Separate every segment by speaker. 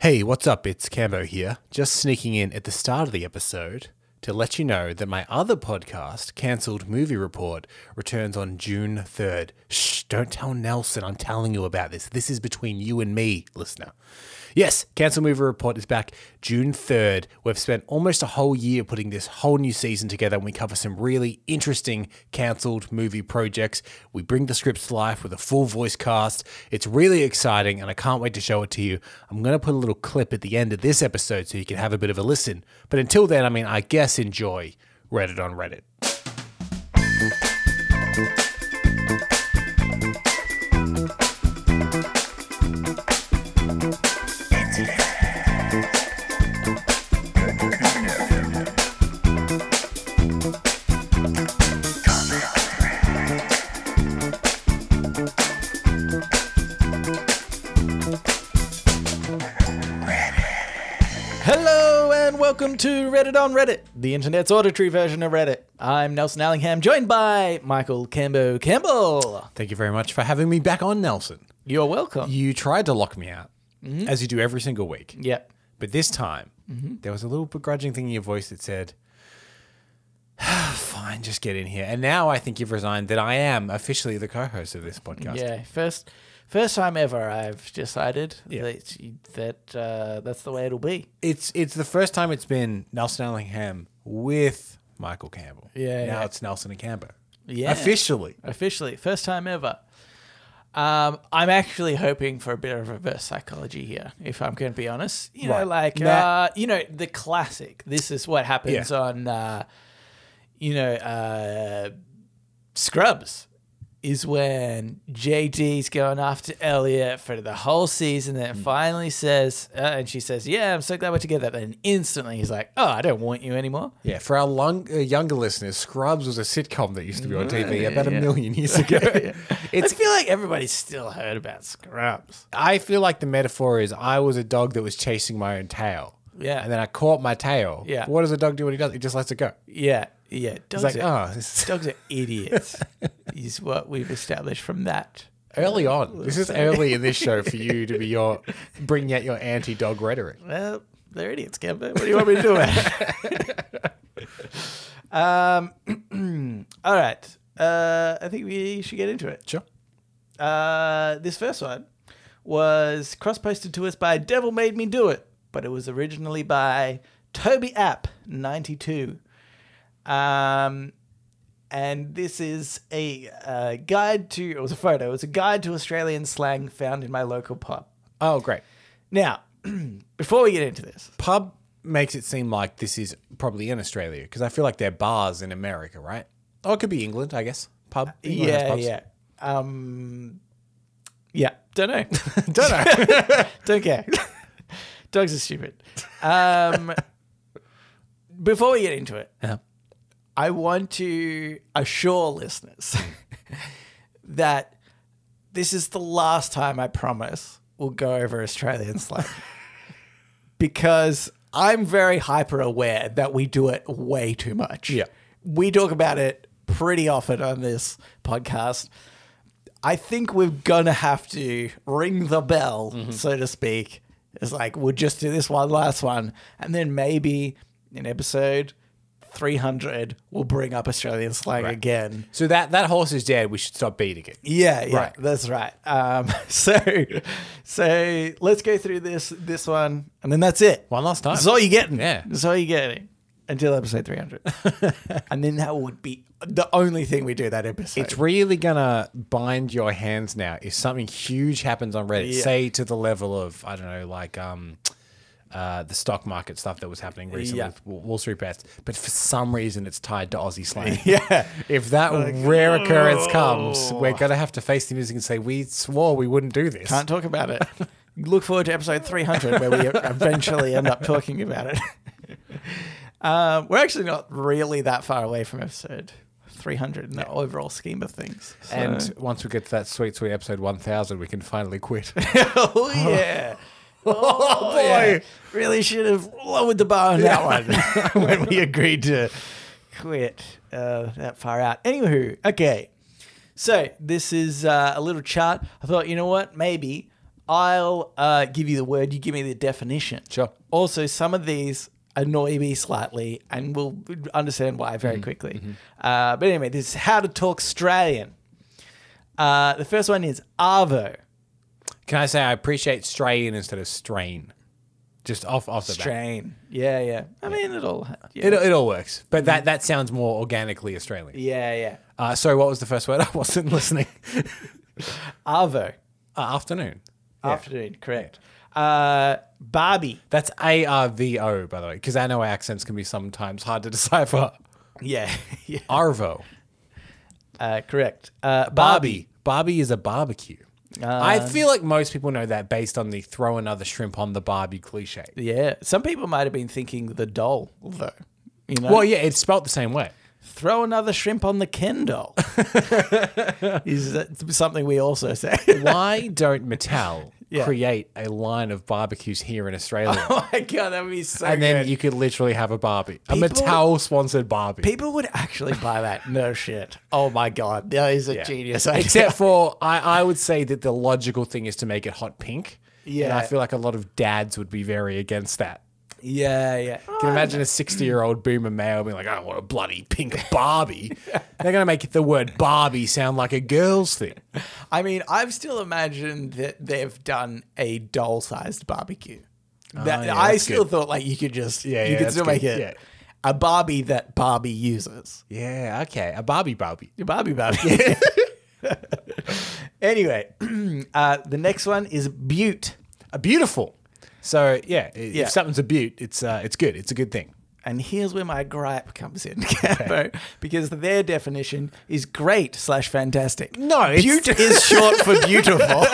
Speaker 1: Hey, what's up? It's Cambo here, just sneaking in at the start of the episode to let you know that my other podcast, Cancelled Movie Report, returns on June 3rd. Shh, don't tell Nelson I'm telling you about this. This is between you and me, listener. Yes, Cancelled Movie Report is back June 3rd. We've spent almost a whole year putting this whole new season together and we cover some really interesting cancelled movie projects. We bring the scripts to life with a full voice cast. It's really exciting and I can't wait to show it to you. I'm going to put a little clip at the end of this episode so you can have a bit of a listen. But until then, I mean, I guess enjoy Reddit on Reddit.
Speaker 2: Hello and welcome to Reddit on Reddit, the internet's auditory version of Reddit. I'm Nelson Allingham, joined by Michael Cambo Campbell.
Speaker 1: Thank you very much for having me back on, Nelson.
Speaker 2: You're welcome.
Speaker 1: You tried to lock me out, as you do every single week.
Speaker 2: yep.
Speaker 1: But this time,
Speaker 2: Mm-hmm.
Speaker 1: there was a little begrudging thing in your voice that said, "Fine, just get in here." And now I think you've resigned that I am officially the co-host of this podcast.
Speaker 2: Yeah. First, first time ever, I've decided
Speaker 1: Yeah.
Speaker 2: that that uh, that's the way it'll be.
Speaker 1: It's it's the first time it's been Nelson Allingham with Michael Campbell.
Speaker 2: Yeah,
Speaker 1: Now
Speaker 2: yeah.
Speaker 1: it's Nelson and Campbell.
Speaker 2: Yeah.
Speaker 1: Officially.
Speaker 2: Officially, first time ever. Um, I'm actually hoping for a bit of reverse psychology here, if I'm going to be honest. You
Speaker 1: Right.
Speaker 2: know, like
Speaker 1: Nah.
Speaker 2: uh, you know, the classic. This is what happens
Speaker 1: Yeah.
Speaker 2: on, uh, you know, uh, Scrubs. Is when JD's going after Elliot for the whole season,
Speaker 1: Hmm.
Speaker 2: then finally says, uh, and she says, "Yeah, I'm so glad we're together." Then instantly he's like, "Oh, I don't want you anymore."
Speaker 1: Yeah. For our long, uh, younger listeners, Scrubs was a sitcom that used to be on TV about
Speaker 2: Mm-hmm. yeah.
Speaker 1: a million years ago.
Speaker 2: It's, I feel like everybody's still heard about Scrubs.
Speaker 1: I feel like the metaphor is I was a dog that was chasing my own tail.
Speaker 2: Yeah.
Speaker 1: And then I caught my tail.
Speaker 2: Yeah.
Speaker 1: What does a dog do when he does? It just lets it go.
Speaker 2: Yeah, yeah. Dogs,
Speaker 1: It's like, oh,
Speaker 2: are,
Speaker 1: this is
Speaker 2: dogs are idiots, is what we've established from that.
Speaker 1: early on. This is early in this show for you to be your bringing out your anti-dog rhetoric.
Speaker 2: Well, they're idiots, Kemba. What do you want me to do? um, all right. Uh, I think we should get into it.
Speaker 1: Sure.
Speaker 2: Uh, this first one was cross posted to us by Devil Made Me Do It, but it was originally by Toby App 92. Um, and this is a uh, guide to, it was a photo, it was a guide to Australian slang found in my local pub.
Speaker 1: Oh, great.
Speaker 2: Now, before we get into this,
Speaker 1: Pub makes it seem like this is probably in Australia because I feel like they're bars in America, right? Oh, it could be England, I guess. Pub. England has
Speaker 2: yeah,
Speaker 1: pubs.
Speaker 2: yeah. Um, yeah, don't know.
Speaker 1: Don't know.
Speaker 2: Don't care. Dogs are stupid. Um, before we get into it,
Speaker 1: Yeah.
Speaker 2: I want to assure listeners that this is the last time I promise we'll go over Australian slang because I'm very hyper aware that we do it way too much.
Speaker 1: Yeah.
Speaker 2: We talk about it pretty often on this podcast. I think we're gonna have to ring the bell, so to speak. It's like we'll just do this one last one, and then maybe in episode 300 we'll bring up Australian slang again.
Speaker 1: so that that horse is dead. We should stop beating it.
Speaker 2: Yeah, yeah,
Speaker 1: Right.
Speaker 2: that's right. Um, so, so let's go through this this one, and then that's it.
Speaker 1: One last time.
Speaker 2: That's all you're getting.
Speaker 1: Yeah.
Speaker 2: That's all you're getting until episode 300, and then that would be the only thing we do that episode.
Speaker 1: It's really gonna bind your hands now if something huge happens on Reddit.
Speaker 2: Yeah.
Speaker 1: Say to the level of I don't know, like um, uh, the stock market stuff that was happening recently
Speaker 2: Yeah.
Speaker 1: with Wa- Wall Street bets, but for some reason it's tied to Aussie slang.
Speaker 2: yeah.
Speaker 1: If that rare occurrence comes, we're gonna have to face the music and say we swore we wouldn't do this.
Speaker 2: Can't talk about it. Look forward to episode 300 where we eventually end up talking about it. Um, we're actually not really that far away from episode 300 in the overall scheme of things. So-
Speaker 1: And once we get to that sweet, sweet episode one thousand, we can finally quit.
Speaker 2: oh, yeah.
Speaker 1: oh boy!
Speaker 2: Yeah. Really should have lowered the bar on that one when we agreed to quit uh, that far out. Anywho, okay. So this is uh, a little chart. I thought, you know what? Maybe I'll uh, give you the word. You give me the definition.
Speaker 1: Sure.
Speaker 2: Also, some of these annoy me slightly, and we'll understand why very quickly. Uh, but anyway, this is how to talk Australian. Uh, the first one is Arvo.
Speaker 1: Can I say I appreciate strain instead of strain? Just off off the bat.
Speaker 2: Strain. Yeah, yeah. I mean, it all. Yeah,
Speaker 1: It, it all works, but
Speaker 2: Mm.
Speaker 1: that, that sounds more organically Australian.
Speaker 2: yeah. yeah.
Speaker 1: Uh, sorry, what was the first word? I wasn't listening.
Speaker 2: Uh, Arvo.
Speaker 1: uh, afternoon.
Speaker 2: Afternoon. Correct. Uh, Barbie.
Speaker 1: That's A R V O, by the way, because I know accents can be sometimes hard to decipher.
Speaker 2: Yeah. yeah.
Speaker 1: Arvo.
Speaker 2: Uh, correct. Uh, Barbie. Uh,
Speaker 1: Barbie. Barbie is a barbecue. I feel like most people know that based on the throw another shrimp on the Barbie cliche.
Speaker 2: Yeah. Some people might have been thinking the doll, though. You know,
Speaker 1: Well, yeah, it's spelt the same way.
Speaker 2: throw another shrimp on the Ken doll. Is that something we also say?
Speaker 1: Why don't Mattel
Speaker 2: Yeah.
Speaker 1: create a line of barbecues here in Australia?
Speaker 2: oh my god, that would be so.
Speaker 1: and then
Speaker 2: good.
Speaker 1: you could literally have a Barbie, a
Speaker 2: People-
Speaker 1: Mattel sponsored Barbie.
Speaker 2: people would actually buy that. No shit. Oh my god, that is a genius idea.
Speaker 1: Except for, I, I would say that the logical thing is to make it hot pink. And
Speaker 2: Yeah.
Speaker 1: I feel like a lot of dads would be very against that.
Speaker 2: yeah, yeah.
Speaker 1: Can you imagine a 60 year old boomer male being like, I don't want a bloody pink Barbie. They're going to make the word Barbie sound like a girl's thing.
Speaker 2: I mean, I've still imagined that they've done a doll-sized barbecue. That
Speaker 1: Oh, yeah,
Speaker 2: I
Speaker 1: that's
Speaker 2: still
Speaker 1: good.
Speaker 2: thought like you could just yeah, you
Speaker 1: yeah,
Speaker 2: could
Speaker 1: that's
Speaker 2: still
Speaker 1: good.
Speaker 2: make it
Speaker 1: Yeah.
Speaker 2: a Barbie that Barbie uses.
Speaker 1: Yeah, okay. A Barbie Barbie.
Speaker 2: Your Barbie Barbie. anyway, uh, the next one is Butte.
Speaker 1: A beautiful. So, yeah, i-
Speaker 2: Yeah.
Speaker 1: if something's a beaut, it's, uh, it's good. It's a good thing.
Speaker 2: And here's where my gripe comes in, Campo, because their definition is great slash fantastic.
Speaker 1: No, it's-
Speaker 2: Butte is short for beautiful.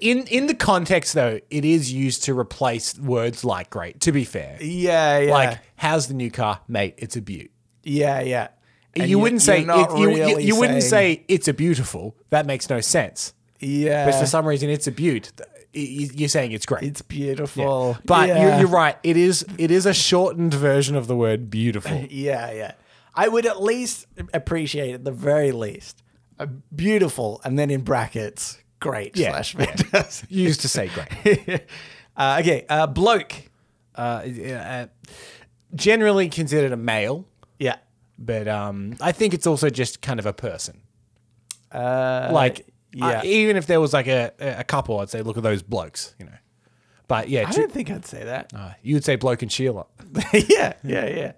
Speaker 1: In, in the context, though, it is used to replace words like great, to be fair.
Speaker 2: yeah, yeah,
Speaker 1: Like, how's the new car? Mate, it's a beaut.
Speaker 2: yeah, yeah.
Speaker 1: You,
Speaker 2: And
Speaker 1: wouldn't say
Speaker 2: you're not
Speaker 1: it- you, you-
Speaker 2: really
Speaker 1: you wouldn't
Speaker 2: saying-
Speaker 1: say it's a beautiful. That makes no sense.
Speaker 2: yeah.
Speaker 1: But for some reason, it's a beaut. th- y- y- You're saying it's great.
Speaker 2: it's beautiful,
Speaker 1: But
Speaker 2: Yeah.
Speaker 1: you're, you're right. It is it is a shortened version of the word beautiful.
Speaker 2: Yeah, yeah. I would at least appreciate, at the very least, a beautiful, and then in brackets, great
Speaker 1: Yeah,
Speaker 2: slash fantastic.
Speaker 1: You used to say great.
Speaker 2: uh, okay, uh, bloke.
Speaker 1: Uh, yeah, uh, generally considered a male,
Speaker 2: Yeah.
Speaker 1: but um, I think it's also just kind of a person.
Speaker 2: Uh,
Speaker 1: Like,
Speaker 2: yeah.
Speaker 1: I- even if there was like a, a couple, I'd say look at those blokes, you know. But yeah,
Speaker 2: I
Speaker 1: tr-
Speaker 2: don't think I'd say that.
Speaker 1: uh, you would say bloke and Sheila.
Speaker 2: yeah, yeah, yeah.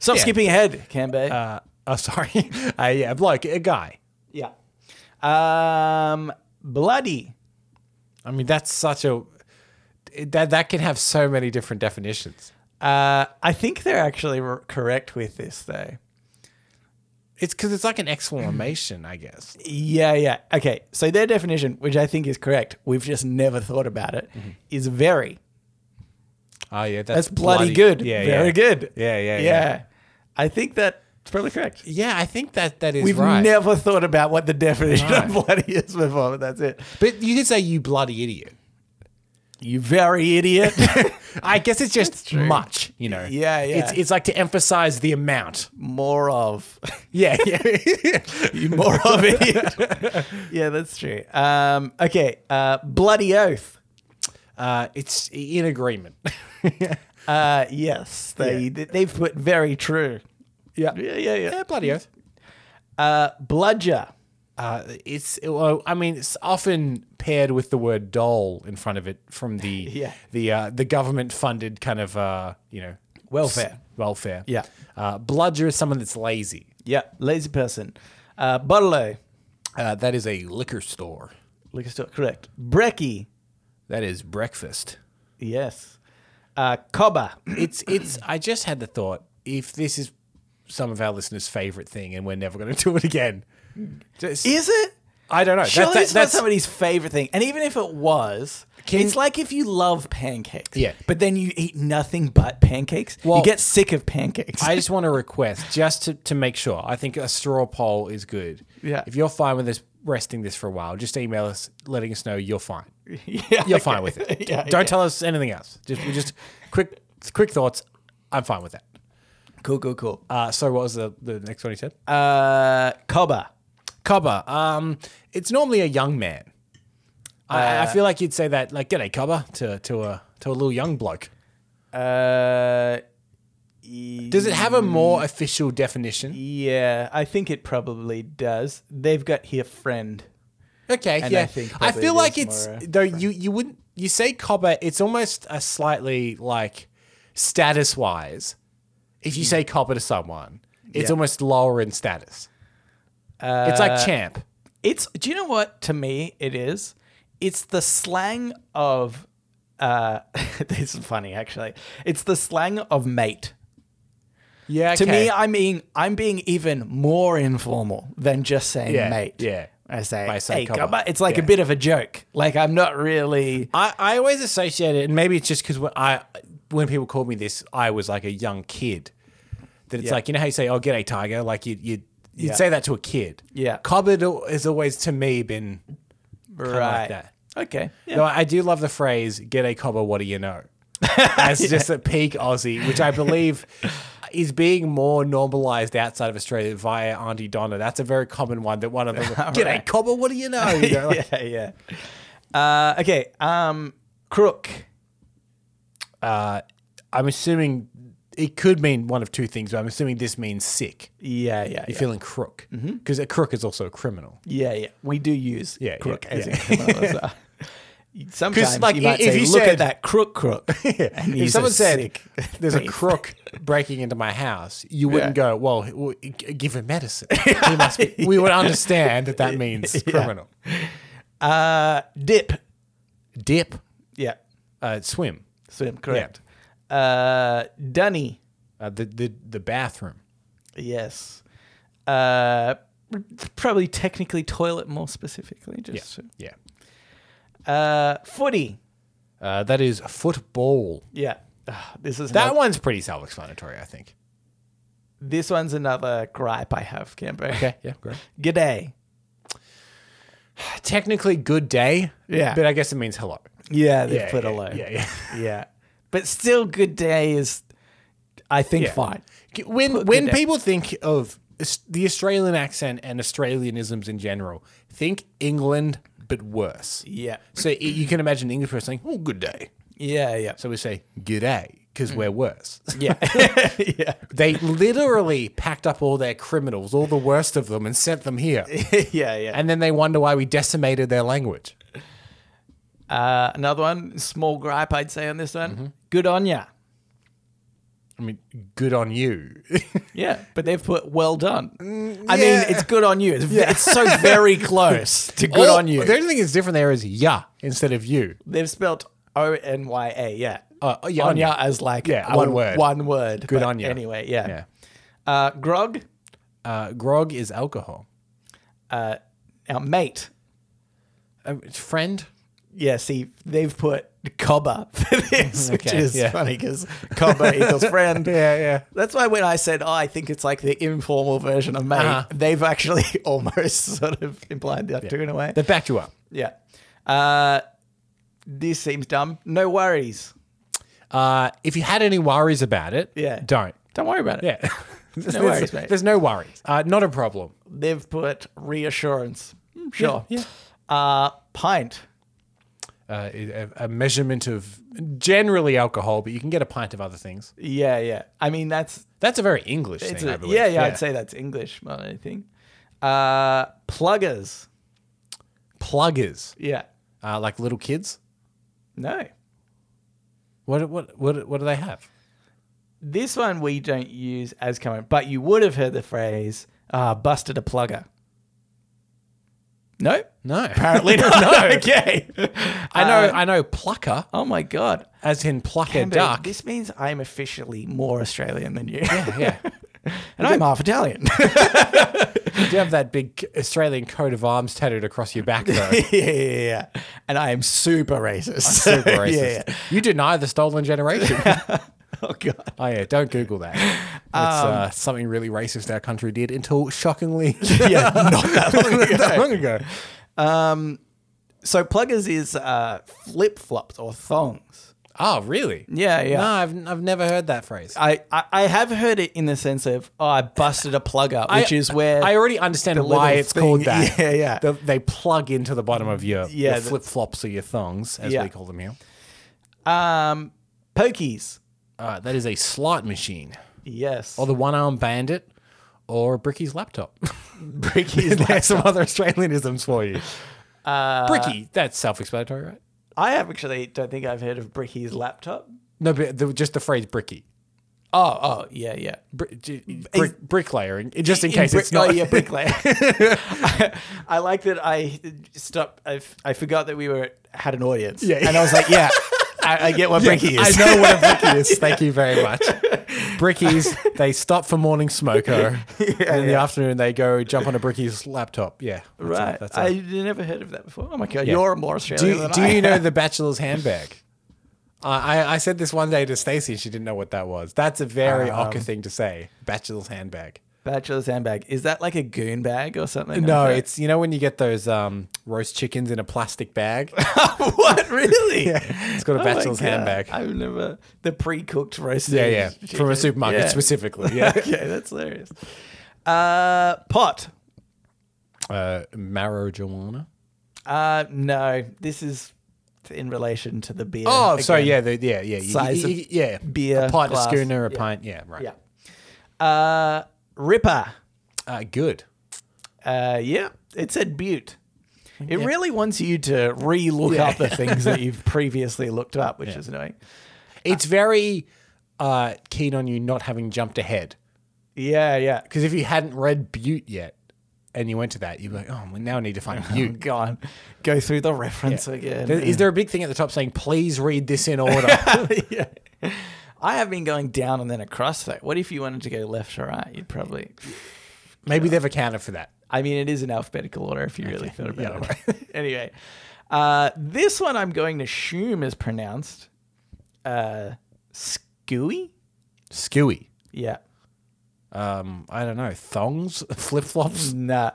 Speaker 2: Stop skipping ahead, Cambe.
Speaker 1: Uh, oh, sorry. uh, yeah, a bloke, a guy.
Speaker 2: yeah. Um, bloody.
Speaker 1: I mean, that's such a that that can have so many different definitions.
Speaker 2: Uh, I think they're actually r- correct with this, though.
Speaker 1: It's because it's like an exclamation, I guess.
Speaker 2: Yeah, yeah. Okay. So their definition, which I think is correct, we've just never thought about it, is very.
Speaker 1: Oh yeah,
Speaker 2: That's bloody, good.
Speaker 1: Yeah,
Speaker 2: very
Speaker 1: yeah.
Speaker 2: good.
Speaker 1: Yeah, yeah,
Speaker 2: yeah,
Speaker 1: yeah.
Speaker 2: I think that's probably correct.
Speaker 1: Yeah, I think that that is
Speaker 2: We've
Speaker 1: right.
Speaker 2: never thought about what the definition of bloody is before, but that's it.
Speaker 1: but you could say you bloody idiot.
Speaker 2: You very idiot.
Speaker 1: I guess it's just much, you know.
Speaker 2: Yeah, yeah.
Speaker 1: It's it's like to emphasize the amount.
Speaker 2: More of.
Speaker 1: Yeah, yeah.
Speaker 2: you more of idiot. yeah, that's true. Um, okay. Uh, bloody oath.
Speaker 1: uh, it's in agreement.
Speaker 2: Uh, yes. They, They've put very true.
Speaker 1: yeah.
Speaker 2: Yeah, yeah, yeah.
Speaker 1: Yeah, bloody oath.
Speaker 2: Uh, bludger.
Speaker 1: Uh, it's well, I mean, it's often paired with the word doll in front of it from the
Speaker 2: Yeah.
Speaker 1: the uh, the government funded kind of uh, you know
Speaker 2: Welfare.
Speaker 1: s- welfare.
Speaker 2: Yeah.
Speaker 1: uh, bludger is someone that's lazy.
Speaker 2: Yeah, lazy person. Uh, Butterlo.
Speaker 1: Uh, that is a liquor store.
Speaker 2: Lucas Stewart, correct. Brecky.
Speaker 1: That is breakfast.
Speaker 2: Yes. Uh, Cobber.
Speaker 1: It's it's. I just had the thought if this is some of our listeners' favorite thing, and we're never going to do it again. Just-
Speaker 2: Is it?
Speaker 1: I don't know.
Speaker 2: Surely
Speaker 1: That- that-
Speaker 2: it's not somebody's favorite thing. And even if it was,
Speaker 1: Can-
Speaker 2: it's like if you love pancakes,
Speaker 1: Yeah.
Speaker 2: but then you eat nothing but pancakes,
Speaker 1: Well-
Speaker 2: you get sick of pancakes.
Speaker 1: I just want to request, just to, to make sure. I think a straw poll is good.
Speaker 2: Yeah.
Speaker 1: If you're fine with us resting this for a while, just email us, letting us know you're fine.
Speaker 2: yeah,
Speaker 1: You're
Speaker 2: okay.
Speaker 1: fine with it.
Speaker 2: Yeah,
Speaker 1: Don't tell us anything else. Just we just quick quick thoughts. I'm fine with that.
Speaker 2: Cool, cool, cool.
Speaker 1: Uh, so what was the, the next one he said?
Speaker 2: Uh, Cobber.
Speaker 1: Cobber. Um, it's normally a young man.
Speaker 2: Uh,
Speaker 1: I, I feel like you'd say that like g'day cover to to a to a little young bloke.
Speaker 2: Uh, e-
Speaker 1: Does it have a more official definition?
Speaker 2: yeah, I think it probably does. They've got here friend.
Speaker 1: Okay,
Speaker 2: And
Speaker 1: yeah.
Speaker 2: I think
Speaker 1: I
Speaker 2: probably
Speaker 1: feel
Speaker 2: it
Speaker 1: like
Speaker 2: is
Speaker 1: it's
Speaker 2: more, uh,
Speaker 1: though you you wouldn't you say cobber. It's almost a slightly like status wise. If you say copper to someone, it's
Speaker 2: Hmm. Yeah.
Speaker 1: almost lower in status.
Speaker 2: Uh,
Speaker 1: It's like champ.
Speaker 2: It's do you know what to me it is? It's the slang of uh this is funny actually. It's the slang of mate.
Speaker 1: Yeah.
Speaker 2: To me, I mean I'm being even more informal than just saying
Speaker 1: yeah,
Speaker 2: mate.
Speaker 1: Yeah.
Speaker 2: I say,
Speaker 1: By
Speaker 2: hey,
Speaker 1: saying cuppa."
Speaker 2: cuppa." it's like a
Speaker 1: Yeah.
Speaker 2: bit of a joke. Like I'm not really
Speaker 1: I, I always associate it, and maybe it's just because when I when people called me this, I was like a young kid. That it's
Speaker 2: Yeah.
Speaker 1: like you know how you say, "Oh, get a tiger," like you you you'd
Speaker 2: Yeah.
Speaker 1: say that to a kid.
Speaker 2: Yeah.
Speaker 1: cupboard al- has always to me been.
Speaker 2: right.
Speaker 1: that.
Speaker 2: Okay. Yeah.
Speaker 1: Though I do love the phrase "get a cobber." What do you know? That's just a peak Aussie, which I believe is being more normalized outside of Australia via Auntie Donna. That's a very common one. That one of them, get a
Speaker 2: Alright.
Speaker 1: cobber. What do you know? You know, like-
Speaker 2: yeah, yeah. Uh, okay. Um, crook.
Speaker 1: uh, I'm assuming it could mean one of two things, but I'm assuming this means sick.
Speaker 2: Yeah, yeah,
Speaker 1: You're
Speaker 2: yeah. Mm-hmm.
Speaker 1: feeling crook because a crook is also a criminal.
Speaker 2: yeah, yeah. We do use
Speaker 1: Yeah,
Speaker 2: crook
Speaker 1: yeah,
Speaker 2: as
Speaker 1: yeah.
Speaker 2: a criminal as well. Sometimes
Speaker 1: like,
Speaker 2: you might
Speaker 1: if
Speaker 2: say,
Speaker 1: you
Speaker 2: "Look
Speaker 1: said-
Speaker 2: at that crook, crook." And you
Speaker 1: If someone
Speaker 2: say,
Speaker 1: said
Speaker 2: "Sick."
Speaker 1: there's a crook breaking into my house, you wouldn't go, well, h- well, g- give him medicine. He must be- We would understand that that means criminal.
Speaker 2: uh, "Dip,"
Speaker 1: Dip,
Speaker 2: yeah,
Speaker 1: uh, swim,
Speaker 2: swim, correct. Uh, "Dunny,"
Speaker 1: uh, the, the, the bathroom.
Speaker 2: yes. Uh, probably technically toilet more specifically. Just
Speaker 1: Yeah.
Speaker 2: uh, "Footy,"
Speaker 1: Uh, that is football.
Speaker 2: yeah. Ah, this is
Speaker 1: That
Speaker 2: another-
Speaker 1: one's pretty self explanatory, I think.
Speaker 2: this one's another gripe I have, Cambo.
Speaker 1: Okay. Yeah. Great.
Speaker 2: G'day.
Speaker 1: Technically, good day.
Speaker 2: Yeah.
Speaker 1: But I guess it means hello.
Speaker 2: Yeah, they've
Speaker 1: Yeah,
Speaker 2: put
Speaker 1: yeah,
Speaker 2: a low.
Speaker 1: yeah, yeah.
Speaker 2: Yeah. But still, good day is, I think,
Speaker 1: Yeah.
Speaker 2: fine.
Speaker 1: When when
Speaker 2: good day.
Speaker 1: people think of Aus- the Australian accent and Australianisms in general, think England but worse.
Speaker 2: Yeah.
Speaker 1: So it, you can imagine an English person saying, "Oh, good day."
Speaker 2: Yeah, yeah.
Speaker 1: So we say "g'day"
Speaker 2: Hmm.
Speaker 1: because we're worse.
Speaker 2: Yeah. yeah.
Speaker 1: they literally packed up all their criminals, all the worst of them, and sent them here.
Speaker 2: Yeah, yeah.
Speaker 1: And then they wonder why we decimated their language.
Speaker 2: Uh, another one, small gripe I'd say on this one.
Speaker 1: Mm-hmm.
Speaker 2: Good on ya.
Speaker 1: I mean, good on you.
Speaker 2: Yeah, but they've put well done. I mean,
Speaker 1: Mm, yeah.
Speaker 2: it's good on you. It's, it's so very close to good
Speaker 1: All-
Speaker 2: on you.
Speaker 1: The only thing that's different there is "ya" instead of "you."
Speaker 2: They've spelt O N Y A, yeah.
Speaker 1: Uh, oh, yeah,
Speaker 2: on
Speaker 1: on ya.
Speaker 2: ya as like
Speaker 1: Yeah, one word.
Speaker 2: One word.
Speaker 1: Good
Speaker 2: but
Speaker 1: on ya.
Speaker 2: Anyway, yeah.
Speaker 1: Yeah.
Speaker 2: Uh, grog,
Speaker 1: Uh, grog is alcohol.
Speaker 2: uh, our mate.
Speaker 1: Um, friend.
Speaker 2: Yeah, see, they've put Cobber for this, which
Speaker 1: Mm, Okay,
Speaker 2: is
Speaker 1: yeah.
Speaker 2: funny because Cobber equals friend.
Speaker 1: Yeah, yeah.
Speaker 2: That's why when I said, oh, I think it's like the informal version of mate,
Speaker 1: Uh-huh.
Speaker 2: they've actually almost sort of implied that too in a way.
Speaker 1: That backed you up.
Speaker 2: yeah. Uh, this seems dumb. No worries.
Speaker 1: Uh, if you had any worries about it,
Speaker 2: Yeah.
Speaker 1: don't.
Speaker 2: Don't worry about it.
Speaker 1: Yeah. there's,
Speaker 2: worries, mate.
Speaker 1: there's no worries. Uh, not a problem.
Speaker 2: They've put reassurance. Sure.
Speaker 1: Hmm, yeah.
Speaker 2: Uh, pint.
Speaker 1: Uh, a, a measurement of generally alcohol, but you can get a pint of other things.
Speaker 2: Yeah, yeah. I mean, that's.
Speaker 1: That's a very English
Speaker 2: It's
Speaker 1: thing, I
Speaker 2: a-
Speaker 1: believe.
Speaker 2: yeah, yeah, I'd say that's English more than anything. Uh, pluggers.
Speaker 1: Pluggers,
Speaker 2: Yeah.
Speaker 1: uh, like little kids.
Speaker 2: No.
Speaker 1: What, what, what, what do they have?
Speaker 2: This one we don't use as common, but you would have heard the phrase uh, busted a plugger. No?
Speaker 1: No.
Speaker 2: Apparently not. okay.
Speaker 1: I know, I know plucker,
Speaker 2: Oh my God.
Speaker 1: as in pluck a
Speaker 2: Amber,
Speaker 1: duck.
Speaker 2: This means I'm officially more Australian than you.
Speaker 1: yeah.
Speaker 2: and I'm half Italian.
Speaker 1: You do have that big Australian coat of arms tattooed across your back, though.
Speaker 2: yeah, yeah, yeah. And I am super racist.
Speaker 1: Super racist.
Speaker 2: yeah, yeah.
Speaker 1: You deny the stolen generation.
Speaker 2: Oh God.
Speaker 1: Oh yeah, don't Google that. It's
Speaker 2: Um,
Speaker 1: uh, something really racist our country did until shockingly
Speaker 2: Yeah, not that long ago.
Speaker 1: that long ago.
Speaker 2: So pluggers is uh, flip flops or thongs.
Speaker 1: Oh, really?
Speaker 2: Yeah, yeah.
Speaker 1: No, I've, I've never heard that phrase.
Speaker 2: I, I, I have heard it in the sense of oh I busted a plug up, which
Speaker 1: I-
Speaker 2: is where
Speaker 1: I already understand why
Speaker 2: little
Speaker 1: it's called
Speaker 2: thing-
Speaker 1: that.
Speaker 2: Yeah, yeah.
Speaker 1: The- they plug into the bottom of your,
Speaker 2: Yeah, the-
Speaker 1: flip flops or your thongs, as
Speaker 2: Yeah.
Speaker 1: we call them here.
Speaker 2: um pokies.
Speaker 1: Uh, that is a slot machine,
Speaker 2: Yes.
Speaker 1: or the one arm bandit, or Bricky's laptop.
Speaker 2: brickies.
Speaker 1: There's some other Australianisms for you.
Speaker 2: Uh,
Speaker 1: Bricky, that's self explanatory, right?
Speaker 2: I have actually don't think I've heard of Bricky's laptop.
Speaker 1: No, but the, just the phrase Bricky.
Speaker 2: Oh, oh, yeah, yeah.
Speaker 1: Bri- j- brick, bricklayer, in- just in, case
Speaker 2: brick-
Speaker 1: it's not.
Speaker 2: Oh, yeah, bricklayer. I, I like that I stopped. I, f- I forgot that we were had an audience.
Speaker 1: Yeah.
Speaker 2: And I was like, yeah, I, I get what Bricky is.
Speaker 1: I know what a bricky is. Thank you very much. Brickies, they stop for morning smoker. and in the afternoon, they go jump on a bricky's laptop. Yeah. that's it,
Speaker 2: Right.
Speaker 1: that's it.
Speaker 2: I never heard of that before. Oh, my God. You're more
Speaker 1: do
Speaker 2: Australian
Speaker 1: you,
Speaker 2: than
Speaker 1: do
Speaker 2: I
Speaker 1: you
Speaker 2: am.
Speaker 1: know the bachelor's handbag? I I, I said this one day to Stacey. She didn't know what that was. That's a very
Speaker 2: Um,
Speaker 1: ochre thing to say. Bachelor's handbag.
Speaker 2: Bachelor's handbag. Is that like a goon bag or something?
Speaker 1: No,
Speaker 2: Okay.
Speaker 1: it's you know when you get those um, roast chickens in a plastic bag.
Speaker 2: what? Really?
Speaker 1: It's got a
Speaker 2: Oh my
Speaker 1: bachelor's
Speaker 2: God.
Speaker 1: handbag.
Speaker 2: I've never. The pre cooked roasted.
Speaker 1: yeah, yeah, from a
Speaker 2: chicken.
Speaker 1: supermarket
Speaker 2: Yeah.
Speaker 1: specifically. Yeah,
Speaker 2: okay, that's hilarious. Uh, pot.
Speaker 1: uh, marijuana.
Speaker 2: Uh, no, this is in relation to the beer.
Speaker 1: Oh, sorry.
Speaker 2: again.
Speaker 1: Yeah, the, yeah, yeah. You-
Speaker 2: Size
Speaker 1: you-
Speaker 2: of
Speaker 1: you- yeah,
Speaker 2: beer
Speaker 1: a pint,
Speaker 2: glass.
Speaker 1: a schooner, a pint. Yeah, right.
Speaker 2: Yeah. Uh, Ripper.
Speaker 1: Uh, good.
Speaker 2: Uh, yeah, it said Butte. It really wants you to re look up the things that you've previously looked up, which is annoying.
Speaker 1: It's very uh, keen on you not having jumped ahead
Speaker 2: Yeah, yeah.
Speaker 1: because if you hadn't read Butte yet and you went to that, you'd be like, oh, well, now I need to
Speaker 2: Uh-huh.
Speaker 1: find Butte.
Speaker 2: Gone. Go through the reference again.
Speaker 1: There- Is there a big thing at the top saying, please read this in order?
Speaker 2: yeah. I have been going down and then across though. What if you wanted to go left or right? You'd probably.
Speaker 1: Maybe they've accounted for that.
Speaker 2: I mean, it is in alphabetical order if you really thought about
Speaker 1: Yeah,
Speaker 2: it. anyway, uh, this one I'm going to assume is pronounced uh, Skooey.
Speaker 1: Skewy.
Speaker 2: Yeah,
Speaker 1: Um, I don't know. Thongs? Flip flops?
Speaker 2: nah,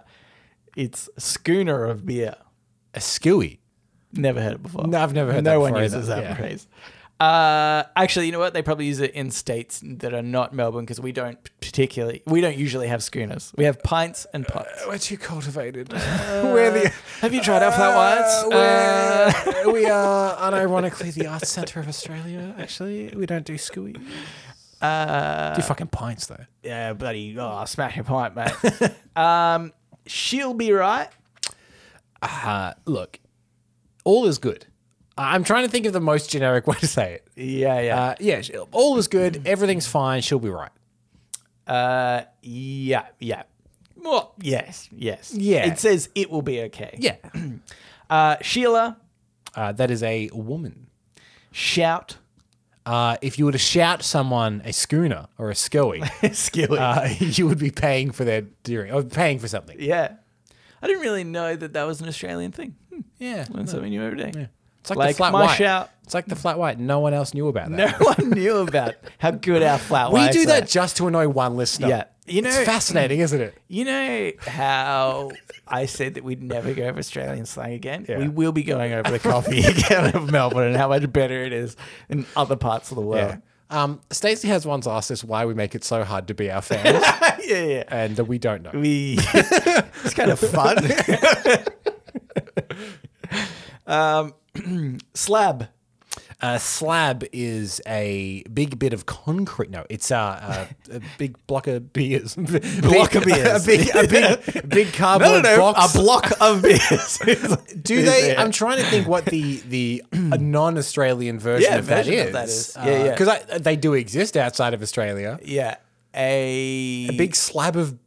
Speaker 2: it's schooner of beer.
Speaker 1: A skewy.
Speaker 2: Never heard it before.
Speaker 1: No, I've never heard
Speaker 2: no
Speaker 1: that
Speaker 2: one
Speaker 1: before
Speaker 2: uses
Speaker 1: either.
Speaker 2: that
Speaker 1: Yeah.
Speaker 2: phrase. Uh, actually, you know what? They probably use it in states that are not Melbourne because we don't particularly, we don't usually have schooners. We have pints and pots.
Speaker 1: We're too cultivated. we're the.
Speaker 2: Have you tried off that
Speaker 1: Uh,
Speaker 2: once? Uh,
Speaker 1: we're- we are unironically the arts centre of Australia, actually. We don't do skewy.
Speaker 2: uh,
Speaker 1: Do fucking pints, though.
Speaker 2: yeah, buddy. Oh, smash your pint, mate. um, she'll be right.
Speaker 1: Uh, look, all is good. I- I'm trying to think of the most generic way to say it.
Speaker 2: Yeah, yeah.
Speaker 1: Uh, yeah, sh- all is good. Everything's fine. She'll be right.
Speaker 2: Uh, yeah, yeah. Well, yes, yes.
Speaker 1: Yeah.
Speaker 2: It says it will be okay.
Speaker 1: Yeah.
Speaker 2: Uh, Sheila,
Speaker 1: Uh, that is a woman.
Speaker 2: shout.
Speaker 1: Uh, if you were to shout someone a schooner or a skewy,
Speaker 2: Skilly.
Speaker 1: uh, you would be paying for their during or paying for something.
Speaker 2: yeah. I didn't really know that that was an Australian thing. Hmm,
Speaker 1: Yeah.
Speaker 2: Learn something new every day.
Speaker 1: It's like,
Speaker 2: Like
Speaker 1: the flat
Speaker 2: my
Speaker 1: white.
Speaker 2: shout.
Speaker 1: It's like the flat white. No one else knew about that.
Speaker 2: No one knew about how good our flat
Speaker 1: We
Speaker 2: whites
Speaker 1: do that
Speaker 2: are.
Speaker 1: just to annoy one listener.
Speaker 2: Yeah. You know-
Speaker 1: it's fascinating, isn't it?
Speaker 2: You know how I said that we'd never go over Australian slang again?
Speaker 1: Yeah.
Speaker 2: We will be going over the coffee again of Melbourne and how much better it is in other parts of the world.
Speaker 1: Um, Stacey has once asked us why we make it so hard to be our fans,
Speaker 2: Yeah, yeah. yeah.
Speaker 1: and we don't know.
Speaker 2: We it's kind of fun. um, slab.
Speaker 1: A Uh, slab is a big bit of concrete. No, it's a, a, a big block of beers. block
Speaker 2: of beers.
Speaker 1: A big, a big, big cardboard box.
Speaker 2: a block of beers.
Speaker 1: Do they? I'm trying to think what the the a non-Australian version
Speaker 2: Yeah,
Speaker 1: of that
Speaker 2: version
Speaker 1: is.
Speaker 2: of that is. Yeah, yeah.
Speaker 1: Because they do exist outside of Australia.
Speaker 2: yeah, a,
Speaker 1: A big slab of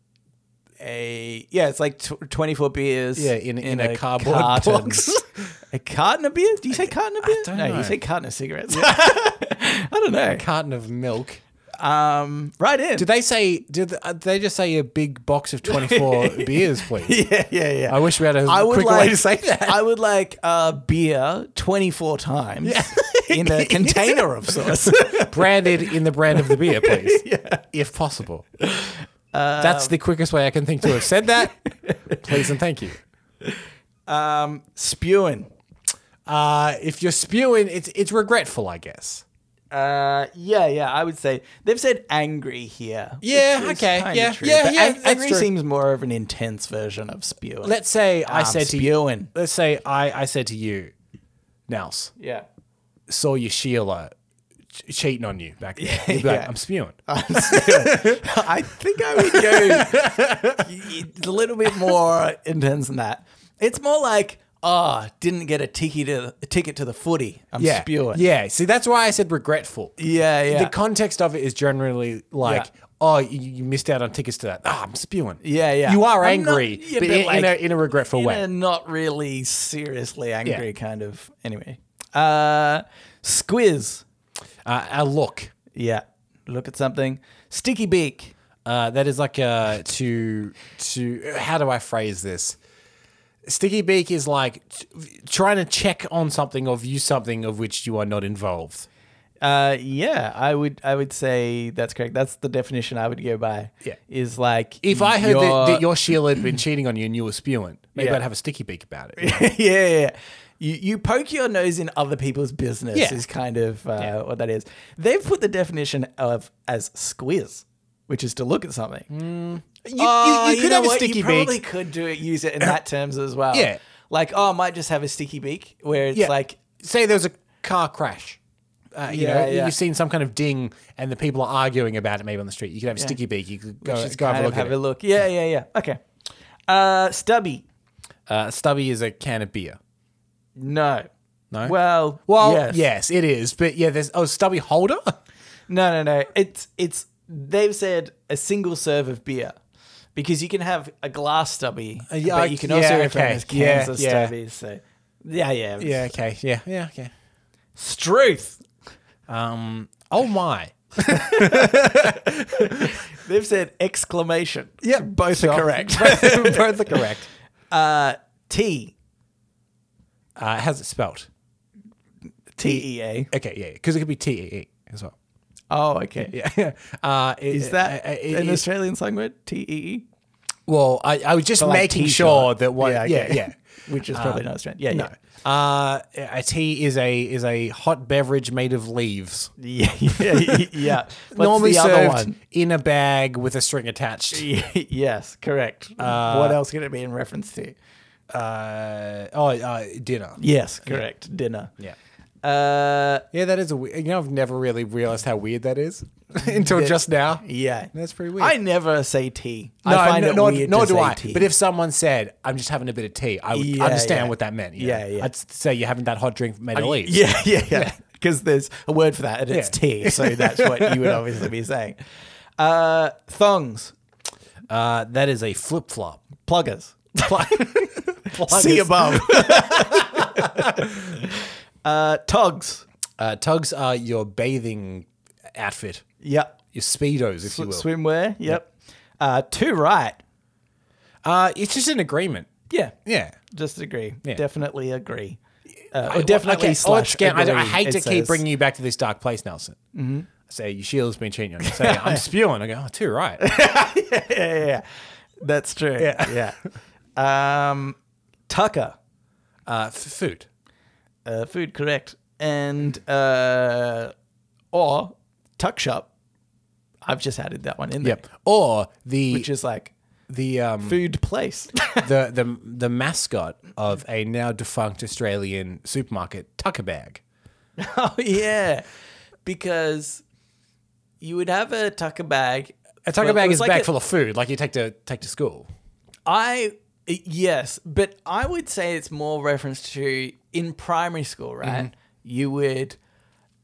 Speaker 2: a yeah. It's like tw- 24 beers.
Speaker 1: Yeah, in- in a cardboard box.
Speaker 2: a carton of beer? Do you say carton of beer?
Speaker 1: don't
Speaker 2: no,
Speaker 1: know.
Speaker 2: you say carton of cigarettes. I don't know.
Speaker 1: carton of milk.
Speaker 2: Um, right in.
Speaker 1: Do they say? Did they, uh, did they just say a big box of twenty four beers, please?
Speaker 2: yeah, yeah, yeah.
Speaker 1: I wish we had a
Speaker 2: I would
Speaker 1: quick
Speaker 2: like
Speaker 1: way to say that.
Speaker 2: I would like uh, beer twenty four times in a container of sorts.
Speaker 1: Branded in the brand of the beer, please, if possible. That's the quickest way I can think to have said that. please and thank you.
Speaker 2: um, spewing.
Speaker 1: Uh, if you're spewing, it's it's regretful, I guess.
Speaker 2: Uh, yeah, yeah, I would say they've said angry here. which
Speaker 1: Yeah,
Speaker 2: is
Speaker 1: okay,
Speaker 2: kinda
Speaker 1: yeah, yeah,
Speaker 2: but
Speaker 1: yeah,
Speaker 2: ang-
Speaker 1: that's
Speaker 2: Angry
Speaker 1: true.
Speaker 2: seems more of an intense version of spewing.
Speaker 1: Let's say I
Speaker 2: I'm
Speaker 1: said to you.
Speaker 2: spewing.
Speaker 1: Let's say I I said to you, Nels,
Speaker 2: Yeah,
Speaker 1: saw your Sheila ch- cheating on you back then. You'd be like,
Speaker 2: Yeah.
Speaker 1: I'm spewing.
Speaker 2: I think I would go it's a little bit more intense than that. It's more like, oh, didn't get a ticket to a ticket to the footy. I'm
Speaker 1: yeah,
Speaker 2: spewing.
Speaker 1: yeah. See, that's why I said regretful.
Speaker 2: yeah, yeah.
Speaker 1: The context of it is generally like,
Speaker 2: Yeah.
Speaker 1: oh, you, you missed out on tickets to that. Ah, I'm spewing.
Speaker 2: Yeah, yeah.
Speaker 1: You are
Speaker 2: I'm not-
Speaker 1: angry,
Speaker 2: yeah,
Speaker 1: but
Speaker 2: but
Speaker 1: in, in
Speaker 2: like-
Speaker 1: a, in a regretful
Speaker 2: in
Speaker 1: way.
Speaker 2: a not really seriously angry kind of. Anyway, uh, squiz.
Speaker 1: uh, a look.
Speaker 2: Yeah, look at something. Sticky beak.
Speaker 1: Uh, that is like a to to how do I phrase this? Sticky beak is like t- trying to check on something or view something of which you are not involved.
Speaker 2: Uh, yeah, I would. I would say that's correct. That's the definition I would go by.
Speaker 1: Yeah.
Speaker 2: is like
Speaker 1: If I heard
Speaker 2: you're-
Speaker 1: that, that your Sheila had been cheating on you and you were spewing, maybe
Speaker 2: Yeah.
Speaker 1: I'd have a sticky beak about it.
Speaker 2: yeah, yeah, yeah. You, you poke your nose in other people's business
Speaker 1: Yeah.
Speaker 2: is kind of uh, what that is. They've put the definition of as squiz, which is to look at something. You, Mm. Uh, you-
Speaker 1: Oh, you
Speaker 2: could
Speaker 1: know
Speaker 2: have a
Speaker 1: what? You
Speaker 2: sticky beak.
Speaker 1: probably
Speaker 2: probably could do it, use it in that terms as well.
Speaker 1: Yeah.
Speaker 2: Like, oh, I might just have a sticky beak where it's
Speaker 1: Yeah.
Speaker 2: like,
Speaker 1: Say there was a car crash. Uh, you
Speaker 2: Yeah,
Speaker 1: know,
Speaker 2: yeah.
Speaker 1: you've seen some kind of ding, and the people are arguing about it. Maybe on the street, you could have a sticky beak. You could go,
Speaker 2: just
Speaker 1: go have a
Speaker 2: kind of
Speaker 1: look
Speaker 2: have
Speaker 1: at
Speaker 2: a
Speaker 1: it.
Speaker 2: look. Yeah, yeah, yeah. Okay. Uh, stubby.
Speaker 1: Uh, stubby is a can of beer.
Speaker 2: No.
Speaker 1: No?
Speaker 2: Well,
Speaker 1: Well,
Speaker 2: Oh, yes.
Speaker 1: yes. it is, but yeah, there's oh, stubby holder.
Speaker 2: No, no, no. It's it's they've said a single serve of beer because you can have a glass stubby,
Speaker 1: yeah,
Speaker 2: but you can
Speaker 1: yeah,
Speaker 2: also have
Speaker 1: okay.
Speaker 2: them as cans
Speaker 1: Yeah,
Speaker 2: of
Speaker 1: yeah.
Speaker 2: stubbies. So yeah, yeah,
Speaker 1: okay, yeah, yeah, okay.
Speaker 2: Struth.
Speaker 1: Um, oh my,
Speaker 2: They've said exclamation.
Speaker 1: yeah, both
Speaker 2: are correct.
Speaker 1: both, both are correct.
Speaker 2: Uh, T
Speaker 1: Uh, how's it spelt?
Speaker 2: T E A.
Speaker 1: Okay, yeah, because it could be T E E as well.
Speaker 2: Oh, okay.
Speaker 1: Yeah, uh, it-
Speaker 2: Is that
Speaker 1: uh, uh, it-
Speaker 2: an
Speaker 1: it-
Speaker 2: Australian slang word? T E E.
Speaker 1: Well, I, I was just
Speaker 2: like,
Speaker 1: making
Speaker 2: t-shirt.
Speaker 1: sure that one.
Speaker 2: Yeah,
Speaker 1: Yeah,
Speaker 2: okay.
Speaker 1: yeah.
Speaker 2: Which is probably not Australian. Yeah,
Speaker 1: No. Uh, a tea is a is a hot beverage made of leaves.
Speaker 2: yeah, yeah, yeah. yeah. What's
Speaker 1: Normally
Speaker 2: the
Speaker 1: served
Speaker 2: other one?
Speaker 1: in a bag with a string attached.
Speaker 2: yes, correct. Uh, what else could it be in reference to?
Speaker 1: Uh, oh, uh, dinner.
Speaker 2: Yes, correct. Dinner.
Speaker 1: Yeah.
Speaker 2: Uh,
Speaker 1: Yeah, that is a we- you know I've never really realized how weird that is until just now.
Speaker 2: yeah,
Speaker 1: That's pretty weird.
Speaker 2: I never say tea.
Speaker 1: No,
Speaker 2: I find
Speaker 1: no-
Speaker 2: it
Speaker 1: nor,
Speaker 2: weird
Speaker 1: nor
Speaker 2: to
Speaker 1: do
Speaker 2: say
Speaker 1: I.
Speaker 2: tea.
Speaker 1: But if someone said, "I'm just having a bit of tea," I would
Speaker 2: Yeah,
Speaker 1: understand
Speaker 2: yeah.
Speaker 1: what that meant. you know?
Speaker 2: Yeah, yeah.
Speaker 1: I'd s- say you're having that hot drink made of leaves.
Speaker 2: yeah, yeah, yeah, because there's a word for that, and it's
Speaker 1: Yeah.
Speaker 2: tea. So that's what you would obviously be saying. Uh, thongs,
Speaker 1: Uh, that is a flip flop.
Speaker 2: pluggers. See above. uh, togs.
Speaker 1: Uh, tugs are your bathing outfit,
Speaker 2: Yep.
Speaker 1: your speedos, if you will.
Speaker 2: Swimwear. Yep. Uh, two right.
Speaker 1: Uh, it's just an agreement.
Speaker 2: Yeah.
Speaker 1: Yeah.
Speaker 2: Just agree.
Speaker 1: Yeah.
Speaker 2: Definitely agree. Uh,
Speaker 1: I-
Speaker 2: or definitely
Speaker 1: okay,
Speaker 2: slash
Speaker 1: let's get- I, I
Speaker 2: agree,
Speaker 1: hate
Speaker 2: it
Speaker 1: to keep
Speaker 2: says.
Speaker 1: bringing you back to this dark place, Nelson. Mm-hmm. Say your shield's been cheating on you. Say I'm spewing. I go, oh, too right.
Speaker 2: yeah, yeah, yeah. That's true. Yeah. Yeah. Um, Tucker,
Speaker 1: Uh, f- food.
Speaker 2: uh, food correct, and uh, or tuck shop. I've just added that one in there,
Speaker 1: Yep. Or the
Speaker 2: which is like
Speaker 1: the um
Speaker 2: food place.
Speaker 1: the the the mascot of a now defunct Australian supermarket, Tucker Bag.
Speaker 2: oh yeah, because you would have a tucker bag.
Speaker 1: A Tucker
Speaker 2: Well, it
Speaker 1: Bag
Speaker 2: was
Speaker 1: is
Speaker 2: like
Speaker 1: a bag
Speaker 2: a-
Speaker 1: full of food, like you take to take to school.
Speaker 2: I yes, but I would say it's more reference to in primary school, right?
Speaker 1: Mm-hmm.
Speaker 2: You would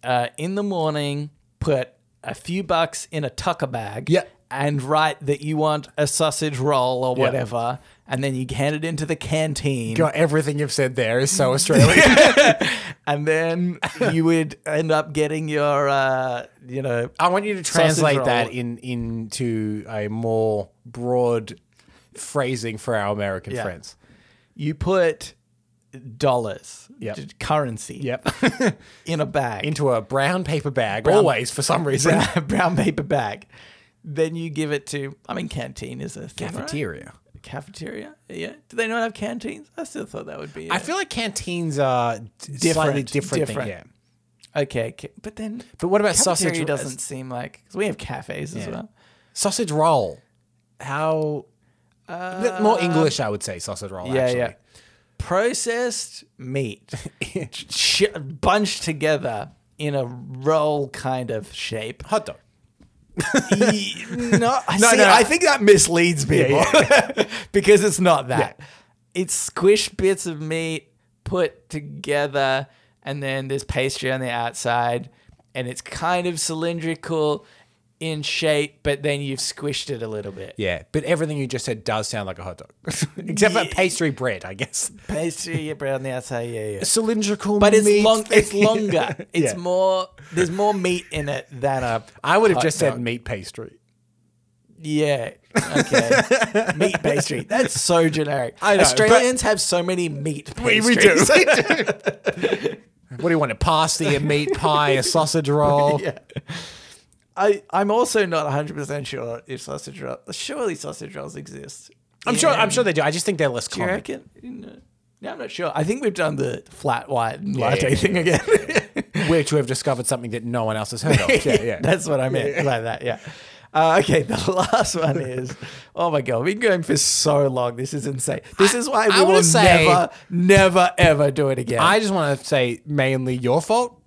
Speaker 2: uh, in the morning put a few bucks in a tucker bag,
Speaker 1: Yeah.
Speaker 2: and write that you want a sausage roll or whatever, and then you hand it into the canteen,
Speaker 1: God, everything you've said there is so Australian.
Speaker 2: and then you would end up getting your uh, you know
Speaker 1: I want you to translate
Speaker 2: roll.
Speaker 1: that in into a more broad phrasing for our American
Speaker 2: Yeah.
Speaker 1: friends.
Speaker 2: you put dollars,
Speaker 1: Yep.
Speaker 2: d- currency,
Speaker 1: Yep.
Speaker 2: in a bag.
Speaker 1: into a brown paper bag, always for some reason.
Speaker 2: brown, brown paper bag. Then you give it to, I mean, canteen is a thing, right?
Speaker 1: Cafeteria.
Speaker 2: cafeteria. Yeah. Do they not have canteens? I still thought that would be.
Speaker 1: I
Speaker 2: it.
Speaker 1: feel like canteens are different, slightly
Speaker 2: Different,
Speaker 1: different,
Speaker 2: different.
Speaker 1: Thing, yeah.
Speaker 2: okay, ca- but then
Speaker 1: But what about
Speaker 2: cafeteria
Speaker 1: sausage?
Speaker 2: doesn't seem like because we have cafes as
Speaker 1: Yeah.
Speaker 2: well.
Speaker 1: sausage roll. How a bit more English, I would say sausage roll.
Speaker 2: Uh, Yeah,
Speaker 1: actually.
Speaker 2: yeah. Processed meat sh- bunched together in a roll kind of shape.
Speaker 1: hot dog.
Speaker 2: Ye- no, I
Speaker 1: No,
Speaker 2: see,
Speaker 1: no.
Speaker 2: I think that misleads people because it's not that.
Speaker 1: Yeah.
Speaker 2: It's squished bits of meat put together, and then there's pastry on the outside, and it's kind of cylindrical in shape, but then you've squished it a little bit.
Speaker 1: Yeah, but everything you just said does sound like a hot dog, except for pastry bread, I guess.
Speaker 2: Pastry, yeah, bread on the outside, yeah, yeah.
Speaker 1: Cylindrical,
Speaker 2: But it's
Speaker 1: meat
Speaker 2: long.
Speaker 1: thing.
Speaker 2: It's longer. It's
Speaker 1: Yeah.
Speaker 2: more. There's more meat in it than a.
Speaker 1: I would have
Speaker 2: hot
Speaker 1: just
Speaker 2: dog.
Speaker 1: said meat pastry.
Speaker 2: Yeah. Okay. meat pastry. That's so generic.
Speaker 1: I know,
Speaker 2: Australians have so many meat pastries.
Speaker 1: what do you want? A pasty, a meat pie, a sausage roll?
Speaker 2: yeah. I, I'm also not 100% sure if sausage rolls. Surely sausage rolls exist.
Speaker 1: I'm sure.
Speaker 2: Yeah.
Speaker 1: I'm sure they do. I just think they're less
Speaker 2: Do you
Speaker 1: common.
Speaker 2: reckon? No. No, I'm not sure. I think we've done the flat white and latte
Speaker 1: yeah,
Speaker 2: thing again.
Speaker 1: Which we've discovered something that no one else has heard of. Yeah, yeah.
Speaker 2: That's what I meant by that. Yeah. Uh, okay, the last one is. Oh my god, we've been going for so long. This is insane. This is why we
Speaker 1: I wanna
Speaker 2: will
Speaker 1: say-
Speaker 2: never, never, ever do it again.
Speaker 1: I just want to say mainly your fault.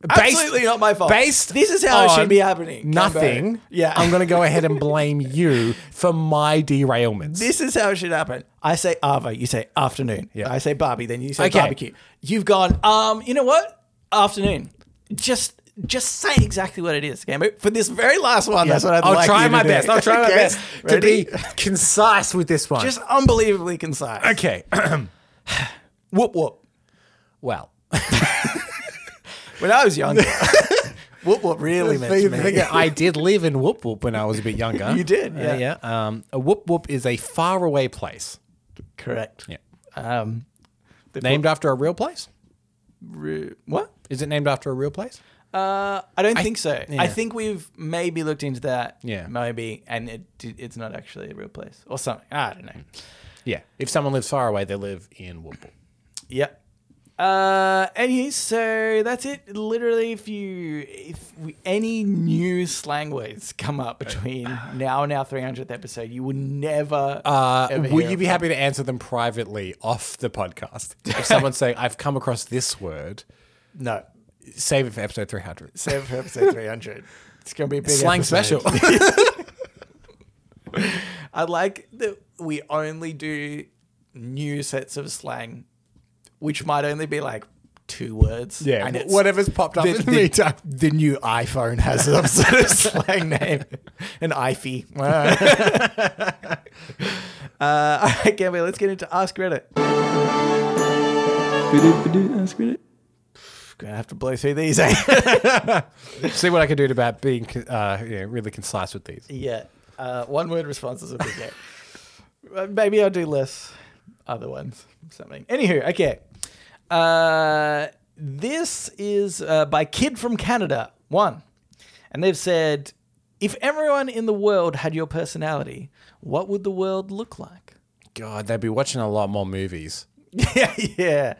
Speaker 1: Based-
Speaker 2: Absolutely not my fault.
Speaker 1: Based
Speaker 2: This is how it
Speaker 1: on
Speaker 2: should be happening.
Speaker 1: Nothing.
Speaker 2: Cambo. Yeah.
Speaker 1: I'm going to go ahead and blame you for my derailments.
Speaker 2: This is how it should happen. I say Ava, you say afternoon.
Speaker 1: Yeah.
Speaker 2: I say Barbie, then you say
Speaker 1: Okay.
Speaker 2: barbecue. You've gone. Um, you know what? Afternoon. Just, just say exactly what it is, Gambo. For this very last one, that's what I'd
Speaker 1: will
Speaker 2: like
Speaker 1: try
Speaker 2: you to
Speaker 1: my
Speaker 2: do.
Speaker 1: best. I'll try my
Speaker 2: Okay?
Speaker 1: best to
Speaker 2: Ready?
Speaker 1: be concise with this one.
Speaker 2: just unbelievably concise.
Speaker 1: okay.
Speaker 2: Whoop whoop.
Speaker 1: well,
Speaker 2: When I was younger, whoop whoop really meant
Speaker 1: the
Speaker 2: to
Speaker 1: thing
Speaker 2: me.
Speaker 1: is, I did live in Whoop Whoop when I was a bit younger.
Speaker 2: You did,
Speaker 1: Uh,
Speaker 2: yeah.
Speaker 1: yeah. Um, a Whoop Whoop is a faraway place
Speaker 2: Correct.
Speaker 1: Yeah.
Speaker 2: Um, the
Speaker 1: named after a real place.
Speaker 2: ru- what?
Speaker 1: Is it named after a real place?
Speaker 2: Uh, I don't think so.
Speaker 1: yeah.
Speaker 2: I think we've maybe looked into that.
Speaker 1: Yeah.
Speaker 2: Maybe, and it did- it's not actually a real place or something. I don't know.
Speaker 1: Yeah. If someone lives far away, they live in Whoop Whoop.
Speaker 2: Yep. Uh, anywho, so that's it. Literally, if you if we, any new slang words come up between now and our 300th episode, you will never.
Speaker 1: Uh,
Speaker 2: ever
Speaker 1: will
Speaker 2: hear
Speaker 1: you
Speaker 2: of
Speaker 1: be happy to answer them privately off the podcast? If someone's saying, I've come across this word,
Speaker 2: no.
Speaker 1: save it for episode 300.
Speaker 2: Save it for episode 300. It's gonna be a big
Speaker 1: Slang
Speaker 2: episode.
Speaker 1: special.
Speaker 2: I like that we only do new sets of slang, which might only be like two words.
Speaker 1: Yeah,
Speaker 2: and it's
Speaker 1: whatever's popped up
Speaker 2: the,
Speaker 1: in the,
Speaker 2: the-
Speaker 1: meantime.
Speaker 2: the new iPhone has some sort of slang name, an E. iFi. uh, all right, Gambi, let's get into Ask Reddit. Ask Reddit. Gonna have to blow through these, eh?
Speaker 1: See what I can do about being uh, yeah, really concise with these.
Speaker 2: Yeah. Uh, one word responses would be great. Uh, Maybe I'll do less other ones. Something. Anywho, okay. Uh, this is uh, by Kid from Canada, one. And they've said if everyone in the world had your personality, what would the world look like?
Speaker 1: God, they'd be watching a lot more movies,
Speaker 2: yeah, yeah.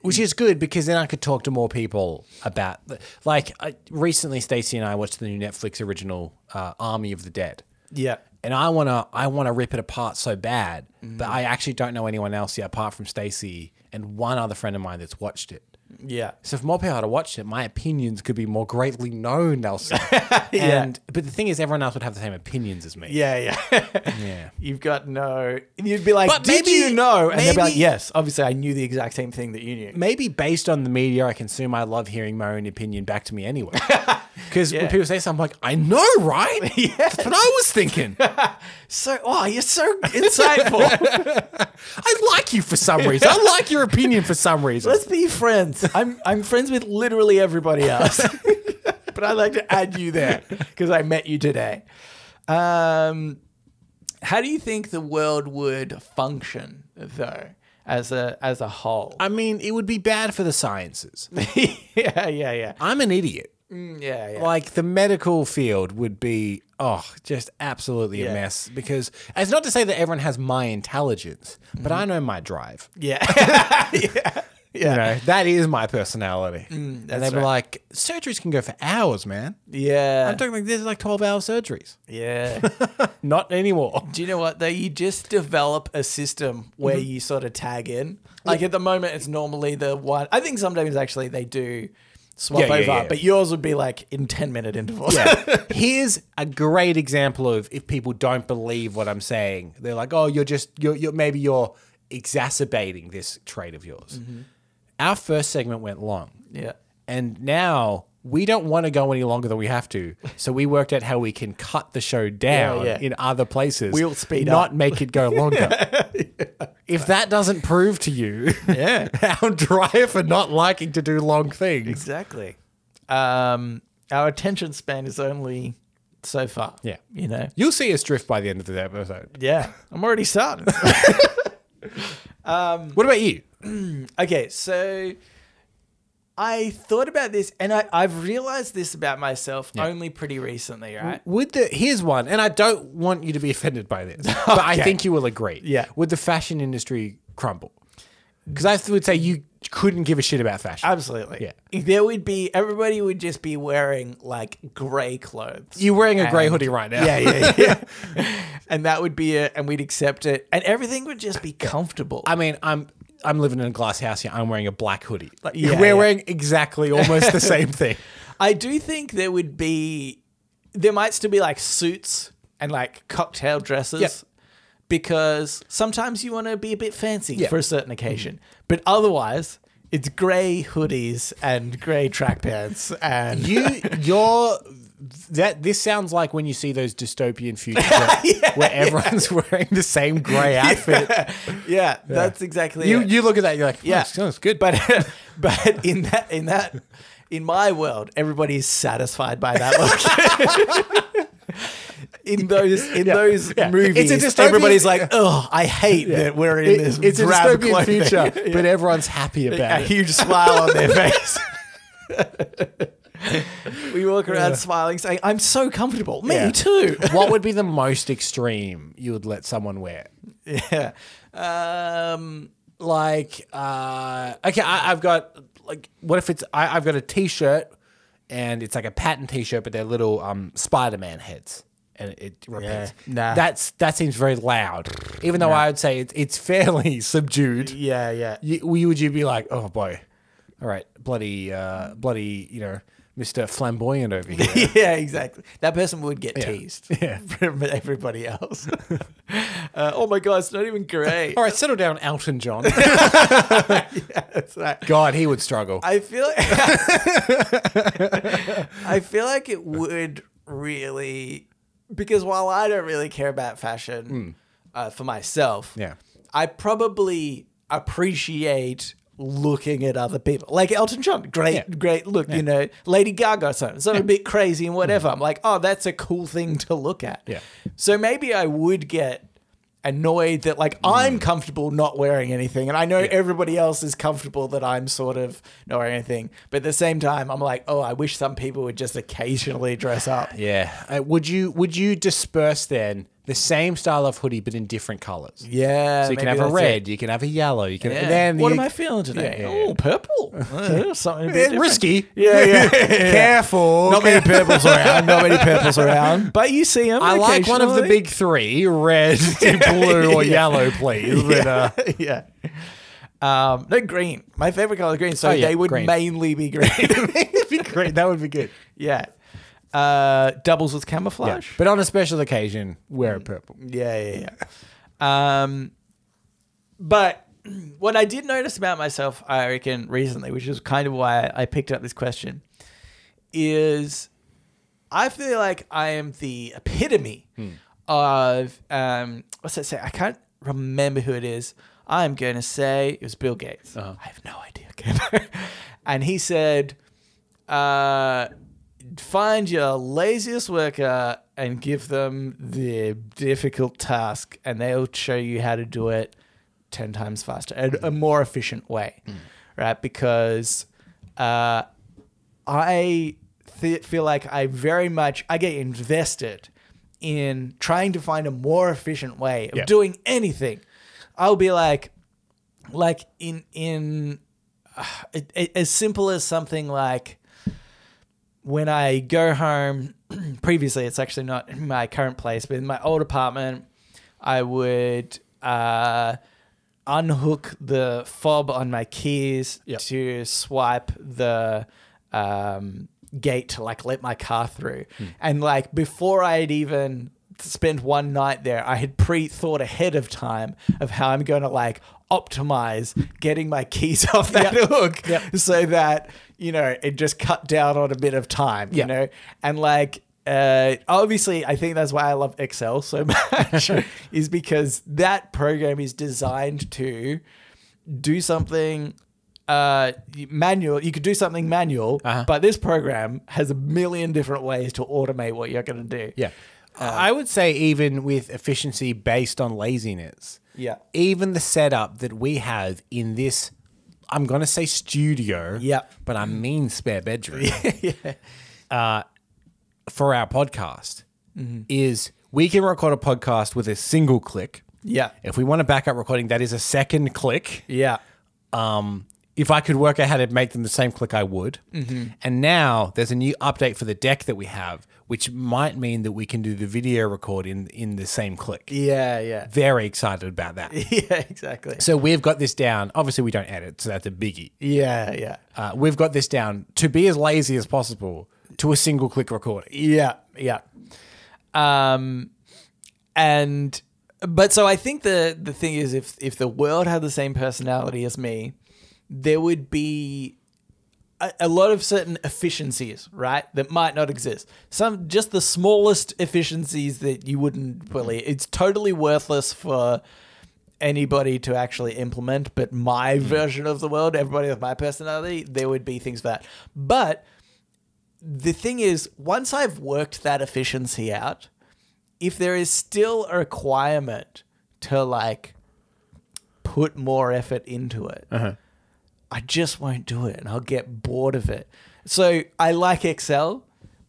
Speaker 1: which is good because then I could talk to more people about. Like I, recently, Stacey and I watched the new Netflix original uh, Army of the Dead,
Speaker 2: Yeah.
Speaker 1: and I wanna I wanna rip it apart so bad, but I actually don't know anyone else yet apart from Stacey and one other friend of mine that's watched it.
Speaker 2: Yeah.
Speaker 1: So if more people had watched it, my opinions could be more greatly known, Nelson. And but the thing is, everyone else would have the same opinions as me.
Speaker 2: Yeah, yeah.
Speaker 1: Yeah.
Speaker 2: You've got no. And you'd be like,
Speaker 1: But
Speaker 2: did
Speaker 1: maybe-
Speaker 2: you know? And they'd be like,
Speaker 1: maybe-
Speaker 2: yes. Obviously, I knew the exact same thing that you knew.
Speaker 1: Maybe based on the media I consume, I love hearing my own opinion back to me anyway. Because when
Speaker 2: Yeah.
Speaker 1: people say something, I'm like, I know, right? That's what I was thinking.
Speaker 2: So, oh, you're so insightful.
Speaker 1: I like you for some reason. I like your opinion for some reason.
Speaker 2: Let's be friends. I'm I'm friends with literally everybody else, but I'd like to add you there because I met you today. Um, how do you think the world would function though, as a as a whole?
Speaker 1: I mean, it would be bad for the sciences.
Speaker 2: yeah, yeah, yeah.
Speaker 1: I'm an idiot.
Speaker 2: Yeah, yeah.
Speaker 1: Like the medical field would be oh just absolutely
Speaker 2: Yeah.
Speaker 1: a mess because it's not to say that everyone has my intelligence,
Speaker 2: Mm-hmm.
Speaker 1: but I know my drive.
Speaker 2: Yeah. yeah.
Speaker 1: You
Speaker 2: Yeah. Mm,
Speaker 1: know, that is my personality. and
Speaker 2: that's
Speaker 1: they'd be like, surgeries can go for hours, man.
Speaker 2: Yeah.
Speaker 1: I'm talking like there's like 12 hour surgeries.
Speaker 2: Yeah.
Speaker 1: Not anymore.
Speaker 2: Do you know what though? You just develop a system where
Speaker 1: Mm-hmm.
Speaker 2: you sort of tag in. Like at the moment, it's normally the one. I think sometimes actually they do swap
Speaker 1: Yeah, yeah,
Speaker 2: over,
Speaker 1: yeah.
Speaker 2: but yours would be like in ten minute intervals.
Speaker 1: Yeah. Here's a great example of if people don't believe what I'm saying, they're like, "Oh, you're just you're, you're maybe you're exacerbating this trait of yours." Our first segment went long,
Speaker 2: yeah.
Speaker 1: and now we don't want to go any longer than we have to, so we worked out how we can cut the show down
Speaker 2: yeah.
Speaker 1: in other places.
Speaker 2: We'll speed
Speaker 1: not
Speaker 2: up.
Speaker 1: make it go longer. If that doesn't prove to you,
Speaker 2: Yeah.
Speaker 1: our drive for not liking to do long things,
Speaker 2: Exactly. Um, our attention span is only so far.
Speaker 1: Yeah.
Speaker 2: You know.
Speaker 1: you'll see us drift by the end of the episode.
Speaker 2: Yeah. I'm already starting.
Speaker 1: What about you?
Speaker 2: Okay, so I thought about this, and I, I've realized this about myself only pretty recently, right?
Speaker 1: Would the here's one, and I don't want you to be offended by this, but I think you will agree.
Speaker 2: Yeah.
Speaker 1: Would the fashion industry crumble? Because I would say you couldn't give a shit about fashion.
Speaker 2: Absolutely.
Speaker 1: Yeah.
Speaker 2: There would be everybody would just be wearing like grey clothes.
Speaker 1: You're wearing a grey
Speaker 2: And-
Speaker 1: hoodie right now.
Speaker 2: Yeah, yeah, yeah. and that would be it, and we'd accept it, and everything would just be comfortable.
Speaker 1: I mean, I'm I'm living in a glass house here. I'm wearing a black hoodie. Like,
Speaker 2: Yeah,
Speaker 1: we're
Speaker 2: yeah.
Speaker 1: wearing exactly almost the same thing.
Speaker 2: I do think there would be, there might still be like suits and like cocktail dresses.
Speaker 1: Yep.
Speaker 2: Because sometimes you want to be a bit fancy
Speaker 1: Yeah.
Speaker 2: for a certain occasion, but otherwise it's grey hoodies and grey track pants and
Speaker 1: You, you're that. This sounds like when you see those dystopian futures where, where everyone's wearing the same grey outfit.
Speaker 2: yeah, that's exactly
Speaker 1: You
Speaker 2: it.
Speaker 1: you look at that, you're like, "Oh, yeah,
Speaker 2: Yeah.
Speaker 1: that's that's good.
Speaker 2: but but in that in that in my world, everybody's satisfied by that look. in those in
Speaker 1: Yeah.
Speaker 2: those
Speaker 1: Yeah.
Speaker 2: movies,
Speaker 1: It's a dystopian-
Speaker 2: everybody's like, "Oh, I hate that we're in
Speaker 1: It-
Speaker 2: this
Speaker 1: it's a
Speaker 2: drab
Speaker 1: dystopian
Speaker 2: clothing."
Speaker 1: future, but everyone's happy
Speaker 2: a
Speaker 1: about it.
Speaker 2: huge smile on their face. we walk around smiling, saying, "I'm so comfortable." Me
Speaker 1: Yeah.
Speaker 2: too.
Speaker 1: what would be the most extreme you would let someone wear?
Speaker 2: yeah. Um.
Speaker 1: Like, uh, okay, I, I've got like, what if it's I, I've got a T-shirt and it's like a pattern T-shirt, but they're little um, Spider-Man heads. And it repeats.
Speaker 2: Yeah. Nah.
Speaker 1: That's that seems very loud. Even though I would say it, it's fairly subdued.
Speaker 2: Yeah. Yeah.
Speaker 1: You, would you be like, oh boy, all right, bloody, uh, bloody, you know, Mister Flamboyant over here?
Speaker 2: yeah, exactly. That person would get teased
Speaker 1: Yeah.
Speaker 2: from everybody else. uh, oh my God, it's not even great.
Speaker 1: all right, settle down, Elton John.
Speaker 2: That's right.
Speaker 1: God, he would struggle.
Speaker 2: I feel like I feel like it would really because while I don't really care about fashion uh, for myself,
Speaker 1: Mm. Yeah.
Speaker 2: I probably appreciate looking at other people. Like Elton John, great,
Speaker 1: Yeah. Mm.
Speaker 2: great look, you know, Lady Gaga or something, something a bit crazy and whatever. I'm like, oh, that's a cool thing to look at.
Speaker 1: Yeah.
Speaker 2: So maybe I would get annoyed that like
Speaker 1: Mm.
Speaker 2: I'm comfortable not wearing anything and I know everybody else is comfortable that I'm sort of not wearing anything. But at the same time I'm like, oh I wish some people would just occasionally dress up.
Speaker 1: Yeah. Uh, would you would you disperse then the same style of hoodie but in different colors?
Speaker 2: Yeah.
Speaker 1: So you can
Speaker 2: maybe
Speaker 1: have a
Speaker 2: that's it.
Speaker 1: red, you can have a yellow, you can
Speaker 2: Yeah.
Speaker 1: and then
Speaker 2: what
Speaker 1: you,
Speaker 2: am I feeling today?
Speaker 1: Yeah, yeah, yeah.
Speaker 2: Oh, purple. Uh, something a bit
Speaker 1: Eh,
Speaker 2: different.
Speaker 1: risky.
Speaker 2: Yeah, yeah.
Speaker 1: Careful.
Speaker 2: Not many purples around. Not many purples around. But you see them.
Speaker 1: I like one of the big three: red, blue, or
Speaker 2: Yeah.
Speaker 1: yellow, please. But, uh,
Speaker 2: yeah. Um, no green. My favorite color is green. So
Speaker 1: Oh, yeah,
Speaker 2: they would
Speaker 1: green.
Speaker 2: mainly be green.
Speaker 1: it'd be great. That would be good.
Speaker 2: yeah. Uh, doubles with camouflage.
Speaker 1: But on a special occasion, wear a
Speaker 2: Mm.
Speaker 1: purple.
Speaker 2: Yeah, yeah, yeah. um, but what I did notice about myself, I reckon, recently, which is kind of why I picked up this question, is I feel like I am the epitome of um, what's that say? I can't remember who it is. I'm going to say it was Bill Gates. I have no idea. Okay. and he said, uh, find your laziest worker and give them the difficult task, and they'll show you how to do it 10 times faster and a more efficient way, right? Because uh, I th- feel like I very much I get invested in trying to find a more efficient way of
Speaker 1: Yeah.
Speaker 2: doing anything. I'll be like, like in in uh, it, it- as simple as something like when I go home, previously it's actually not in my current place, but in my old apartment, I would uh, unhook the fob on my keys
Speaker 1: Yep.
Speaker 2: to swipe the um, gate to like let my car through. And like before I had even spent one night there, I had pre thought ahead of time of how I'm going to like optimize getting my keys off that hook
Speaker 1: Yep.
Speaker 2: so that you know it just cut down on a bit of time
Speaker 1: Yeah.
Speaker 2: you know and like uh, obviously i think that's why i love excel so much is because that program is designed to do something uh, manual you could do something manual
Speaker 1: Uh-huh.
Speaker 2: but this program has a million different ways to automate what you're going to do
Speaker 1: Yeah.
Speaker 2: Uh,
Speaker 1: I would say even with efficiency based on laziness.
Speaker 2: Yeah.
Speaker 1: Even the setup that we have in this I'm going to say studio,
Speaker 2: Yeah.
Speaker 1: but I mean spare bedroom. Uh for our podcast
Speaker 2: Mm-hmm.
Speaker 1: is we can record a podcast with a single click.
Speaker 2: yeah
Speaker 1: If we want a backup recording, that is a second click.
Speaker 2: yeah
Speaker 1: Um, if I could work out how to make them the same click, I would.
Speaker 2: Mm-hmm.
Speaker 1: And now there's a new update for the deck that we have, which might mean that we can do the video record in, in the same click.
Speaker 2: yeah yeah
Speaker 1: Very excited about that.
Speaker 2: yeah exactly
Speaker 1: so we've got this down. Obviously, we don't edit, so that's a biggie.
Speaker 2: yeah yeah
Speaker 1: Uh, we've got this down to be as lazy as possible to a single click recording.
Speaker 2: Yeah, yeah. Um, and but so I think the the thing is, if if the world had the same personality as me, there would be a, a lot of certain efficiencies, right, that might not exist. Some just the smallest efficiencies that you wouldn't really. It's totally worthless for anybody to actually implement. But my version of the world, everybody with my personality, there would be things for that. But the thing is, once I've worked that efficiency out, if there is still a requirement to like put more effort into it,
Speaker 1: Uh-huh.
Speaker 2: I just won't do it and I'll get bored of it. So I like Excel,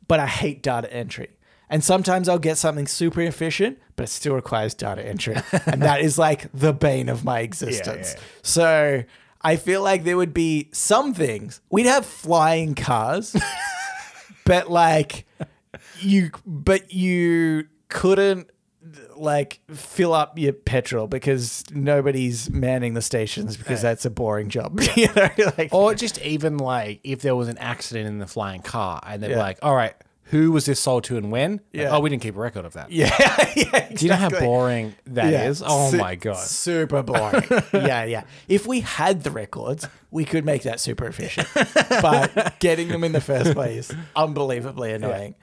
Speaker 2: but I hate data entry. And sometimes I'll get something super efficient, but it still requires data entry. and that is like the bane of my existence.
Speaker 1: yeah.
Speaker 2: So I feel like there would be some things. We'd have flying cars, but like you but you couldn't like fill up your petrol because nobody's manning the stations because that's a boring job. you know, like
Speaker 1: Or just even like if there was an accident in the flying car and they're
Speaker 2: Yeah.
Speaker 1: like, all right, who was this sold to and when? Like,
Speaker 2: Yeah.
Speaker 1: oh, we didn't keep a record of that.
Speaker 2: yeah, yeah.
Speaker 1: Do you know how
Speaker 2: exactly.
Speaker 1: boring that is?
Speaker 2: Yeah.
Speaker 1: Oh
Speaker 2: Su-
Speaker 1: my god!
Speaker 2: Super boring. yeah, yeah. If we had the records, we could make that super efficient. but getting them in the first place, unbelievably annoying.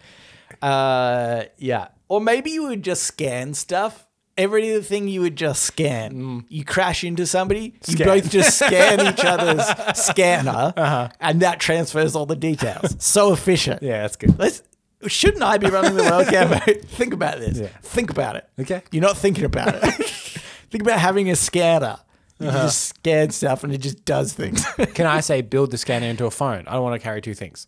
Speaker 2: Uh, yeah. Or maybe you would just scan stuff. Everything you would just scan. You crash into somebody, you
Speaker 1: Mm. Scan.
Speaker 2: both just scan each other's scanner,
Speaker 1: Uh-huh.
Speaker 2: and that transfers all the details. So efficient.
Speaker 1: Yeah, that's good.
Speaker 2: Let's. Shouldn't I be running the world camera? Think about this.
Speaker 1: Yeah.
Speaker 2: Think about it.
Speaker 1: Okay.
Speaker 2: You're not thinking about it. Think about having a scanner. You
Speaker 1: Uh-huh.
Speaker 2: can just scan stuff and it just does things.
Speaker 1: Can I say build the scanner into a phone? I don't want to carry two things.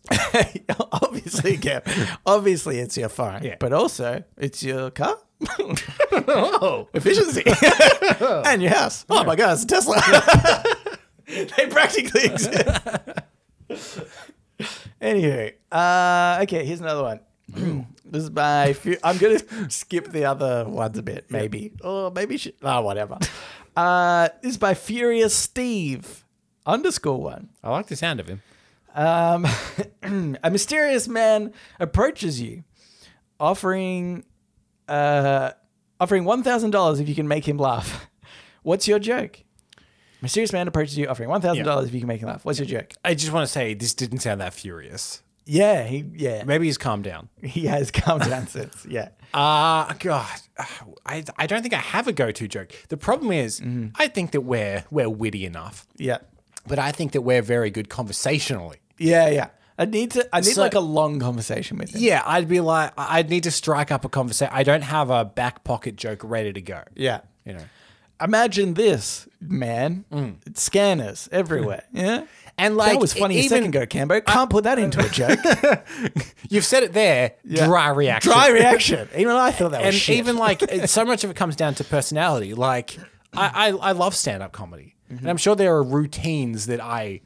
Speaker 2: obviously, yeah. Obviously, it's your phone,
Speaker 1: Yeah.
Speaker 2: but also it's your car. oh, efficiency and your house. Oh my God, it's a Tesla. they practically exist. Anywho, uh, okay, here's another one. this is by few. I'm gonna skip the other ones a bit, maybe, or maybe sh- oh, whatever. Uh, this is by Furious Steve underscore one.
Speaker 1: I like the sound of him.
Speaker 2: Um, a mysterious man approaches you, offering, uh, offering one thousand dollars if you can make him laugh. What's your joke? Mysterious man approaches you, offering one thousand dollars if you can make him laugh. What's your joke?
Speaker 1: I just want to say this didn't sound that furious.
Speaker 2: Yeah, he yeah
Speaker 1: Maybe he's calmed down.
Speaker 2: he has calmed down since. Yeah,
Speaker 1: Ah, God, I, I don't think I have a go-to joke. The problem is, I think that we're we're witty enough,
Speaker 2: yeah,
Speaker 1: but I think that we're very good conversationally.
Speaker 2: yeah, yeah. I need to. I need
Speaker 1: So-
Speaker 2: like a long conversation with him.
Speaker 1: Yeah, I'd be like, I- I'd need to strike up a conversation. I don't have a back pocket joke ready to go.
Speaker 2: Yeah.
Speaker 1: You know,
Speaker 2: imagine this, man. Scanners everywhere. Yeah.
Speaker 1: And Mm. like
Speaker 2: that was funny
Speaker 1: even
Speaker 2: a second ago, Cambo. Can't put that into a joke.
Speaker 1: you've said it there, dry reaction.
Speaker 2: Dry reaction. Even I thought that was
Speaker 1: and
Speaker 2: shit.
Speaker 1: even like it- so much of it comes down to personality. Like I, I, I love stand up comedy, and I'm sure there are routines that I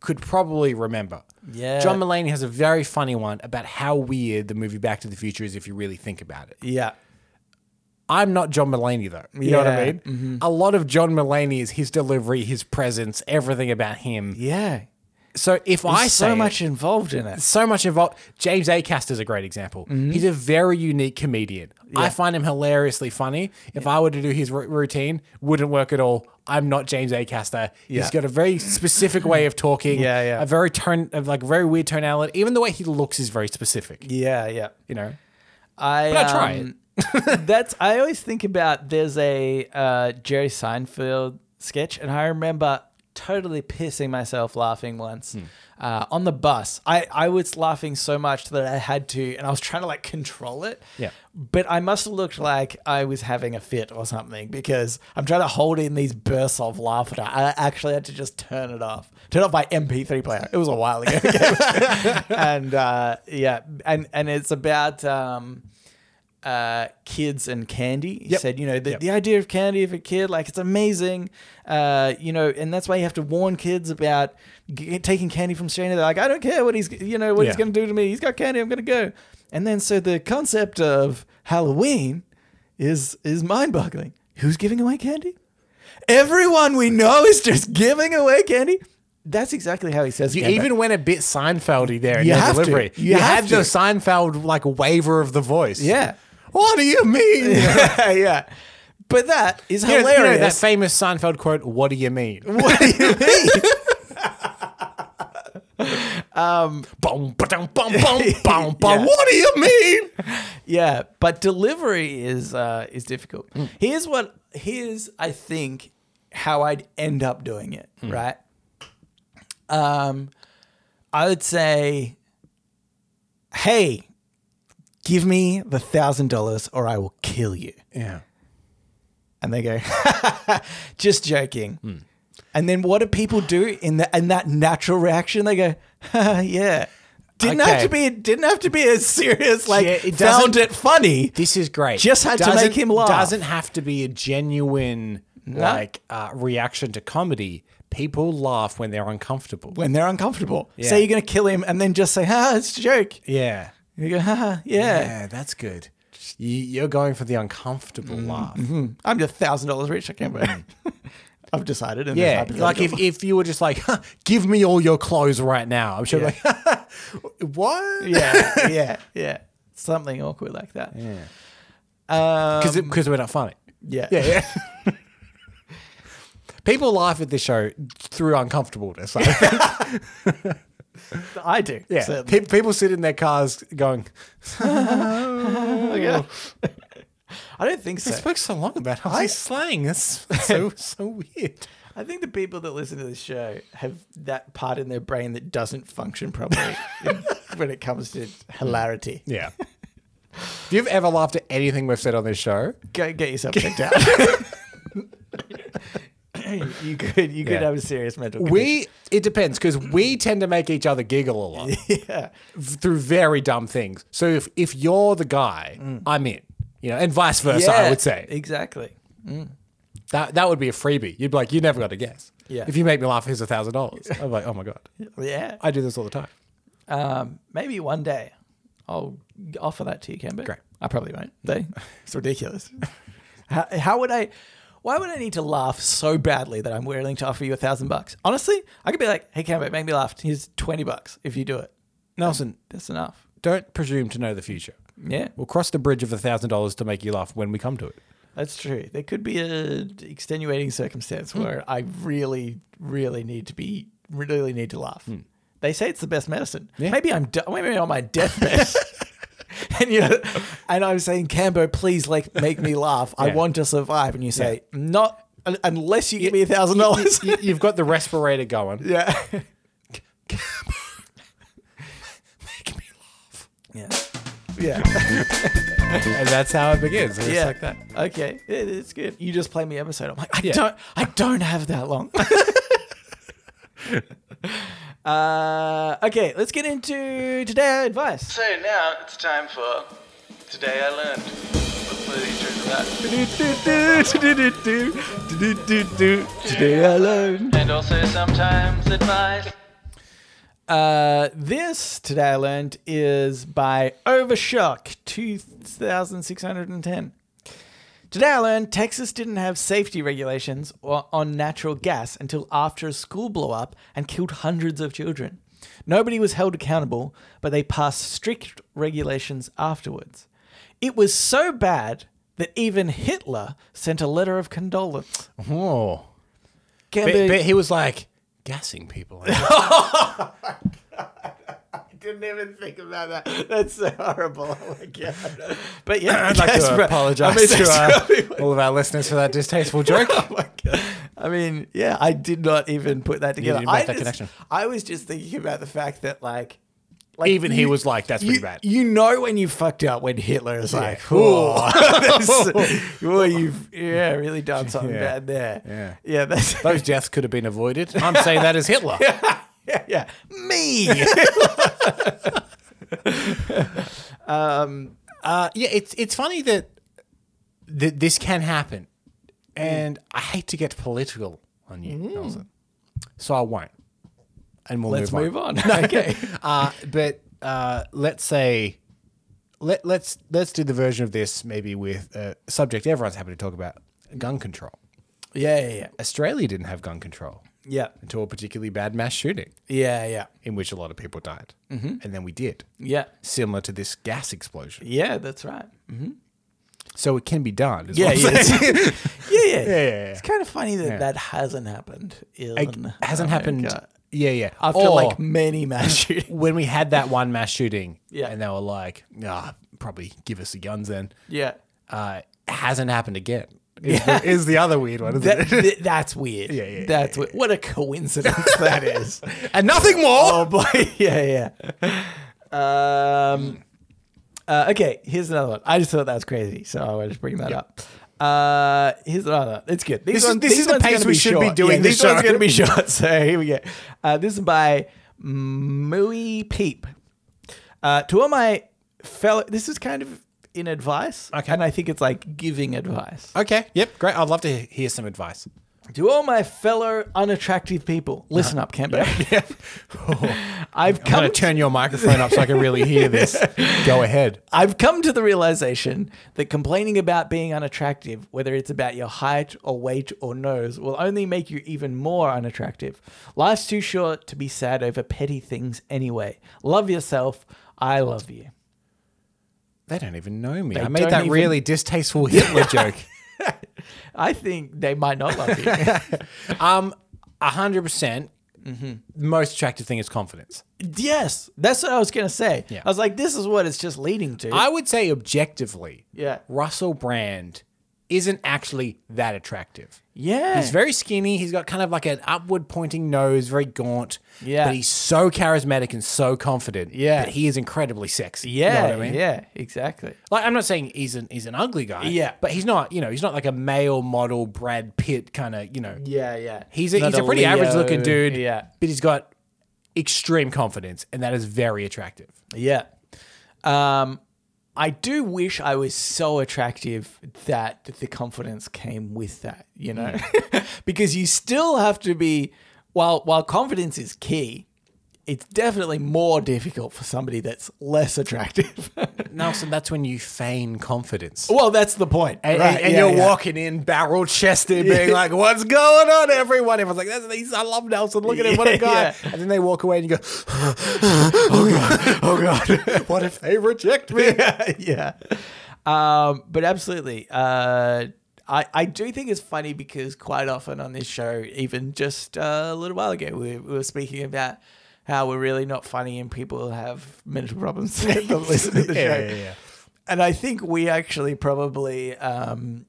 Speaker 1: could probably remember.
Speaker 2: Yeah.
Speaker 1: John Mulaney has a very funny one about how weird the movie Back to the Future is if you really think about it.
Speaker 2: yeah.
Speaker 1: I'm not John Mulaney though. You know what I
Speaker 2: Yeah. Mm-hmm.
Speaker 1: mean? A lot of John Mulaney is his delivery, his presence, everything about him.
Speaker 2: Yeah.
Speaker 1: So if I
Speaker 2: There's
Speaker 1: say
Speaker 2: so
Speaker 1: it-
Speaker 2: much involved in it.
Speaker 1: so much involved. James Acaster is a great example. He's a very unique comedian. I find him hilariously funny. If I were to do his r- routine, wouldn't work at all. I'm not James Acaster. He's
Speaker 2: Yeah.
Speaker 1: got a very specific way of talking.
Speaker 2: Yeah, yeah.
Speaker 1: A very tone, of like very weird tonality. Even the way he looks is very specific.
Speaker 2: Yeah, yeah.
Speaker 1: You know,
Speaker 2: I,
Speaker 1: But I try it.
Speaker 2: it. that's I always think about there's a uh, Jerry Seinfeld sketch, and I remember totally pissing myself laughing once
Speaker 1: Hmm.
Speaker 2: uh, on the bus. I I was laughing so much that I had to, and I was trying to like control it.
Speaker 1: Yeah.
Speaker 2: But I must have looked like I was having a fit or something because I'm trying to hold in these bursts of laughter. I actually had to just turn it off. Turn off my MP3 player. It was a while ago. and uh, yeah, and and it's about um, uh, kids and candy. He
Speaker 1: Yep.
Speaker 2: said, you know, the,
Speaker 1: Yep.
Speaker 2: the idea of candy for a kid, like it's amazing, uh, you know, and that's why you have to warn kids about g- taking candy from Shana. They're like, I don't care what he's, you know, what he's
Speaker 1: Yeah.
Speaker 2: going to do to me. He's got candy. I'm going to go. And then so the concept of Halloween is is mind boggling. Who's giving away candy? Everyone we know is just giving away candy. That's exactly how he says.
Speaker 1: you
Speaker 2: it, Gambo.
Speaker 1: even went a bit Seinfeldy there in
Speaker 2: You
Speaker 1: your
Speaker 2: have to.
Speaker 1: delivery.
Speaker 2: You have
Speaker 1: had
Speaker 2: to.
Speaker 1: the Seinfeld like waver of the voice.
Speaker 2: yeah,
Speaker 1: What do you mean?
Speaker 2: yeah, yeah. But that is
Speaker 1: You know- you know
Speaker 2: hilarious.
Speaker 1: that famous Seinfeld quote. What do you mean?
Speaker 2: What do you mean?
Speaker 1: Um, Boom, ba-dum, bum, bum, bum, bum.
Speaker 2: Yeah.
Speaker 1: What do you mean?
Speaker 2: yeah, but delivery is uh, is difficult.
Speaker 1: Mm.
Speaker 2: Here's what here's I think how I'd end up doing it.
Speaker 1: Mm.
Speaker 2: Right. Um, I would say, hey, give me the thousand dollars or I will kill you.
Speaker 1: Yeah.
Speaker 2: And they go, just joking.
Speaker 1: Hmm.
Speaker 2: And then what do people do in that in that natural reaction? They go, yeah. Didn't have
Speaker 1: Okay.
Speaker 2: to be didn't have to be as serious like
Speaker 1: Yeah, it doesn't-
Speaker 2: found it funny.
Speaker 1: This is great.
Speaker 2: Just had to make him laugh.
Speaker 1: Doesn't have to be a genuine like uh, reaction to comedy. People laugh when they're uncomfortable.
Speaker 2: when they're uncomfortable.
Speaker 1: Yeah.
Speaker 2: Say you're going to kill him and then just say, ha, it's a joke.
Speaker 1: yeah.
Speaker 2: And you go, ha, ha, yeah.
Speaker 1: Yeah, that's good. You, you're going for the uncomfortable laugh.
Speaker 2: I'm just $1,000 rich. I can't wait. I've decided. And
Speaker 1: Hmm. Yeah, like if, if you were just like, huh, give me all your clothes right now. I'm sure like, what?
Speaker 2: yeah, yeah, yeah. Something awkward like that. Yeah. Um,
Speaker 1: Because we're not funny.
Speaker 2: yeah.
Speaker 1: Yeah, yeah. People laugh at this show through uncomfortableness. I think.
Speaker 2: I do.
Speaker 1: Yeah,
Speaker 2: certainly.
Speaker 1: Pe- people sit in their cars going,
Speaker 2: Yeah. I don't think
Speaker 1: "I
Speaker 2: so.
Speaker 1: spoke so long about how I slang. That's so so weird."
Speaker 2: I think the people that listen to this show have that part in their brain that doesn't function properly in- when it comes to hilarity.
Speaker 1: Yeah. If you've ever laughed at anything we've said on this show,
Speaker 2: go get yourself checked out. you could you could
Speaker 1: Yeah.
Speaker 2: have a serious mental.
Speaker 1: we it depends because we tend to make each other giggle a lot
Speaker 2: condition. yeah,
Speaker 1: v- through very dumb things. So if if you're the guy, I'm in. You know, and vice versa, I
Speaker 2: Mm. Yeah,
Speaker 1: would say
Speaker 2: exactly.
Speaker 1: that that would be a freebie. You'd be like, you never got to guess.
Speaker 2: Yeah.
Speaker 1: If you make me laugh, here's a thousand dollars. I'm like, oh my god,
Speaker 2: Yeah,
Speaker 1: I do this all the time.
Speaker 2: um, maybe one day I'll offer that to you, Camber.
Speaker 1: Great.
Speaker 2: I probably won't. Though it's ridiculous. how, how would I? Why would I need to laugh so badly that I'm willing to offer you a thousand bucks? Honestly, I could be like, "Hey, Camber, make me laugh. Here's twenty bucks if you do it.
Speaker 1: Nelson,
Speaker 2: That's enough."
Speaker 1: don't presume to know the future.
Speaker 2: Yeah,
Speaker 1: We'll cross the bridge of a thousand dollars to make you laugh when we come to it.
Speaker 2: That's true. There could be a extenuating circumstance
Speaker 1: Hmm.
Speaker 2: where I really, really need to be, really need to laugh.
Speaker 1: Hmm.
Speaker 2: They say it's the best medicine. Maybe I'm, di- maybe I'm on my deathbed, and you know, and I'm saying, Cambo, please, like, make me laugh. I
Speaker 1: Yeah.
Speaker 2: want to survive. And you say, not un- unless you give me a thousand dollars.
Speaker 1: you, you've got the respirator going.
Speaker 2: Yeah,
Speaker 1: Make me laugh.
Speaker 2: yeah. Yeah.
Speaker 1: and that's how it begins. It's
Speaker 2: yeah.
Speaker 1: like that.
Speaker 2: Okay. It- it's good. You just play me episode. I'm like, I
Speaker 1: Yeah.
Speaker 2: don't I don't have that long. uh, okay, let's get into today advice. So now it's time for Today I Learned.
Speaker 1: Today I learned.
Speaker 2: And also sometimes advice. Uh, this today I learned is by Overshock 2610. Today I learned Texas didn't have safety regulations o- on natural gas until after a school blow up and killed hundreds of children. Nobody was held accountable, but they passed strict regulations afterwards. It was so bad that even Hitler sent a letter of condolence.
Speaker 1: Oh.
Speaker 2: Can
Speaker 1: But,
Speaker 2: be-
Speaker 1: but he was like gassing people.
Speaker 2: didn't even think about that. That's so horrible. Oh my god. But yeah,
Speaker 1: I'd like
Speaker 2: that's
Speaker 1: to
Speaker 2: right.
Speaker 1: apologize
Speaker 2: I mean,
Speaker 1: to
Speaker 2: that's oh
Speaker 1: our, all of our listeners for that distasteful joke.
Speaker 2: right. I mean, yeah, I did not even put that together.
Speaker 1: didn't make
Speaker 2: I
Speaker 1: that
Speaker 2: just-
Speaker 1: connection.
Speaker 2: I was just thinking about the fact that like, like
Speaker 1: Even he
Speaker 2: you-
Speaker 1: was like, that's pretty
Speaker 2: You,
Speaker 1: bad.
Speaker 2: you know when you fucked up when Hitler is like,
Speaker 1: Yeah.
Speaker 2: oh, this- oh, you've yeah really done something
Speaker 1: Yeah.
Speaker 2: bad there.
Speaker 1: Yeah.
Speaker 2: yeah, that's
Speaker 1: Those deaths could have been avoided. I'm saying that as Hitler.
Speaker 2: yeah, yeah. me. um,
Speaker 1: Uh, yeah, it's it's funny that th- this can happen, and I hate to get political on you, Nelson, so I won't. And we'll
Speaker 2: Mm. let's move on. okay.
Speaker 1: uh, but uh, let's say let let's let's do the version of this maybe with a subject everyone's happy to talk about: gun control.
Speaker 2: Yeah, yeah, yeah.
Speaker 1: Australia didn't have gun control
Speaker 2: Yeah,
Speaker 1: until a particularly bad mass shooting
Speaker 2: yeah, yeah.
Speaker 1: in which a lot of people died, mm-hmm. and then we did.
Speaker 2: Yeah.
Speaker 1: Similar to this gas explosion,
Speaker 2: Yeah, that's right.
Speaker 1: so it can be done. is
Speaker 2: Yeah,
Speaker 1: what I'm
Speaker 2: yeah,
Speaker 1: saying.
Speaker 2: yeah, yeah, yeah,
Speaker 1: yeah.
Speaker 2: It's kind of funny that that hasn't happened. In
Speaker 1: It hasn't happened.
Speaker 2: America.
Speaker 1: Yeah, yeah.
Speaker 2: after
Speaker 1: Or
Speaker 2: like many mass shootings.
Speaker 1: when we had that one mass shooting,
Speaker 2: Yeah.
Speaker 1: and they were like, "Ah, probably give us the guns then."
Speaker 2: Yeah,
Speaker 1: Uh, it hasn't happened again. Is, the, is the other weird one, isn't
Speaker 2: that, th- that's weird.
Speaker 1: Yeah, yeah,
Speaker 2: That's weird. what a coincidence that is.
Speaker 1: it? And nothing more.
Speaker 2: Oh boy, yeah, yeah. Um, uh, okay, here's another one. I just thought that was crazy, so I wanted to bring that up. Uh, here's another. one. It's good. These
Speaker 1: This is-
Speaker 2: ones-
Speaker 1: this
Speaker 2: these
Speaker 1: is the
Speaker 2: ones
Speaker 1: pace
Speaker 2: gonna
Speaker 1: we should be
Speaker 2: short.
Speaker 1: doing
Speaker 2: Yeah,
Speaker 1: this
Speaker 2: These one's
Speaker 1: show.
Speaker 2: going to be short. So here we go. Uh, this is by Mooey Peep. Uh, to all my fellow, this is kind of in advice,
Speaker 1: Okay.
Speaker 2: and I think it's like giving advice.
Speaker 1: Okay. Yep. Great. I'd love to he- hear some advice.
Speaker 2: To all my fellow unattractive people,
Speaker 1: Uh-huh.
Speaker 2: listen up, Cambo.
Speaker 1: Oh.
Speaker 2: I've
Speaker 1: I'm
Speaker 2: come
Speaker 1: gonna turn your microphone up so I can really hear this. Go ahead.
Speaker 2: I've come to the realization that complaining about being unattractive, whether it's about your height or weight or nose, will only make you even more unattractive. Life's too short to be sad over petty things anyway. Love yourself. I love you.
Speaker 1: They don't even know me. I
Speaker 2: don't
Speaker 1: made that
Speaker 2: even-
Speaker 1: really distasteful Hitler joke.
Speaker 2: I think they might not love you.
Speaker 1: Um, hundred percent. Most attractive thing is confidence.
Speaker 2: yes, that's what I was going to say.
Speaker 1: Yeah.
Speaker 2: I was like, this is what it's just leading to.
Speaker 1: I would say objectively,
Speaker 2: yeah.
Speaker 1: Russell Brand isn't actually that attractive.
Speaker 2: Yeah.
Speaker 1: He's very skinny. He's got kind of like an upward pointing nose, very gaunt.
Speaker 2: Yeah.
Speaker 1: But he's so charismatic and so confident.
Speaker 2: Yeah.
Speaker 1: That he is incredibly sexy. You know
Speaker 2: yeah.
Speaker 1: what I mean?
Speaker 2: Yeah, exactly.
Speaker 1: Like I'm not saying he's an he's an ugly guy.
Speaker 2: Yeah.
Speaker 1: But he's not, you know, he's not like a male model Brad Pitt kind of, you know.
Speaker 2: Yeah, yeah.
Speaker 1: He's a,
Speaker 2: Not
Speaker 1: he's a pretty
Speaker 2: Leo.
Speaker 1: average looking dude.
Speaker 2: Yeah.
Speaker 1: But he's got extreme confidence, and that is very attractive.
Speaker 2: Yeah. Um, I do wish I was so attractive that the confidence came with that, you know,
Speaker 1: Mm.
Speaker 2: because you still have to be. While while confidence is key, it's definitely more difficult for somebody that's less attractive.
Speaker 1: Nelson, that's when you feign confidence.
Speaker 2: well, that's the point,
Speaker 1: And,
Speaker 2: Right,
Speaker 1: and- and
Speaker 2: yeah,
Speaker 1: you're
Speaker 2: yeah.
Speaker 1: walking in barrel chested, being like, "What's going on, everyone?" Everyone's like, "That's he's, I love Nelson. Look at him, what
Speaker 2: Yeah,
Speaker 1: a guy!"
Speaker 2: yeah.
Speaker 1: And then they walk away, and you go, "Oh god, oh god, what if they reject me?"
Speaker 2: yeah. Um, but absolutely. Uh, I, I do think it's funny because quite often on this show, even just uh, a little while ago, we, we were speaking about how we're really not funny and people have mental problems that listen to the
Speaker 1: Yeah,
Speaker 2: show.
Speaker 1: yeah, yeah.
Speaker 2: And I think we actually probably, um,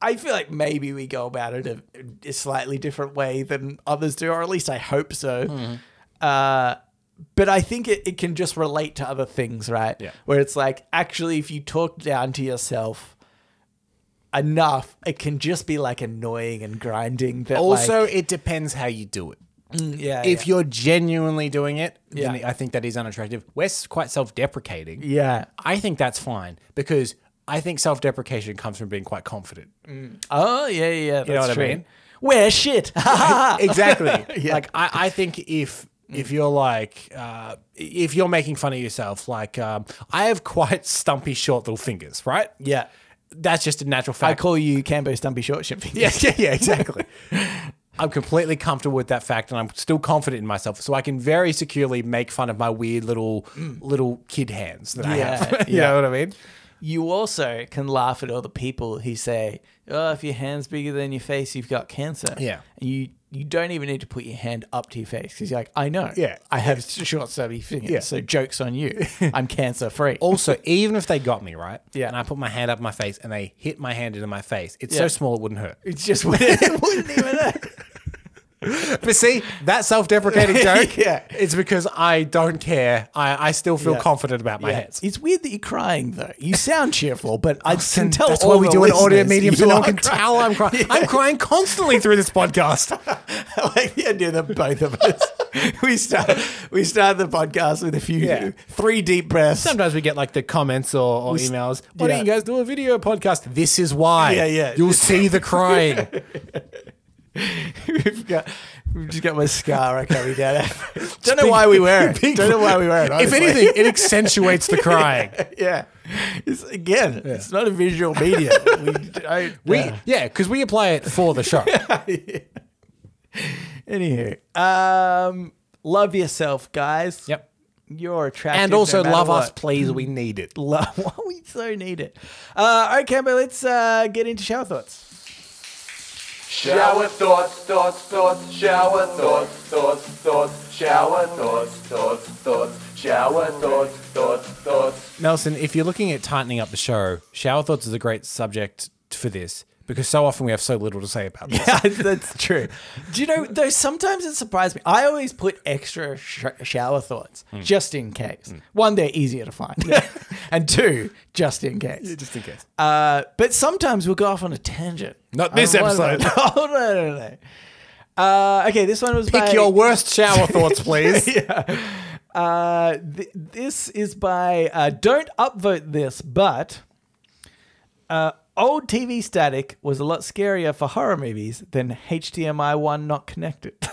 Speaker 2: I feel like maybe we go about it
Speaker 1: Hmm.
Speaker 2: a, a slightly different way than others do, or at least I hope so. Uh, but I think it, it can just relate to other things, right?
Speaker 1: Yeah.
Speaker 2: Where it's like, actually, if you talk down to yourself enough, it can just be like annoying and grinding. That
Speaker 1: Also,
Speaker 2: like,
Speaker 1: it depends how you do it.
Speaker 2: mm, yeah,
Speaker 1: If
Speaker 2: yeah.
Speaker 1: you're genuinely doing it, then
Speaker 2: Yeah.
Speaker 1: I think that is unattractive. We're s- quite self deprecating.
Speaker 2: yeah,
Speaker 1: I think that's fine because I think self deprecation comes from being quite confident.
Speaker 2: oh yeah, yeah, that's
Speaker 1: know what I
Speaker 2: true.
Speaker 1: mean?
Speaker 2: Where shit?
Speaker 1: exactly.
Speaker 2: Yeah.
Speaker 1: Like I, I think if if you're like uh, if you're making fun of yourself, like um, I have quite stumpy, short little fingers, right?
Speaker 2: yeah,
Speaker 1: That's just a natural
Speaker 2: I
Speaker 1: fact.
Speaker 2: call you Cambo Stumpy Short Shit.
Speaker 1: yeah, yeah, yeah, exactly. I'm completely comfortable with that fact, and I'm still confident in myself, so I can very securely make fun of my weird little little kid hands that I have.
Speaker 2: Yeah,
Speaker 1: you know what I mean?
Speaker 2: You also can laugh at all the people who say, "Oh, if your hand's bigger than your face, you've got cancer."
Speaker 1: Yeah.
Speaker 2: and you you don't even need to put your hand up to your face because you're like, "I know."
Speaker 1: Yeah.
Speaker 2: I have short, stubby fingers.
Speaker 1: Yeah.
Speaker 2: So jokes on you. I'm cancer free.
Speaker 1: Also, even if they got me right,
Speaker 2: Yeah.
Speaker 1: and I put my hand up my face and they hit my hand into my face, it's so
Speaker 2: Yeah.
Speaker 1: small it wouldn't hurt.
Speaker 2: It's just it wouldn't even hurt.
Speaker 1: But see, that self-deprecating joke,
Speaker 2: Yeah.
Speaker 1: it's because I don't care. I, I still feel
Speaker 2: Yeah.
Speaker 1: confident about my
Speaker 2: Yeah.
Speaker 1: hands. Oh,
Speaker 2: It's weird that you're crying though. You sound cheerful, but I can tell
Speaker 1: That's
Speaker 2: all
Speaker 1: what we
Speaker 2: the
Speaker 1: do in audio
Speaker 2: listeners
Speaker 1: medium, so
Speaker 2: you
Speaker 1: no one
Speaker 2: are
Speaker 1: can
Speaker 2: crying.
Speaker 1: tell I'm crying. I'm crying constantly through this podcast.
Speaker 2: I like the idea that both of us we start we start the podcast with a few
Speaker 1: Yeah.
Speaker 2: three deep breaths.
Speaker 1: Sometimes we get like the comments or, or emails. Why
Speaker 2: yeah.
Speaker 1: don't you guys do a video podcast? This is why.
Speaker 2: Yeah, yeah.
Speaker 1: You'll see the crying.
Speaker 2: we've got we've just got mascara coming down. Don't know why we wear it.
Speaker 1: Big-
Speaker 2: Don't know why we wear it.
Speaker 1: If
Speaker 2: honestly.
Speaker 1: anything, it accentuates the crying.
Speaker 2: yeah. It's again, it's not a visual medium. we don't.
Speaker 1: We
Speaker 2: uh,
Speaker 1: yeah, because we apply it for the show.
Speaker 2: anywho, um, love yourself, guys.
Speaker 1: yep.
Speaker 2: You're attractive,
Speaker 1: And also
Speaker 2: no matter
Speaker 1: love us,
Speaker 2: what.
Speaker 1: please. We need it.
Speaker 2: Love, we so need it. Uh, all right, Cambo, let's uh, get into shower thoughts.
Speaker 3: Shower thoughts, thoughts, thoughts, shower thoughts, thoughts, thoughts, shower thoughts, thoughts, thoughts, shower thoughts, thoughts, thoughts.
Speaker 1: Nelson, if you're looking at tightening up the show, shower thoughts is a great subject for this because so often we have so little to say about this.
Speaker 2: Yeah, that's true. Do you know, though, sometimes it surprised me. I always put extra sh- shower thoughts
Speaker 1: Mm.
Speaker 2: just in case. One, they're easier to find. and two, just in case.
Speaker 1: Just in case.
Speaker 2: Uh, but sometimes we'll go off on a tangent.
Speaker 1: Not this
Speaker 2: I don't
Speaker 1: episode.
Speaker 2: know. no, no, no, no. Uh, okay, this one was by,
Speaker 1: Pick your worst shower thoughts, please.
Speaker 2: uh, th- this is by uh, don't upvote this, but uh, old TV static was a lot scarier for horror movies than HDMI one not connected.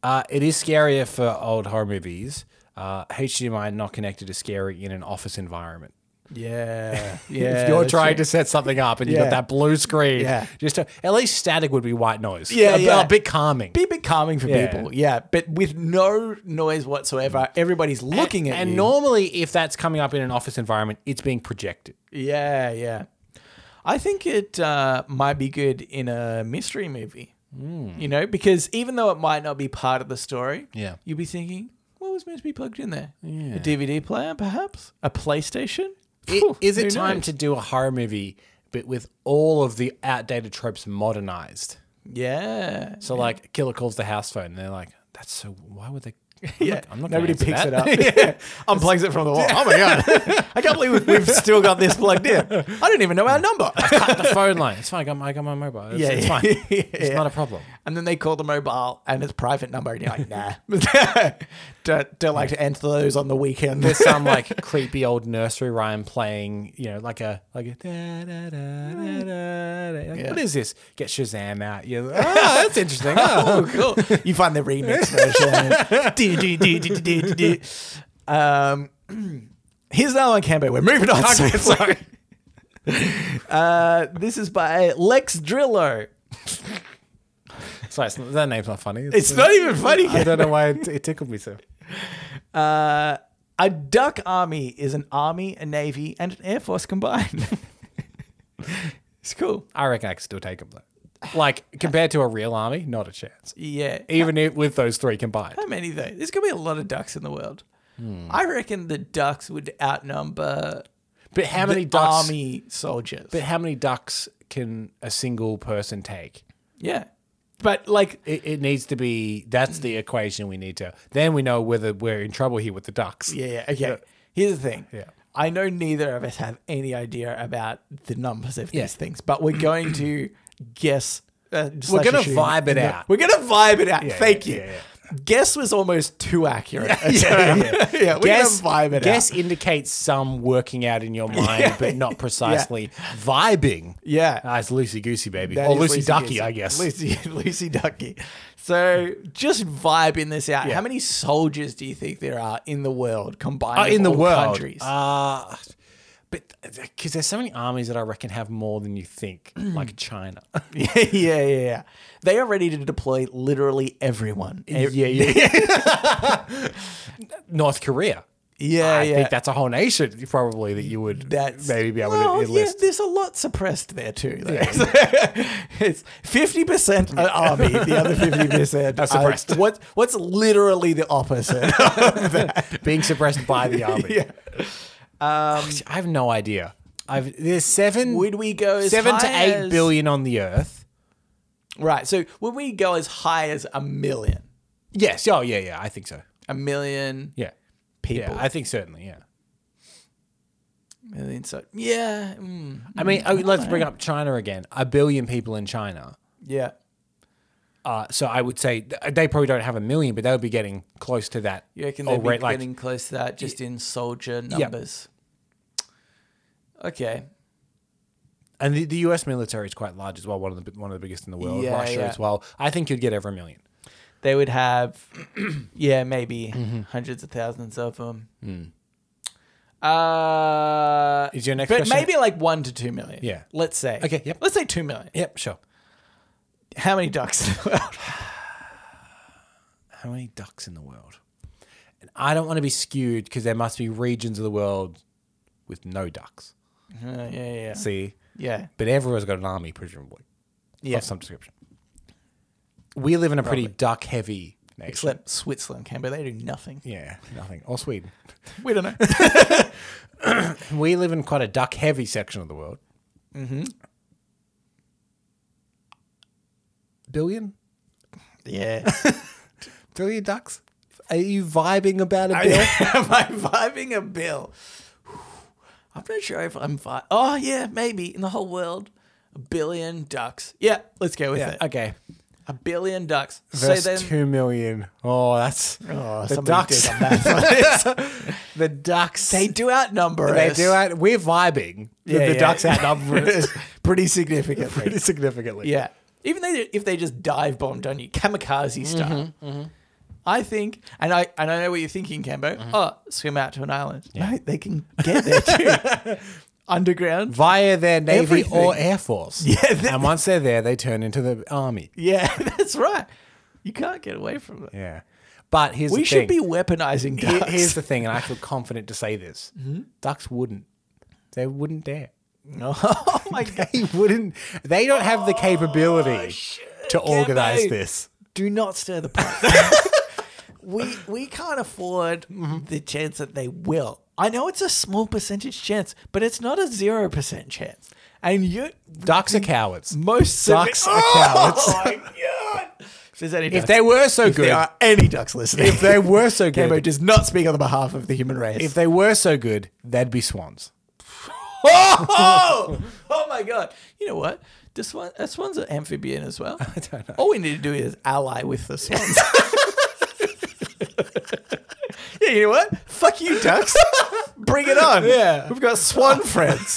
Speaker 1: Uh, it is scarier for old horror movies. Uh, HDMI not connected is scary in an office environment.
Speaker 2: Yeah, yeah.
Speaker 1: if you're trying to set something up and you
Speaker 2: Yeah.
Speaker 1: got that blue screen,
Speaker 2: Yeah.
Speaker 1: just to, at least static would be white noise.
Speaker 2: Yeah,
Speaker 1: a,
Speaker 2: yeah.
Speaker 1: a bit calming.
Speaker 2: be a bit calming for
Speaker 1: Yeah.
Speaker 2: people, yeah. But with no noise whatsoever, everybody's looking at
Speaker 1: and
Speaker 2: you.
Speaker 1: normally, if that's coming up in an office environment, it's being projected.
Speaker 2: yeah, yeah. I think it uh, might be good in a mystery movie. You know, because even though it might not be part of the story,
Speaker 1: Yeah.
Speaker 2: you'll be thinking, what was meant to be plugged in there? A DVD player, perhaps? A PlayStation?
Speaker 1: It,
Speaker 2: Phew,
Speaker 1: is
Speaker 2: who
Speaker 1: it time
Speaker 2: knows?
Speaker 1: to do a horror movie, but with all of the outdated tropes modernized?
Speaker 2: Yeah.
Speaker 1: So, like, killer calls the house phone, and they're like, "That's so. Why would they?
Speaker 2: yeah.
Speaker 1: I'm not gonna
Speaker 2: Nobody
Speaker 1: answer
Speaker 2: picks
Speaker 1: that.
Speaker 2: it up. Unplugs it from the wall. Oh my god! I can't believe we've still got this plugged in. I don't even know our number.
Speaker 1: Cut the phone line. It's fine. I got my, I got my mobile. It's,
Speaker 2: Yeah,
Speaker 1: it's
Speaker 2: yeah.
Speaker 1: fine. It's
Speaker 2: Yeah.
Speaker 1: not a problem."
Speaker 2: and then they call the mobile and it's private number, and you're like, nah, don't, don't like to answer those on the weekend.
Speaker 1: There's some like creepy old nursery rhyme playing, you know, like a like a da, da, da, da, da, da. Like,
Speaker 2: Yeah.
Speaker 1: what is this? Get Shazam out. You're like, oh, that's interesting. Oh.
Speaker 2: oh, cool. You find the remix version. Do, do, do, do, do, do, do. um, here's another one, Cambo. We're moving on.
Speaker 1: Okay, sorry.
Speaker 2: Uh, this is by Lex Drillo.
Speaker 1: Sorry, it's not, that name's not funny.
Speaker 2: It's not even funny.
Speaker 1: I don't know why it, it tickled me so.
Speaker 2: Uh, a duck army is an army, a navy, and an air force combined. it's cool.
Speaker 1: I reckon I could still take them though. Like compared to a real army, not a chance.
Speaker 2: Yeah.
Speaker 1: Even if, with those three combined.
Speaker 2: How many though? There's gonna be a lot of ducks in the world. I reckon the ducks would outnumber
Speaker 1: But how
Speaker 2: the
Speaker 1: many ducks?
Speaker 2: army soldiers.
Speaker 1: But how many ducks can a single person take?
Speaker 2: yeah. But like,
Speaker 1: It, it needs to be. That's the equation we need to. Then we know whether we're in trouble here with the ducks.
Speaker 2: yeah, yeah, okay. Here's the thing.
Speaker 1: Yeah.
Speaker 2: I know neither of us have any idea about the numbers of
Speaker 1: Yeah.
Speaker 2: these things, but we're going to guess. Uh,
Speaker 1: We're
Speaker 2: slash
Speaker 1: gonna
Speaker 2: assume.
Speaker 1: vibe it
Speaker 2: No,
Speaker 1: out.
Speaker 2: We're gonna vibe it out.
Speaker 1: Yeah,
Speaker 2: Thank
Speaker 1: yeah,
Speaker 2: you.
Speaker 1: yeah,
Speaker 2: Guess was almost too accurate.
Speaker 1: yeah,
Speaker 2: yeah. yeah we're
Speaker 1: guess
Speaker 2: gonna vibe it
Speaker 1: guess
Speaker 2: out.
Speaker 1: indicates some working out in your mind,
Speaker 2: Yeah.
Speaker 1: but not precisely vibing.
Speaker 2: Yeah.
Speaker 1: Ah, it's loosey goosey, baby,
Speaker 2: That
Speaker 1: or
Speaker 2: is
Speaker 1: loosey
Speaker 2: loosey-goosey.
Speaker 1: ducky, I guess.
Speaker 2: Loosey, Lucy Ducky. So just vibing this out.
Speaker 1: Yeah.
Speaker 2: How many soldiers do you think there are in the world combined?
Speaker 1: Uh,
Speaker 2: of
Speaker 1: in the
Speaker 2: all
Speaker 1: world,
Speaker 2: countries.
Speaker 1: Uh, but because there's so many armies that I reckon have more than you think,
Speaker 2: Mm.
Speaker 1: like China.
Speaker 2: yeah, yeah, yeah, yeah. They are ready to deploy literally everyone. Ev-
Speaker 1: yeah. North Korea.
Speaker 2: yeah,
Speaker 1: I
Speaker 2: Oh, yeah.
Speaker 1: think that's a whole nation probably that you would
Speaker 2: That's
Speaker 1: maybe be able
Speaker 2: well,
Speaker 1: to
Speaker 2: yeah,
Speaker 1: enlist.
Speaker 2: there's a lot suppressed there too. though. it's fifty percent an army, the other fifty percent
Speaker 1: suppressed.
Speaker 2: what what's literally the opposite?
Speaker 1: Being suppressed by the army.
Speaker 2: yeah. Um,
Speaker 1: I have no idea. I've there's seven
Speaker 2: Would we go as
Speaker 1: seven to
Speaker 2: high
Speaker 1: eight
Speaker 2: as-
Speaker 1: billion on the earth.
Speaker 2: Right. So would we go as high as a million?
Speaker 1: Yes. Oh yeah, yeah, I think so.
Speaker 2: A million
Speaker 1: Yeah.
Speaker 2: people.
Speaker 1: Yeah, I think certainly, yeah.
Speaker 2: million so yeah. Mm,
Speaker 1: I mean, oh, let's bring up China again. A billion people in China.
Speaker 2: yeah.
Speaker 1: Uh, so I would say th- they probably don't have a million, but they would be getting close to that.
Speaker 2: You reckon
Speaker 1: or
Speaker 2: they'd be
Speaker 1: rate, like-
Speaker 2: getting close to that just in soldier numbers? Okay.
Speaker 1: and the, the U.S. military is quite large as well. One of the bi- one of the biggest in the world.
Speaker 2: Yeah,
Speaker 1: Russia
Speaker 2: yeah.
Speaker 1: as well. I think you'd get over a million.
Speaker 2: They would have, yeah, maybe hundreds of thousands of them. Uh,
Speaker 1: Is your next
Speaker 2: but
Speaker 1: question-
Speaker 2: maybe like one to two million.
Speaker 1: Yeah.
Speaker 2: Let's say.
Speaker 1: Okay, yep.
Speaker 2: Let's say two million.
Speaker 1: Yep, sure.
Speaker 2: How many ducks Uh, in the world?
Speaker 1: How many ducks in the world? And I don't want to be skewed because there must be regions of the world with no ducks.
Speaker 2: Uh, yeah, yeah.
Speaker 1: See,
Speaker 2: Yeah.
Speaker 1: but everywhere's got an army, presumably,
Speaker 2: Yeah.
Speaker 1: of some description. We live in a pretty duck-heavy nation.
Speaker 2: Except Switzerland can, but they do nothing.
Speaker 1: Yeah, nothing. Or Sweden.
Speaker 2: We don't know.
Speaker 1: We live in quite a duck heavy section of the world. Mm-hmm. Billion?
Speaker 2: yeah.
Speaker 1: Billion ducks? Are you vibing about a bill?
Speaker 2: Am I vibing a bill? I'm not sure if I'm vi- Oh yeah, maybe in the whole world, a billion ducks. Yeah, let's go with it.
Speaker 1: okay.
Speaker 2: A billion ducks.
Speaker 1: Verse
Speaker 2: so then,
Speaker 1: two million. Oh, that's
Speaker 2: Oh,
Speaker 1: the
Speaker 2: somebody
Speaker 1: ducks.
Speaker 2: did on
Speaker 1: the ducks.
Speaker 2: they do outnumber
Speaker 1: They
Speaker 2: us.
Speaker 1: do it. We're vibing.
Speaker 2: Yeah,
Speaker 1: the, the
Speaker 2: yeah.
Speaker 1: ducks outnumber us
Speaker 2: pretty significantly.
Speaker 1: pretty significantly.
Speaker 2: yeah, even they, if they just dive bombed on you, kamikaze style. I think, and I and I know what you're thinking, Cambo. Oh, swim out to an island. No, they can get there too. Underground.
Speaker 1: Via their navy
Speaker 2: Everything.
Speaker 1: or air force.
Speaker 2: Yeah, they-
Speaker 1: and once they're there, they turn into the army.
Speaker 2: Yeah, that's right. You can't get away from it.
Speaker 1: Yeah. But here's
Speaker 2: we
Speaker 1: the
Speaker 2: should
Speaker 1: thing.
Speaker 2: be weaponizing
Speaker 1: Here-
Speaker 2: ducks. Mm-hmm.
Speaker 1: Here's the thing, and I feel confident to say this: ducks wouldn't. They wouldn't dare.
Speaker 2: oh my god! Oh,
Speaker 1: They wouldn't. They don't have the capability to organize
Speaker 2: Gabbo.
Speaker 1: this.
Speaker 2: Do not stir the pot. we we can't afford the chance that they will. I know it's a small percentage chance, but it's not a zero percent chance. And you
Speaker 1: Ducks are cowards.
Speaker 2: most
Speaker 1: Ducks
Speaker 2: submit-
Speaker 1: are cowards.
Speaker 2: Oh my god! If there's any
Speaker 1: If
Speaker 2: ducks,
Speaker 1: they were so
Speaker 2: there
Speaker 1: good,
Speaker 2: are any ducks listening,
Speaker 1: if they were so
Speaker 2: Cambo
Speaker 1: good,
Speaker 2: does not speak on the behalf of the human race.
Speaker 1: if they were so good, they'd be swans.
Speaker 2: Oh, oh my god! You know what? The swan, a swan's an amphibian as well. I don't know. All we need to do is ally with the swans. yeah, you know what? Fuck you, ducks. Bring it on.
Speaker 1: Yeah.
Speaker 2: we've got swan friends.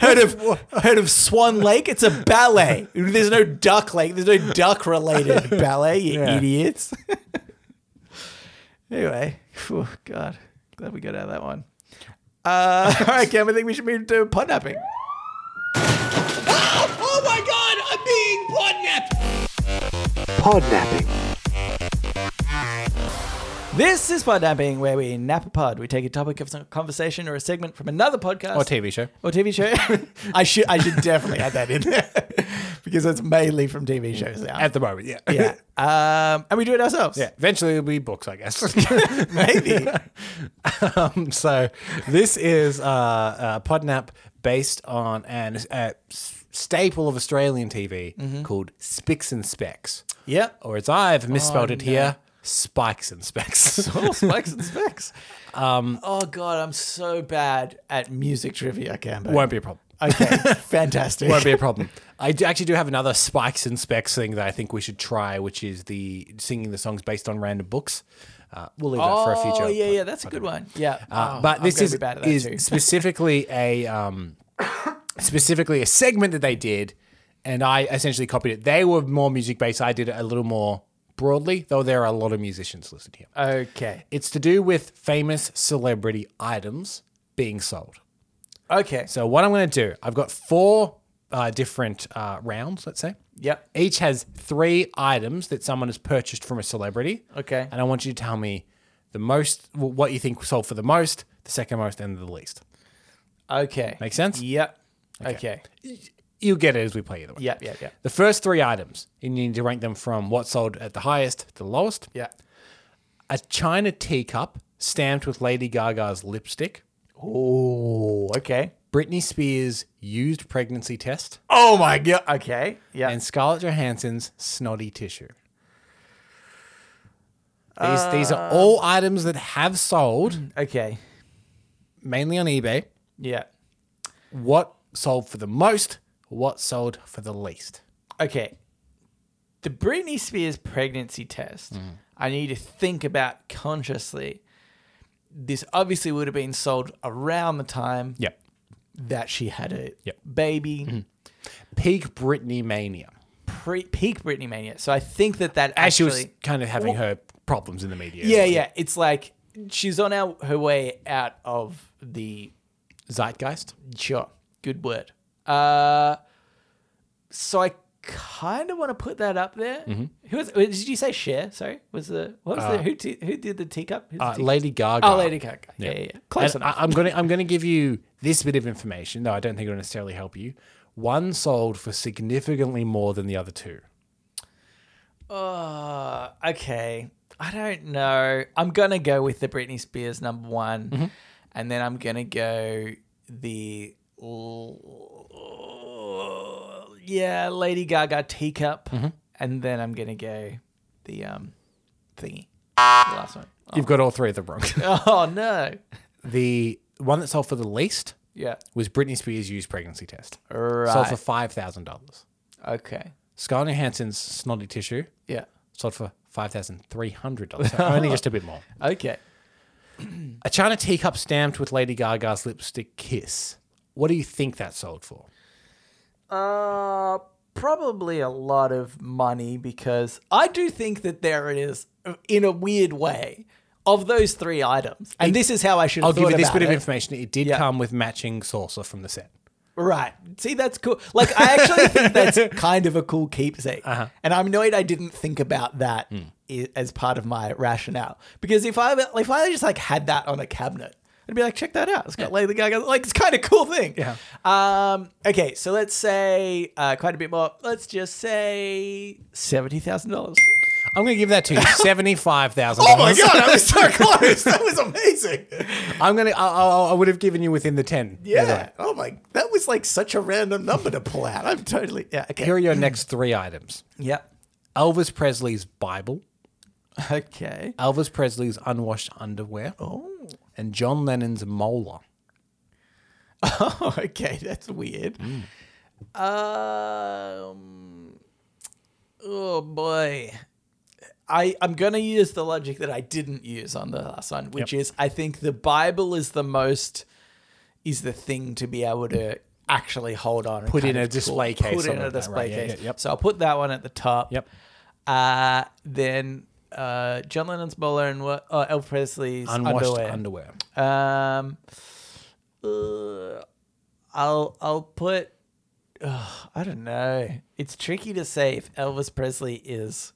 Speaker 2: heard of heard of Swan Lake? It's a ballet. There's no duck lake. There's no duck related ballet. You
Speaker 1: Yeah.
Speaker 2: idiots. anyway, oh god, glad we got out of that one. Uh, all right, Cam, I think we should move to pod napping.
Speaker 4: Oh my god, I'm being podnapped!
Speaker 2: This is Pod Napping, where we nap a pod. We take a topic of some conversation or a segment from another podcast
Speaker 1: Or TV show.
Speaker 2: or TV show. I should I should definitely add that in there because that's mainly from TV shows now.
Speaker 1: At the moment, yeah.
Speaker 2: yeah, um, and we do it ourselves.
Speaker 1: Yeah, eventually it'll be books, I guess.
Speaker 2: maybe.
Speaker 1: um, so this is uh, uh, Podnap based on an, a s- staple of Australian TV called Spicks and Specks.
Speaker 2: Mm-hmm. Yeah.
Speaker 1: Or as I've misspelled it here, Spikes and Specks.
Speaker 2: Oh, spikes and specs. Um, oh God, I'm so bad at music trivia, Cambo.
Speaker 1: Won't be a problem.
Speaker 2: Okay, fantastic.
Speaker 1: Won't be a problem. I do- actually do have another spikes and specs thing that I think we should try, which is the singing the songs based on random books. Uh, we'll leave that for a future.
Speaker 2: Oh yeah,
Speaker 1: pod-
Speaker 2: yeah, that's a good one. Yeah,
Speaker 1: Uh,
Speaker 2: Oh,
Speaker 1: but
Speaker 2: I'm
Speaker 1: this
Speaker 2: gonna
Speaker 1: is,
Speaker 2: be bad at that
Speaker 1: is
Speaker 2: too.
Speaker 1: specifically a um, specifically a segment that they did, and I essentially copied it. They were more music based. I did it a little more broadly, though there are a lot of musicians listed here.
Speaker 2: okay.
Speaker 1: It's to do with famous celebrity items being sold.
Speaker 2: Okay.
Speaker 1: So what I'm going to do, I've got four uh, different uh, rounds. Let's say.
Speaker 2: Yep.
Speaker 1: Each has three items that someone has purchased from a celebrity.
Speaker 2: Okay.
Speaker 1: And I want you to tell me the most, wh- what you think sold for the most, the second most, and the least.
Speaker 2: Okay.
Speaker 1: Make sense?
Speaker 2: Yep. Okay.
Speaker 1: You'll get it as we play either way.
Speaker 2: Yep. Yep. Yep.
Speaker 1: The first three items, you need to rank them from what sold at the highest to the lowest.
Speaker 2: Yep.
Speaker 1: A China teacup stamped with Lady Gaga's lipstick.
Speaker 2: Oh. Okay.
Speaker 1: Britney Spears' used pregnancy test.
Speaker 2: Oh my god. Okay. Yeah.
Speaker 1: and Scarlett Johansson's snotty tissue. These, these are all items that have sold
Speaker 2: okay.
Speaker 1: mainly on eBay.
Speaker 2: Yeah.
Speaker 1: What sold for the most? What sold for the least?
Speaker 2: Okay. The Britney Spears pregnancy test.
Speaker 1: Mm.
Speaker 2: I need to think about consciously. This obviously would have been sold around the time
Speaker 1: Yep.
Speaker 2: that she had a
Speaker 1: Yep. Mm-hmm.
Speaker 2: baby.
Speaker 1: Peak Britney mania.
Speaker 2: pre- peak Britney mania. So I think that that
Speaker 1: As she
Speaker 2: actually,
Speaker 1: was kind of having her problems in the media.
Speaker 2: yeah, yeah, it's like she's on our, her way out of the
Speaker 1: Zeitgeist.
Speaker 2: sure, good word. Uh, so I kind of want to put that up there.
Speaker 1: Mm-hmm.
Speaker 2: Who was? Did you say share? Sorry, was the what was the who t- who did the teacup? Who's the
Speaker 1: Uh,
Speaker 2: teacup?
Speaker 1: Lady Gaga.
Speaker 2: Oh, Lady Gaga. Yeah, yeah, yeah. close
Speaker 1: And
Speaker 2: enough.
Speaker 1: I, am gonna I'm gonna give you this bit of information, though I don't think it'll necessarily help you. One sold for significantly more than the other two.
Speaker 2: Uh, okay. I don't know. I'm going to go with the Britney Spears number one. And then I'm going to go the. l- Yeah, Lady Gaga teacup. And then I'm going to go the um thingy. The last one.
Speaker 1: You've got all three of them wrong.
Speaker 2: Oh, no.
Speaker 1: The one that sold for the least
Speaker 2: Yeah.
Speaker 1: was Britney Spears' used pregnancy test. Sold for
Speaker 2: Right.
Speaker 1: five thousand dollars.
Speaker 2: Okay.
Speaker 1: Scarlett Johansson's snotty tissue
Speaker 2: Yeah.
Speaker 1: sold for five thousand three hundred dollars. Only just a bit more.
Speaker 2: Okay.
Speaker 1: A China teacup stamped with Lady Gaga's lipstick kiss. What do you think that sold for?
Speaker 2: Uh, probably a lot of money because I do think that there it is in a weird way of those three items, and this is how I should. Have
Speaker 1: I'll give
Speaker 2: thought
Speaker 1: you this
Speaker 2: about
Speaker 1: bit of
Speaker 2: it.
Speaker 1: information. It did
Speaker 2: Yeah.
Speaker 1: come with matching saucer from the set.
Speaker 2: Right. See, that's cool. Like, I actually think that's kind of a cool keepsake. And I'm annoyed I didn't think about that i as part of my rationale. Because if I if I just like had that on a cabinet, I'd be like, check that out. It's got Lady Gaga. Like, it's kind of cool thing.
Speaker 1: Yeah.
Speaker 2: Um. Okay. So let's say uh, quite a bit more. Let's just say seventy thousand dollars.
Speaker 1: I'm going to give that to you. Seventy-five thousand.
Speaker 2: Oh that was so close. That was amazing.
Speaker 1: I'm going to. I, I, I would have given you within the ten.
Speaker 2: Yeah. Oh my. That was like such a random number to pull out. I'm totally. Yeah. Okay.
Speaker 1: Here are your next three items:
Speaker 2: Yep.
Speaker 1: Elvis Presley's Bible,
Speaker 2: Okay.
Speaker 1: Elvis Presley's unwashed underwear,
Speaker 2: Oh.
Speaker 1: and John Lennon's molar.
Speaker 2: Oh, okay, that's weird.
Speaker 1: Mm.
Speaker 2: Um, oh boy, I I'm gonna use the logic that I didn't use on the last one, which is I think the Bible is the most is the thing to be able to actually hold on, and
Speaker 1: Put in
Speaker 2: kind
Speaker 1: a
Speaker 2: of
Speaker 1: display
Speaker 2: pull-
Speaker 1: case
Speaker 2: put
Speaker 1: on
Speaker 2: in a
Speaker 1: it, right,
Speaker 2: display
Speaker 1: yeah,
Speaker 2: case.
Speaker 1: yeah, yep.
Speaker 2: So I'll put that one at the top.
Speaker 1: Yep.
Speaker 2: Uh, then uh, John Lennon's bowler and what? Oh, Elvis Presley's
Speaker 1: Unwashed underwear.
Speaker 2: um, uh, I'll I'll put. ugh, I don't know. It's tricky to say if Elvis Presley is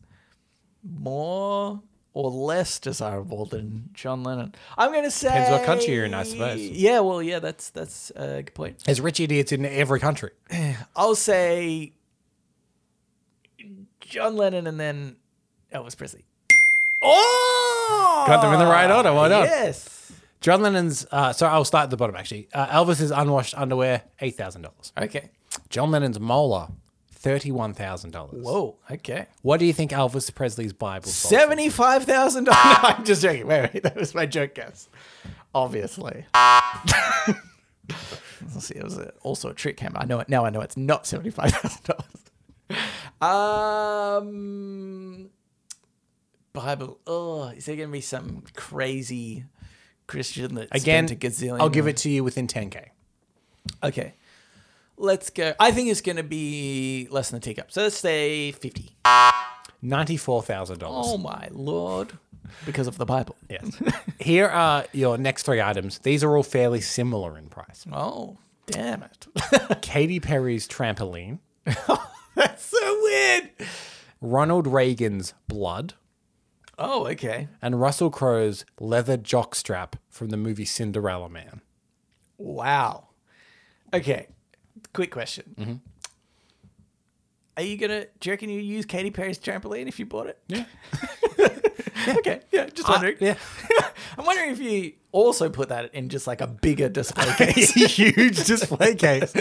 Speaker 2: more or less desirable than John Lennon. I'm gonna say
Speaker 1: Depends what country you're in, I suppose.
Speaker 2: Yeah, well, yeah, that's that's a good point.
Speaker 1: There's rich idiots in every country.
Speaker 2: I'll say John Lennon and then Elvis Presley. Oh,
Speaker 1: Got them in the right order. Why not?
Speaker 2: Yes.
Speaker 1: John Lennon's. Uh, so I'll start at the bottom actually. Uh, Elvis's unwashed underwear, eight thousand dollars.
Speaker 2: Okay.
Speaker 1: John Lennon's molar, thirty-one thousand dollars.
Speaker 2: Whoa. Oh, Okay.
Speaker 1: What do you think Elvis Presley's Bible? sold for?
Speaker 2: Seventy-five thousand dollars. No, I'm just joking. Wait, wait, that was my joke guess. Obviously. Let's see, it was a, also a trick hammer. I know it now. I know it's not seventy-five thousand dollars. Um, Bible. Oh, is there going to be some crazy Christian that
Speaker 1: Again,
Speaker 2: spent a gazillion?
Speaker 1: I'll give it to you within ten k.
Speaker 2: Okay, let's go. I think it's going to be less than a teacup. So let's say fifty.
Speaker 1: Ninety-four thousand dollars.
Speaker 2: Oh my lord! Because of the Bible.
Speaker 1: Yes. Here are your next three items. These are all fairly similar in price.
Speaker 2: Oh, damn it.
Speaker 1: Katy Perry's trampoline,
Speaker 2: That's so weird.
Speaker 1: Ronald Reagan's blood,
Speaker 2: Oh, okay.
Speaker 1: and Russell Crowe's leather jockstrap from the movie Cinderella Man.
Speaker 2: Wow. Okay. Quick question. Are you gonna? Do you reckon you use Katy Perry's trampoline if you bought it? Yeah. okay. Yeah. Just wondering.
Speaker 1: yeah.
Speaker 2: I'm wondering if you also put that in just like a bigger display case.
Speaker 1: Huge display case.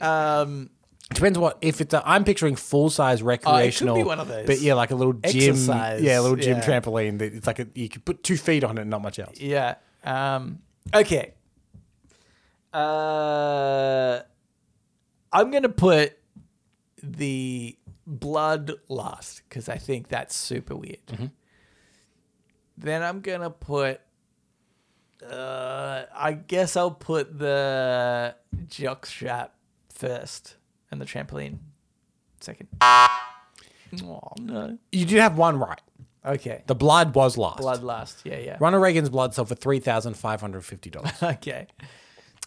Speaker 2: um.
Speaker 1: Depends what if it's. A, I'm picturing full size
Speaker 2: Oh,
Speaker 1: recreational.
Speaker 2: one of those.
Speaker 1: But yeah, like a little gym.
Speaker 2: Exercise,
Speaker 1: Yeah, a little gym
Speaker 2: yeah.
Speaker 1: trampoline. That it's like a, you could put two feet on it, and not much else.
Speaker 2: Yeah. Um. Okay. Uh. I'm gonna put the blood last because I think that's super weird. Then I'm gonna put. Uh, I guess I'll put the jockstrap first and the trampoline second. Oh no.
Speaker 1: You did have one right.
Speaker 2: Okay.
Speaker 1: The blood was last.
Speaker 2: blood last. Yeah, yeah.
Speaker 1: Ronald Reagan's blood sold for three thousand five hundred fifty dollars.
Speaker 2: Okay.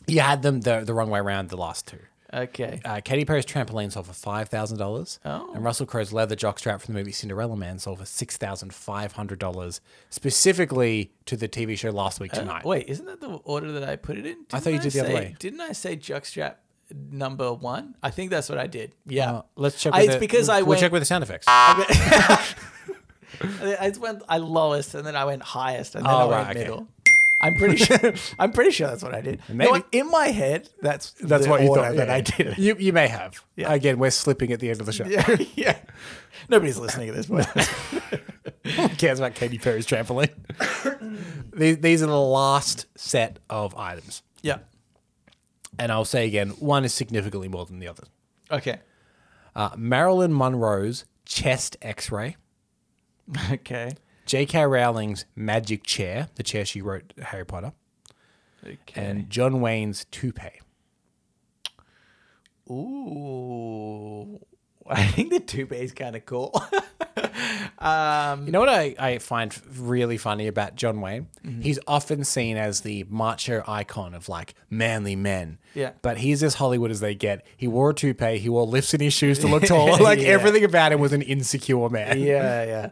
Speaker 1: You had them the, the wrong way around the last two.
Speaker 2: Okay.
Speaker 1: Uh, Katy Perry's trampoline sold for five thousand dollars,
Speaker 2: Oh.
Speaker 1: and Russell Crowe's leather jockstrap from the movie Cinderella Man sold for six thousand five hundred dollars, specifically to the TV show Last Week Tonight.
Speaker 2: Wait, isn't that the order that I put it in?
Speaker 1: I thought you did
Speaker 2: Didn't
Speaker 1: the other
Speaker 2: say-
Speaker 1: way.
Speaker 2: Didn't I say jockstrap number one? I think that's what I did. Yeah.
Speaker 1: Uh, let's check.
Speaker 2: I-
Speaker 1: With
Speaker 2: it's
Speaker 1: the-
Speaker 2: because I
Speaker 1: we'll
Speaker 2: went-
Speaker 1: check with the sound effects.
Speaker 2: I I went I lowest and then I went highest and then I
Speaker 1: Oh,
Speaker 2: went
Speaker 1: right, okay.
Speaker 2: middle. I'm pretty sure. I'm pretty sure that's what I did.
Speaker 1: Maybe.
Speaker 2: No, in my head, that's
Speaker 1: That's
Speaker 2: the
Speaker 1: what you
Speaker 2: order
Speaker 1: thought
Speaker 2: that
Speaker 1: yeah.
Speaker 2: I did it.
Speaker 1: You you may have.
Speaker 2: Yeah.
Speaker 1: Again, we're slipping at the end of the show.
Speaker 2: Yeah, yeah. Nobody's listening at this point.
Speaker 1: Who cares about Katy Perry's trampoline? these, these are the last set of items,
Speaker 2: yeah.
Speaker 1: and I'll say again, one is significantly more than the other.
Speaker 2: Okay.
Speaker 1: Uh, Marilyn Monroe's chest X-ray.
Speaker 2: Okay.
Speaker 1: J.K. Rowling's magic chair, the chair she wrote Harry Potter,
Speaker 2: Okay.
Speaker 1: and John Wayne's toupee.
Speaker 2: Ooh. I think the toupee is kind of cool.
Speaker 1: You know what I, I find really funny about John Wayne?
Speaker 2: Mm-hmm.
Speaker 1: He's often seen as the macho icon of like manly men.
Speaker 2: Yeah.
Speaker 1: But he's as Hollywood as they get. He wore a toupee, he wore lifts in his shoes to look taller. Like
Speaker 2: Yeah.
Speaker 1: everything about him was an insecure man.
Speaker 2: yeah, yeah.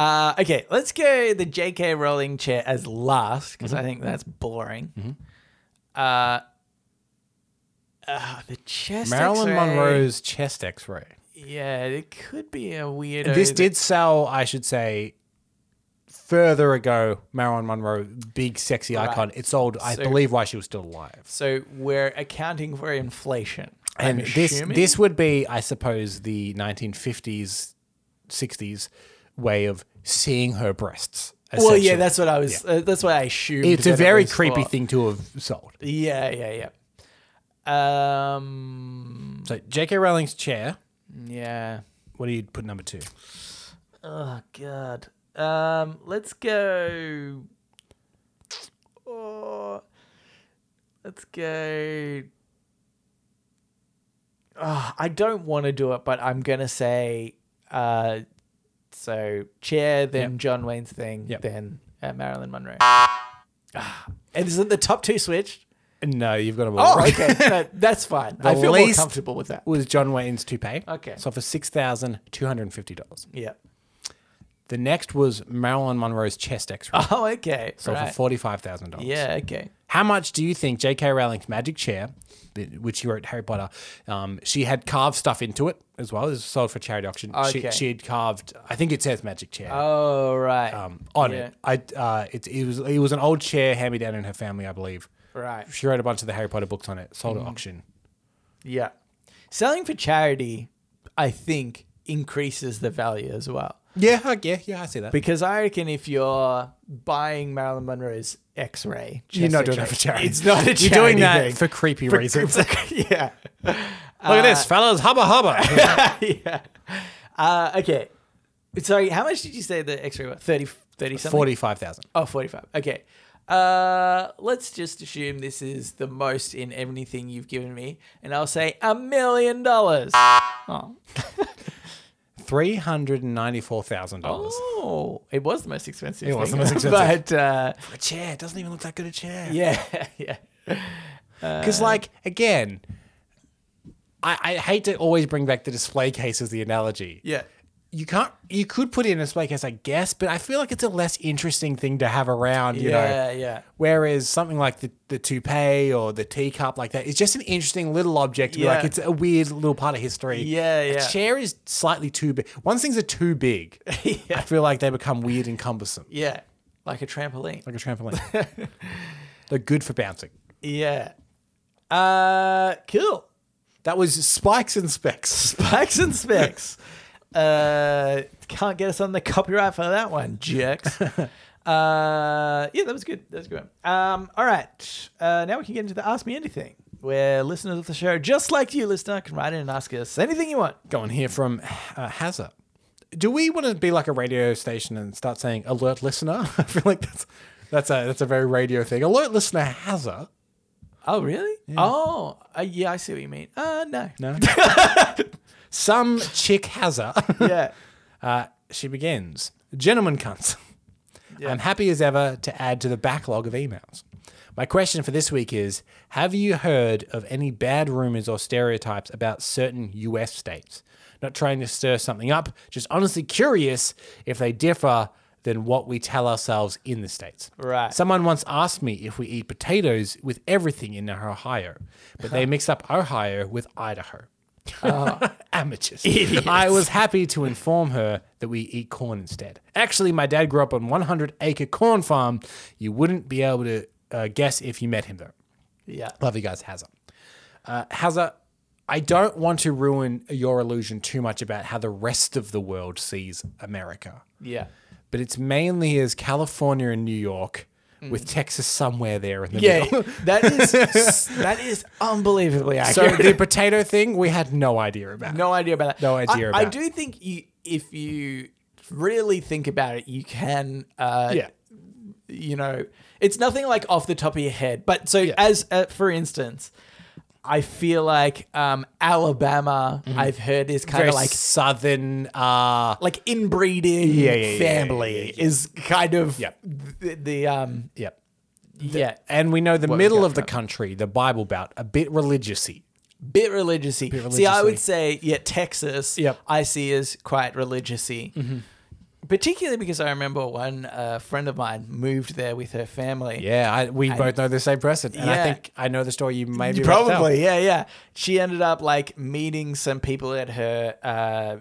Speaker 2: Uh, okay, let's go the J.K. Rowling chair as last because
Speaker 1: Mm-hmm.
Speaker 2: I think that's boring. Uh, ah, the chest.
Speaker 1: Marilyn
Speaker 2: X-ray.
Speaker 1: Monroe's chest x ray.
Speaker 2: Yeah, it could be a weird.
Speaker 1: This did sell, I should say, further ago. Marilyn Monroe, big sexy icon. It sold, I
Speaker 2: So-
Speaker 1: believe, while she was still alive.
Speaker 2: So we're accounting for inflation. I'm
Speaker 1: and this
Speaker 2: assuming?
Speaker 1: this would be, I suppose, the 1950s, 60s way of seeing her breasts.
Speaker 2: Well, yeah,
Speaker 1: essentially.
Speaker 2: that's what I was. Uh, that's what I assumed.
Speaker 1: it's a
Speaker 2: that it
Speaker 1: very
Speaker 2: was
Speaker 1: creepy
Speaker 2: for.
Speaker 1: thing to have sold.
Speaker 2: Yeah, yeah, yeah. Um.
Speaker 1: So J.K. Rowling's chair.
Speaker 2: Yeah.
Speaker 1: What do you put number two?
Speaker 2: Oh god. Um, let's go. Oh, let's go. Ah, I don't want to do it, but I'm gonna say. Uh, so chair, then John Wayne's thing,
Speaker 1: Yep.
Speaker 2: then uh, Marilyn Monroe. Ah, and is it the top two switched?
Speaker 1: No, you've got to.
Speaker 2: Oh, okay, that, that's fine. I feel
Speaker 1: least-
Speaker 2: more comfortable with that.
Speaker 1: Was John Wayne's toupee?
Speaker 2: Okay.
Speaker 1: So for six thousand two hundred fifty dollars.
Speaker 2: Yeah.
Speaker 1: The next was Marilyn Monroe's chest X-ray.
Speaker 2: Oh, okay.
Speaker 1: So
Speaker 2: right.
Speaker 1: for forty five thousand dollars.
Speaker 2: yeah. Okay.
Speaker 1: How much do you think J.K. Rowling's magic chair, the- which she wrote Harry Potter, um, she had carved stuff into it, as well. It was sold for charity auction. She,
Speaker 2: Okay.
Speaker 1: she had carved, I think it says magic chair
Speaker 2: Oh right.
Speaker 1: um, on
Speaker 2: yeah.
Speaker 1: it. I uh, it, it was it was an old chair hand me down in her family, I believe.
Speaker 2: Right.
Speaker 1: She wrote a bunch of the Harry Potter books on it. Sold at auction.
Speaker 2: Yeah. Selling for charity, I think, increases the value as well.
Speaker 1: Yeah, I- yeah, yeah. I see that.
Speaker 2: Because I reckon if you're buying Marilyn Monroe's X ray,
Speaker 1: You're not doing that for charity.
Speaker 2: It's not a charity.
Speaker 1: You're doing that
Speaker 2: thing.
Speaker 1: for Ah. creepy reasons. Look
Speaker 2: yeah.
Speaker 1: at this, fellas, hubba hubba.
Speaker 2: yeah. Uh, okay. Sorry, how much did you say the X ray was? 30, 30 something?
Speaker 1: Forty-five thousand.
Speaker 2: Oh, 45. Okay. Uh, let's just assume this is the most in anything you've given me, and I'll say a million dollars. Oh.
Speaker 1: Three hundred and ninety-four thousand dollars.
Speaker 2: Oh, it was the most expensive.
Speaker 1: It was
Speaker 2: thing.
Speaker 1: the most expensive.
Speaker 2: but uh,
Speaker 1: A chair doesn't even look that good a chair.
Speaker 2: yeah, yeah,
Speaker 1: Because,
Speaker 2: Uh-huh.
Speaker 1: like, again, I, I hate to always bring back the display case as the analogy.
Speaker 2: yeah.
Speaker 1: You can't. You could put it in a display case, I guess, but I feel like it's a less interesting thing to have around. You
Speaker 2: yeah,
Speaker 1: know.
Speaker 2: yeah.
Speaker 1: Whereas something like the, the toupee or the teacup like that is just an interesting little object. To be
Speaker 2: Yeah.
Speaker 1: Like it's a weird little part of history.
Speaker 2: Yeah, yeah.
Speaker 1: A chair is slightly too big. Once things are too big, I feel like they become weird and cumbersome,
Speaker 2: Yeah. Like a trampoline.
Speaker 1: like a trampoline. They're good for bouncing.
Speaker 2: Yeah. Uh cool.
Speaker 1: That was spikes and specs.
Speaker 2: Spikes and specs. uh can't get us on the copyright for that one, jerks. uh yeah, that was good. That was good. Um all right. Uh now we can get into the Ask Me Anything. Where listeners of the show, just like you, listener, can write in and ask us anything you want.
Speaker 1: Go and hear from uh, Hazza. Do we want to be like a radio station and start saying "alert listener"? I feel like that's that's a that's a very radio thing. Alert listener Hazza.
Speaker 2: Oh, really? Oh, uh, yeah, I see what you mean. Uh, no.
Speaker 1: No, some chick Hazza.
Speaker 2: Yeah.
Speaker 1: Uh, she begins, "Gentlemen, cunts."
Speaker 2: Yeah.
Speaker 1: I'm happy as ever to add to the backlog of emails. My question for this week is Have you heard of any bad rumors or stereotypes about certain US states? Not trying to stir something up, just honestly curious if they differ than what we tell ourselves in the States.
Speaker 2: Right.
Speaker 1: Someone once asked me if we eat potatoes with everything in Ohio, but they mix up Ohio with Idaho. Amateurs. I was happy to inform her that we eat corn instead. Actually, my dad grew up on 100 acre corn farm. You wouldn't be able to uh, guess if you met him though.
Speaker 2: Yeah.
Speaker 1: Love you guys, Hazza. Uh, Hazza, I don't want to ruin your illusion too much about how the rest of the world sees America,
Speaker 2: Yeah.
Speaker 1: but it's mainly as California and New York, with Texas somewhere there in the
Speaker 2: Hmm. Yeah,
Speaker 1: middle.
Speaker 2: that is that is unbelievably
Speaker 1: So
Speaker 2: accurate.
Speaker 1: the potato thing, we had no idea about.
Speaker 2: no idea about that.
Speaker 1: No idea about
Speaker 2: I, I do think you, if you really think about it, you can. Uh,
Speaker 1: Yeah.
Speaker 2: You know, it's nothing like off the top of your head. But so, as uh, for instance, I feel like um, Alabama, I've heard is kind
Speaker 1: Mm-hmm. Very
Speaker 2: of like
Speaker 1: southern. Uh,
Speaker 2: like inbreeding
Speaker 1: Yeah, yeah, yeah, yeah,
Speaker 2: family
Speaker 1: yeah, yeah,
Speaker 2: is kind of
Speaker 1: Yep.
Speaker 2: the, the um
Speaker 1: yep.
Speaker 2: yeah
Speaker 1: And we know the
Speaker 2: we
Speaker 1: middle
Speaker 2: got
Speaker 1: of the country, the Bible Belt, a bit religious-y.
Speaker 2: bit religiousy. See, I
Speaker 1: religiousy.
Speaker 2: would say, yeah, Texas,
Speaker 1: Yep. Mm-hmm.
Speaker 2: I see as quite religiousy. Particularly because I remember one uh, friend of mine moved there with her family.
Speaker 1: Yeah, I, we both know the same person, and I
Speaker 2: Yeah.
Speaker 1: think I know the story. You may be about to tell.
Speaker 2: Probably, yeah, yeah. She ended up like meeting some people at her uh,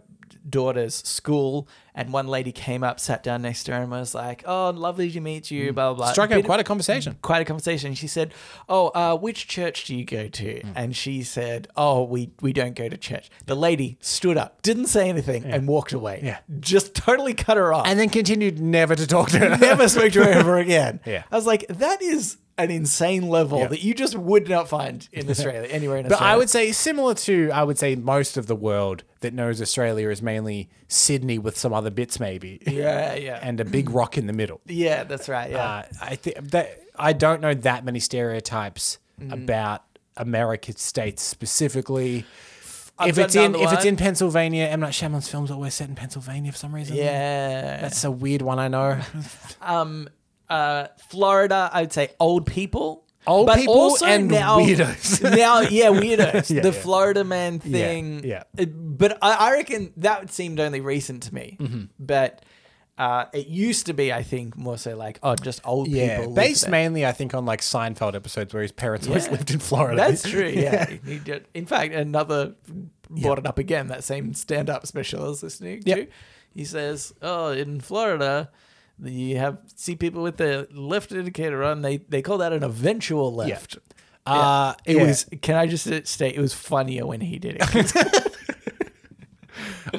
Speaker 2: daughter's school, and one lady came up, sat down next to her, and was like, "Oh, lovely to meet you." Blah blah. blah.
Speaker 1: Mm. struck up
Speaker 2: Bit-
Speaker 1: quite a conversation.
Speaker 2: quite a conversation. She said, "Oh, uh, which church do you go to?"
Speaker 1: Hmm.
Speaker 2: And she said, "Oh, we we don't go to church." The lady stood up, didn't say anything, and walked away.
Speaker 1: Yeah.
Speaker 2: just totally cut her off.
Speaker 1: And then continued never to talk to her.
Speaker 2: never spoke to her ever again.
Speaker 1: Yeah.
Speaker 2: I was like, that is an insane level
Speaker 1: Yeah.
Speaker 2: that you just would not find in Australia anywhere in
Speaker 1: But
Speaker 2: Australia.
Speaker 1: I would say similar to I would say most of the world that knows Australia is mainly Sydney with some other bits maybe,
Speaker 2: yeah, yeah,
Speaker 1: and a big rock in the middle.
Speaker 2: yeah. That's right. Yeah,
Speaker 1: Uh, I think that I don't know that many stereotypes
Speaker 2: Mm.
Speaker 1: about American states specifically. if
Speaker 2: got
Speaker 1: it's in
Speaker 2: another
Speaker 1: if it's
Speaker 2: one.
Speaker 1: in Pennsylvania, M Night Shyamalan's films always set in Pennsylvania for some reason.
Speaker 2: yeah.
Speaker 1: That's a weird one, I know.
Speaker 2: uh, Florida, I would say old people.
Speaker 1: Old people and weirdos.
Speaker 2: now, yeah, weirdos.
Speaker 1: Yeah,
Speaker 2: the
Speaker 1: yeah.
Speaker 2: Florida man thing.
Speaker 1: yeah.
Speaker 2: Uh, But I, I reckon that seemed only recent to me.
Speaker 1: Mm-hmm.
Speaker 2: But uh, it used to be, I think, more so like, oh, just old
Speaker 1: yeah,
Speaker 2: people. live
Speaker 1: based
Speaker 2: there.
Speaker 1: mainly I think on like Seinfeld episodes where his parents always
Speaker 2: Yeah.
Speaker 1: lived in Florida.
Speaker 2: That's true. Yeah. He did- In fact, another brought it up again, that same stand up special I was listening to.
Speaker 1: Yep.
Speaker 2: He says, Oh, in Florida, you have see people with the left indicator on. They they call that an eventual left.
Speaker 1: Uh,
Speaker 2: It
Speaker 1: yeah.
Speaker 2: was, can I just state, it was funnier when he did it.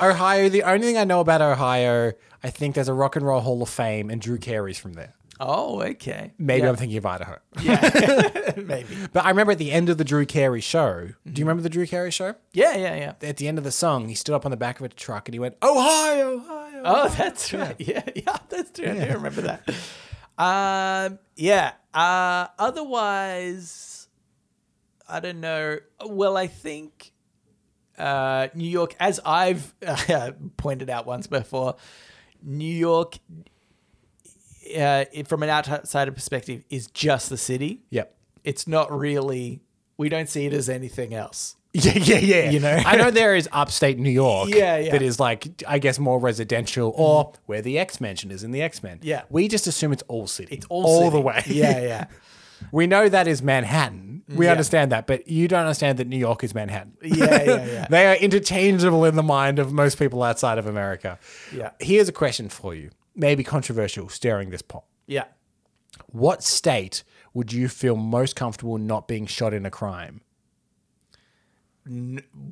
Speaker 1: Ohio. The only thing I know about Ohio, I think there's a Rock and Roll Hall of Fame, and Drew Carey's from there.
Speaker 2: oh, okay.
Speaker 1: Maybe
Speaker 2: Yeah.
Speaker 1: I'm thinking of Idaho.
Speaker 2: Maybe. Mm-hmm.
Speaker 1: But I remember at the end of the Drew Carey show. Do you remember the Drew Carey show?
Speaker 2: Yeah, yeah, yeah.
Speaker 1: At the end of the song, he stood up on the back of a truck and he went, Ohio, Ohio.
Speaker 2: Oh, that's right. Yeah, yeah, that's true. I do remember that. Um, yeah. Uh, otherwise, I don't know. Well, I think uh, New York, as I've uh, pointed out once before, New York, uh, it- from an outsider perspective, is just the city.
Speaker 1: Yep.
Speaker 2: It's not really. We don't see it as anything else.
Speaker 1: Yeah, yeah, yeah.
Speaker 2: You know?
Speaker 1: I know there is upstate New York.
Speaker 2: Yeah, yeah. Mm-hmm.
Speaker 1: That is like, I guess, more residential, or where the X Mansion is in the X Men.
Speaker 2: Yeah.
Speaker 1: we just assume it's all city.
Speaker 2: It's all
Speaker 1: all
Speaker 2: city.
Speaker 1: the way.
Speaker 2: Yeah, yeah.
Speaker 1: we know that is Manhattan. We
Speaker 2: Yeah.
Speaker 1: understand that, but you don't understand that New York is Manhattan.
Speaker 2: Yeah, yeah, yeah.
Speaker 1: they are interchangeable in the mind of most people outside of America.
Speaker 2: Yeah.
Speaker 1: Here's a question for you, maybe controversial, staring this poll.
Speaker 2: Yeah.
Speaker 1: What state would you feel most comfortable not being shot in a crime?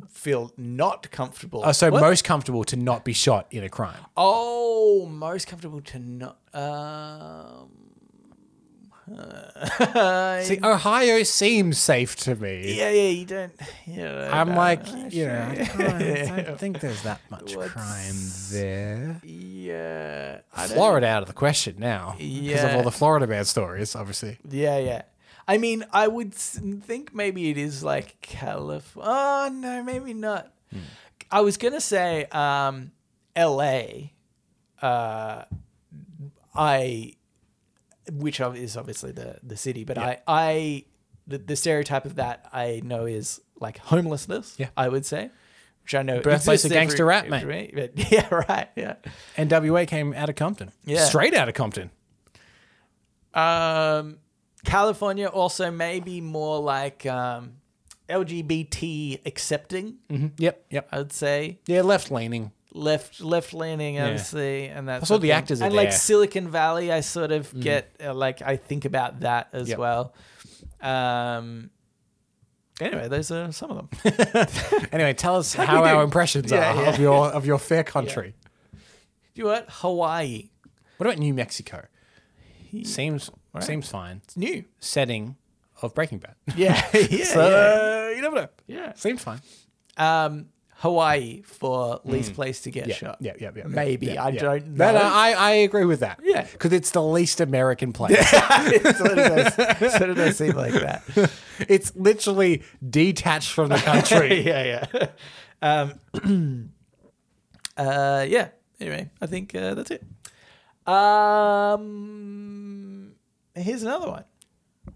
Speaker 2: Feel not comfortable.
Speaker 1: Uh, so
Speaker 2: What?
Speaker 1: most comfortable to not be shot in a crime.
Speaker 2: Oh, most comfortable to not. Um, uh,
Speaker 1: See, Ohio seems safe to me.
Speaker 2: yeah, yeah, you don't. You know,
Speaker 1: I'm
Speaker 2: don't-
Speaker 1: like, you know, I don't- I don't think there's that much crime there.
Speaker 2: yeah, I don't-
Speaker 1: Florida out of the question now because of
Speaker 2: Yeah.
Speaker 1: all the Florida man stories, obviously.
Speaker 2: yeah, yeah. I mean, I would s- think maybe it is like California. Oh no, maybe not.
Speaker 1: Hmm.
Speaker 2: I was gonna say, um, L.A. Uh, I, which ob- is obviously the the city, but I I the, the stereotype of that I know is like homelessness.
Speaker 1: Yeah.
Speaker 2: I would say, which I know
Speaker 1: Birthplace
Speaker 2: exists
Speaker 1: of gangster
Speaker 2: every-
Speaker 1: rap, mate.
Speaker 2: every- but- yeah, right. Yeah.
Speaker 1: NWA came out of Compton,
Speaker 2: Yeah.
Speaker 1: straight out of Compton.
Speaker 2: Um, California also maybe more like um, LGBT accepting.
Speaker 1: Hmm. Yep, yep.
Speaker 2: I would say
Speaker 1: Yeah, left leaning.
Speaker 2: left left leaning. I would say, and that's
Speaker 1: Plus all the actors are
Speaker 2: and like
Speaker 1: there. Mm-hmm.
Speaker 2: Silicon Valley. I sort of get uh, like I think about that as
Speaker 1: Yep.
Speaker 2: well. Um. Anyway, those are some of them.
Speaker 1: Anyway, tell us how our impressions
Speaker 2: Yeah,
Speaker 1: are
Speaker 2: yeah.
Speaker 1: of your of your fair country.
Speaker 2: you know what? Hawaii.
Speaker 1: What about New Mexico? Seems seems fine.
Speaker 2: It's new.
Speaker 1: Setting of Breaking Bad.
Speaker 2: Yeah. yeah.
Speaker 1: So, you never know.
Speaker 2: yeah.
Speaker 1: Seems fine.
Speaker 2: yeah. Um. Hawaii for least place to get
Speaker 1: Mm. Yeah,
Speaker 2: shot.
Speaker 1: yeah, yeah, yeah.
Speaker 2: Maybe.
Speaker 1: yeah,
Speaker 2: I
Speaker 1: yeah.
Speaker 2: don't
Speaker 1: No, no,
Speaker 2: know.
Speaker 1: I, I agree with that.
Speaker 2: Yeah.
Speaker 1: because it's the least American place.
Speaker 2: sort of does, sort of does seem like that.
Speaker 1: It's literally detached from the country.
Speaker 2: yeah, yeah. Um, uh, yeah. Anyway, I think uh, that's it. Um, here's another one.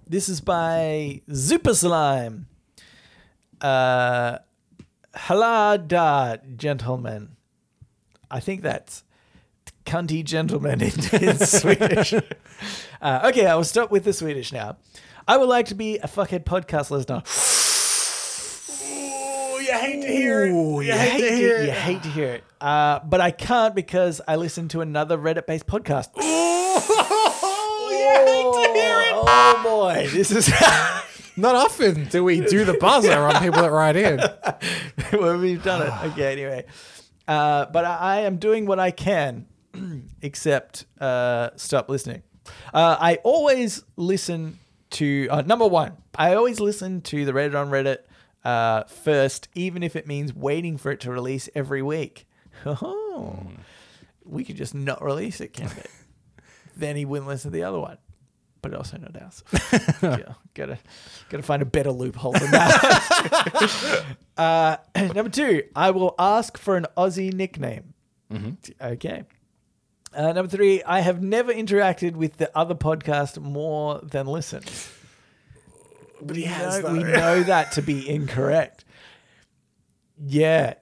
Speaker 2: This is by Zupa Slime. Uh, da, gentlemen. I think that's cunty gentleman in, in Swedish. Uh, okay, I will stop with the Swedish now. I would like to be a fuckhead podcast listener.
Speaker 1: you hate to hear
Speaker 2: Ooh, you, hate to hear it. You hate to hear it. Uh, but I can't because I listen to another Reddit based podcast. Oh, oh, boy. This is
Speaker 1: Not often do we do the buzzer on people that write in.
Speaker 2: well, we've done it. Okay, anyway. Uh, but I, I am doing what I can, except uh, stop listening. Uh, I always listen to uh, number one. I always listen to the Reddit on Reddit uh, first, even if it means waiting for it to release every week. Oh, we could just not release it, can we? then he wouldn't listen to the other one. But also not ours. yeah, gotta gotta find a better loophole than that. Number two, I will ask for an Aussie nickname. Mm-hmm. Okay. Uh, number three, I have never interacted with the other podcast more than listen. But he
Speaker 1: has,
Speaker 2: We know that to be incorrect. Yeah.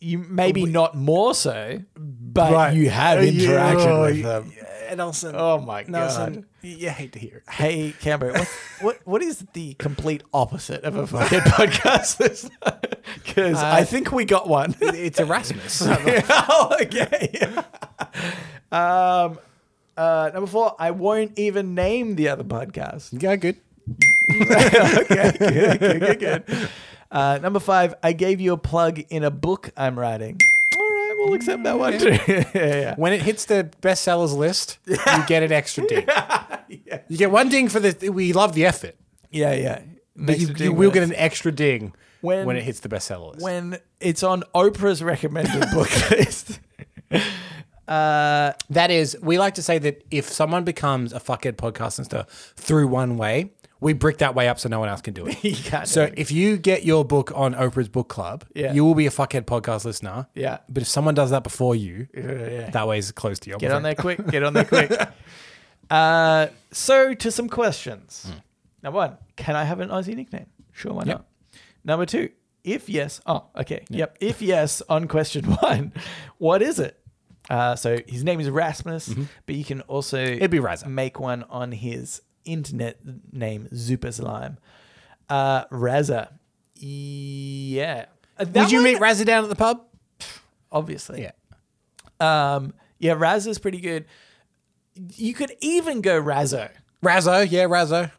Speaker 2: You maybe not more so, but
Speaker 1: Right.
Speaker 2: you have
Speaker 1: Uh, yeah,
Speaker 2: interacted with
Speaker 1: yeah.
Speaker 2: them.
Speaker 1: Nelson.
Speaker 2: Oh my
Speaker 1: Nelson.
Speaker 2: God.
Speaker 1: Y- You hate to hear it.
Speaker 2: Hey, Camber, what, what what is the complete opposite of a fucking podcast? Because I think we got one.
Speaker 1: Uh, It's Erasmus.
Speaker 2: oh, okay. um, uh, number four, I won't even name the other podcast.
Speaker 1: yeah, good.
Speaker 2: Okay, good, good, good, good. Uh, number five, I gave you a plug in a book I'm writing. All right, we'll accept that one too. yeah, yeah.
Speaker 1: When it hits the bestsellers list, you get an extra ding. You get one ding for the. We love the effort,
Speaker 2: yeah, yeah.
Speaker 1: but
Speaker 2: Next
Speaker 1: you,
Speaker 2: to
Speaker 1: you
Speaker 2: Ding
Speaker 1: will
Speaker 2: List.
Speaker 1: get an extra ding
Speaker 2: When-
Speaker 1: when, it hits the bestseller list.
Speaker 2: when it's on Oprah's recommended book list.
Speaker 1: that is, we like to say that if someone becomes a fuckhead podcaster through one way, we brick that way up so no one else can do it.
Speaker 2: You can't
Speaker 1: so
Speaker 2: do it.
Speaker 1: if you get your book on Oprah's book club,
Speaker 2: Yeah.
Speaker 1: you will be a fuckhead podcast listener.
Speaker 2: Yeah.
Speaker 1: But if someone does that before you,
Speaker 2: yeah.
Speaker 1: that way is close to your
Speaker 2: Get on there quick. Get on there quick. uh, so, to some questions. Number one, can I have an Aussie nickname? Sure, why not? Number two, if yes, oh, okay. Yep. If yes, on question one, what is it? Uh, so, his name is Rasmus, but you can also It'd
Speaker 1: be Raza.
Speaker 2: make one on his internet name, Zupa Slime. Uh, Raza. Yeah. Uh, that
Speaker 1: Did you
Speaker 2: one-
Speaker 1: meet Razza down at the pub?
Speaker 2: obviously. Yeah. Um, yeah, Raz is pretty good. You could even go Razzo.
Speaker 1: Razzo, yeah, Razzo.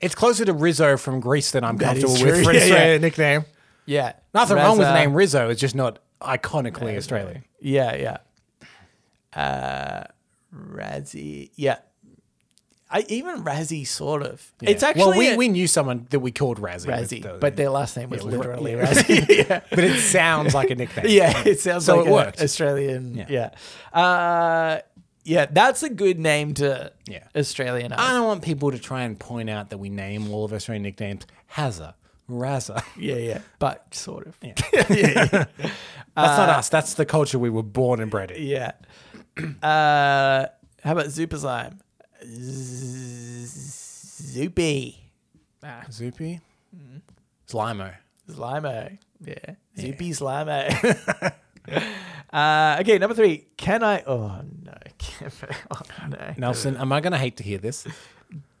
Speaker 1: It's closer to Rizzo from Greece than I'm
Speaker 2: is
Speaker 1: comfortable
Speaker 2: true.
Speaker 1: with for an
Speaker 2: Yeah,
Speaker 1: Australian nickname.
Speaker 2: Yeah.
Speaker 1: Nothing wrong with the
Speaker 2: Razza.
Speaker 1: name Rizzo. It's just not iconically Australian.
Speaker 2: Yeah, yeah. Uh, Razzie. Yeah. I, even Razzie, sort of. It's actually
Speaker 1: well, we,
Speaker 2: a-
Speaker 1: we knew someone that we called Razzie, with
Speaker 2: Razzie,
Speaker 1: the-
Speaker 2: but their last name was
Speaker 1: we-
Speaker 2: literally
Speaker 1: yeah.
Speaker 2: Razzie. yeah.
Speaker 1: but it sounds like a nickname.
Speaker 2: Yeah, it sounds
Speaker 1: So
Speaker 2: like
Speaker 1: it
Speaker 2: a
Speaker 1: worked.
Speaker 2: Australian. Yeah. Uh, yeah, that's a good name to
Speaker 1: Yeah. Um,
Speaker 2: Australian.
Speaker 1: I don't want people to try and point out that we name all of Australian nicknames Hazza, Razza.
Speaker 2: Yeah, yeah. But sort of. Yeah. Uh,
Speaker 1: That's not us. That's the culture we were born and bred in.
Speaker 2: Yeah. Uh, how about Zupazyme? Z- Zoopy.
Speaker 1: Zoopy?
Speaker 2: Mm.
Speaker 1: Slimo.
Speaker 2: Slimo. Yeah. Zoopy Slimo. uh, okay, number three. Can I? Oh, no. Can I- Oh, no.
Speaker 1: Nelson, am I going to hate to hear this?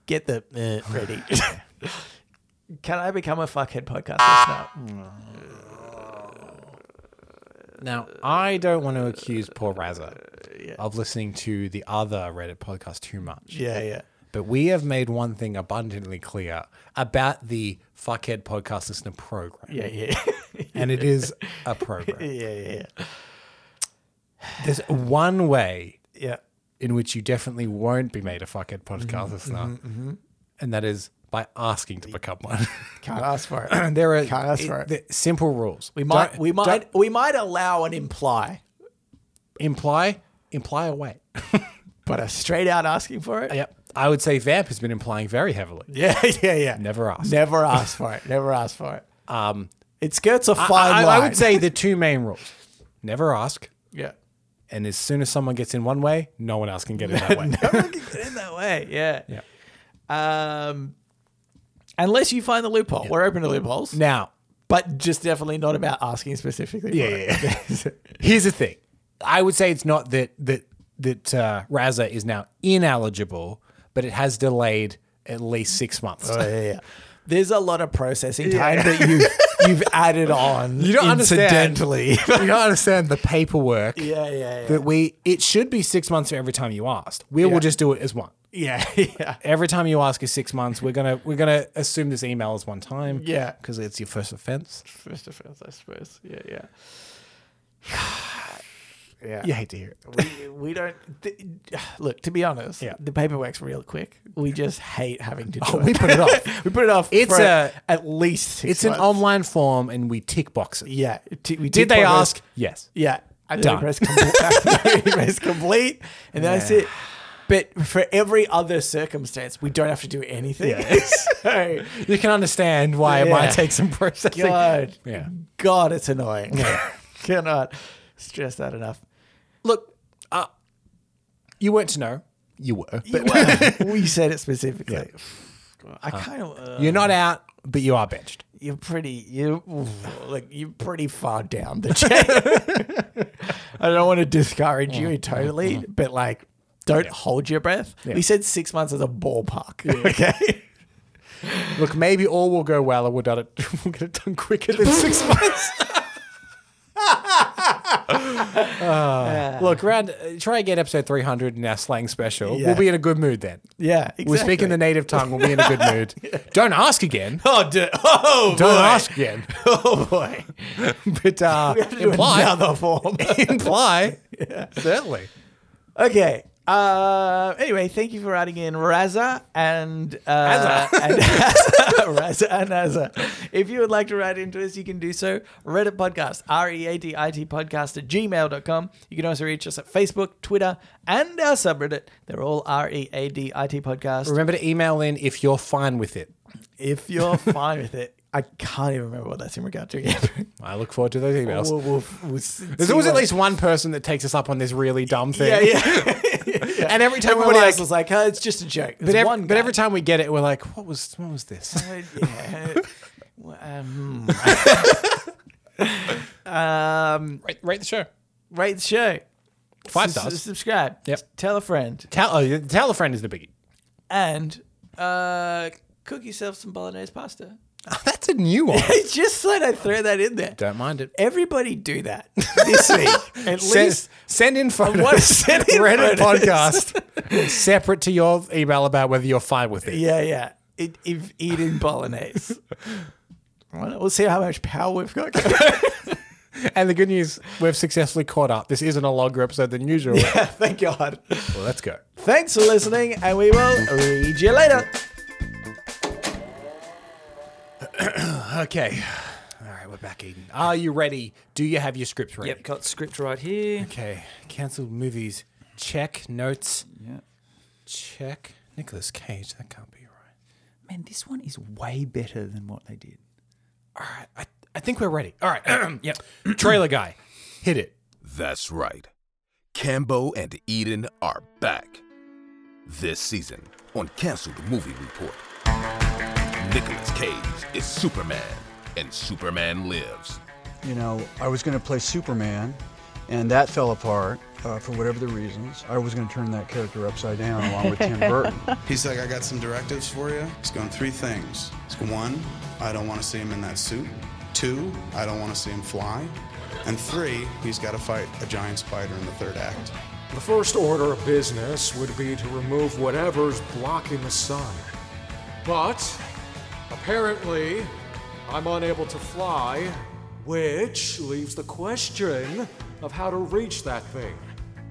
Speaker 2: Get the uh, ready. Can I become a fuckhead podcast listener?
Speaker 1: Now, I don't want to accuse poor Razza
Speaker 2: Uh,
Speaker 1: of listening to the other Reddit podcast too much,
Speaker 2: Yeah, yeah.
Speaker 1: but we have made one thing abundantly clear about the Fuckhead Podcast Listener program.
Speaker 2: Yeah, yeah.
Speaker 1: And it is a program.
Speaker 2: yeah, yeah, yeah.
Speaker 1: There's one way
Speaker 2: Yeah.
Speaker 1: in which you definitely won't be made a Fuckhead Podcast listener, and that is by asking to become one.
Speaker 2: Can't ask for it.
Speaker 1: there are
Speaker 2: Can't ask for it.
Speaker 1: the simple rules.
Speaker 2: We might, we might, we might allow an imply,
Speaker 1: imply, imply away.
Speaker 2: but a straight out asking for it.
Speaker 1: Yep. I would say Vamp has been implying very heavily.
Speaker 2: Yeah, yeah, yeah.
Speaker 1: Never ask.
Speaker 2: Never ask for it. Never ask for it.
Speaker 1: Um,
Speaker 2: It skirts a fine
Speaker 1: I, I- I
Speaker 2: line.
Speaker 1: would say the two main rules: never ask,
Speaker 2: yeah.
Speaker 1: and as soon as someone gets in one way, no one else can get in that way.
Speaker 2: in that way, yeah. Yeah. Um, unless you find the loophole, we're open to loopholes,
Speaker 1: Now,
Speaker 2: but just definitely not about asking specifically.
Speaker 1: yeah, yeah, yeah. here's the thing: I would say it's not that that that uh, Raza is now ineligible, but it has delayed at least six months.
Speaker 2: yeah, Oh, yeah, yeah. There's a lot of processing time that you you've added on.
Speaker 1: You don't understand.
Speaker 2: incidentally.
Speaker 1: you don't understand the paperwork
Speaker 2: yeah, yeah, yeah.
Speaker 1: that we. It should be six months for every time you asked. We will just do it as one.
Speaker 2: yeah, yeah,
Speaker 1: Every time you ask is six months. We're gonna we're gonna assume this email is one time.
Speaker 2: Yeah.
Speaker 1: because it's your first offense.
Speaker 2: First offense, I suppose. Yeah, yeah. yeah.
Speaker 1: You hate to hear it.
Speaker 2: we, we don't th- look to be honest
Speaker 1: Yeah. Oh,
Speaker 2: the paperwork's real quick we just hate having to do it
Speaker 1: we put it off.
Speaker 2: we put it off
Speaker 1: It's
Speaker 2: for
Speaker 1: a-
Speaker 2: at least six
Speaker 1: It's an
Speaker 2: months.
Speaker 1: online form, and we tick boxes.
Speaker 2: yeah t- we tick
Speaker 1: Did they
Speaker 2: boxes.
Speaker 1: ask? Yes.
Speaker 2: yeah and
Speaker 1: Done.
Speaker 2: then we press, compl- we press complete and that's it but for every other circumstance we don't have to do anything
Speaker 1: Yeah.
Speaker 2: so
Speaker 1: You can understand why it
Speaker 2: Yeah.
Speaker 1: might take some processing.
Speaker 2: god
Speaker 1: Yeah.
Speaker 2: god it's annoying cannot stress that enough
Speaker 1: Look, uh, you weren't to know. You were. But
Speaker 2: we said it specifically I kind of uh,
Speaker 1: you're not out, but you are benched.
Speaker 2: you're pretty you oof, like you're pretty far down the chain. I don't want to discourage you totally, but like Don't hold your breath.
Speaker 1: Mm-hmm. Yeah.
Speaker 2: We said six months as a ballpark. Okay.
Speaker 1: Look, maybe all will go well and we'll, done it, we'll get it done quicker than six months. Ah. look, round, uh, try again episode 300 in our slang special.
Speaker 2: Yeah.
Speaker 1: We'll be in a good mood then.
Speaker 2: Yeah. Exactly.
Speaker 1: We're speaking the native tongue. We'll be in a good mood. Don't ask again.
Speaker 2: Oh, do, oh
Speaker 1: Don't
Speaker 2: boy.
Speaker 1: ask again.
Speaker 2: Oh boy.
Speaker 1: But uh, imply.
Speaker 2: Another form.
Speaker 1: imply. Certainly.
Speaker 2: okay. Uh, anyway, thank you for writing in Raza and uh, Raza and Raza and Azza. If you would like to write into us, you can do so. Reddit podcast, R E A D I T podcast at gmail.com. You can also reach us at Facebook, Twitter, and our subreddit. They're all R E A D I T podcast.
Speaker 1: Remember to email in if you're fine with it.
Speaker 2: If you're fine with it, I can't even remember what that's in regard to again.
Speaker 1: I look forward to those emails.
Speaker 2: We'll- we'll- we'll see
Speaker 1: There's always at
Speaker 2: what-
Speaker 1: least one person that takes us up on this really dumb thing.
Speaker 2: Yeah, yeah.
Speaker 1: And every time
Speaker 2: Everybody
Speaker 1: we're
Speaker 2: else
Speaker 1: like,
Speaker 2: was like, oh, it's just a joke.
Speaker 1: but,
Speaker 2: There's
Speaker 1: ev-
Speaker 2: one
Speaker 1: but
Speaker 2: guy.
Speaker 1: every time we get it, we're like, what was what was this?
Speaker 2: Uh, yeah. Well, um, um,
Speaker 1: rate, rate the show.
Speaker 2: rate the show.
Speaker 1: Five
Speaker 2: Sus-
Speaker 1: stars.
Speaker 2: subscribe.
Speaker 1: Yep.
Speaker 2: Tell a friend.
Speaker 1: Tell, oh, tell a friend is the biggie.
Speaker 2: And uh, cook yourself some bolognese pasta.
Speaker 1: that's a new one.
Speaker 2: I just thought I'd throw that in there.
Speaker 1: Don't mind it.
Speaker 2: Everybody do that this week. At
Speaker 1: Send,
Speaker 2: least
Speaker 1: send in photos.
Speaker 2: want to send in
Speaker 1: Reddit
Speaker 2: photos.
Speaker 1: podcast separate to your email about whether you're fine with it.
Speaker 2: Yeah, yeah. It, if eating bolognese. Well, We'll see how much power we've got.
Speaker 1: And the good news, we've successfully caught up. This isn't a longer episode than usual.
Speaker 2: Thank God.
Speaker 1: Well, let's go.
Speaker 2: Thanks for listening, and we will read you later.
Speaker 1: Okay. All right, we're back, Eden. Are you ready? Do you have your scripts ready?
Speaker 5: Yep, got script right here.
Speaker 1: Okay. Cancelled movies. Check. Notes.
Speaker 5: Yeah.
Speaker 1: Check. Nicholas Cage. That can't be right.
Speaker 5: Man, this one is way better than what they did.
Speaker 1: All right. I, I think we're ready. All right. yep. Trailer guy. Hit it.
Speaker 6: That's right. Cambo and Eden are back. This season on Cancelled Movie Report. Nicolas Cage is Superman, and Superman lives.
Speaker 7: You know, I was going to play Superman, and that fell apart uh, for whatever the reasons. I was going to turn that character upside down along with Tim Burton.
Speaker 8: He's like, I got some directives for you. He's going three things. He's going, one, I don't want to see him in that suit. Two, I don't want to see him fly. And three, he's got to fight a giant spider in the third act.
Speaker 9: The first order of business would be to remove whatever's blocking the sun. But apparently, I'm unable to fly, which leaves the question of how to reach that thing.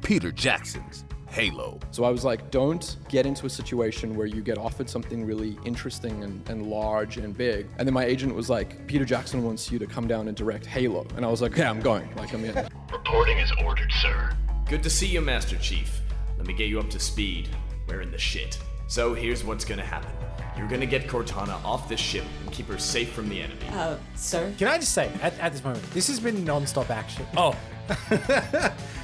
Speaker 6: Peter Jackson's Halo.
Speaker 10: So I was like, don't get into a situation where you get offered something really interesting and, and large and big. And then my agent was like, Peter Jackson wants you to come down and direct Halo. And I was like, yeah, I'm going. Like, I'm in.
Speaker 11: Reporting is ordered, sir. Good to see you, Master Chief. Let me get you up to speed. We're in the shit. So here's what's gonna happen. You're gonna get Cortana off this ship and keep her safe from the enemy.
Speaker 5: Sir?
Speaker 1: Can I just say, at, at this moment, this has been non-stop action.
Speaker 5: Oh.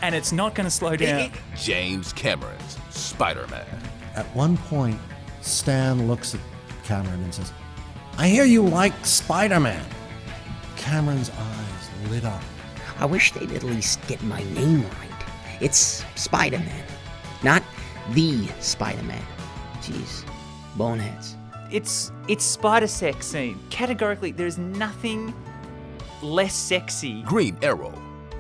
Speaker 5: and it's not going to slow down.
Speaker 6: James Cameron's Spider Man.
Speaker 12: At one point, Stan looks at Cameron and says, I hear you like Spider Man. Cameron's eyes lit up.
Speaker 4: I wish they'd at least get my name right. It's Spider Man, not the Spider Man. Jeez, boneheads.
Speaker 9: It's it's spider sex scene. Categorically, there's nothing less sexy.
Speaker 6: Green Arrow.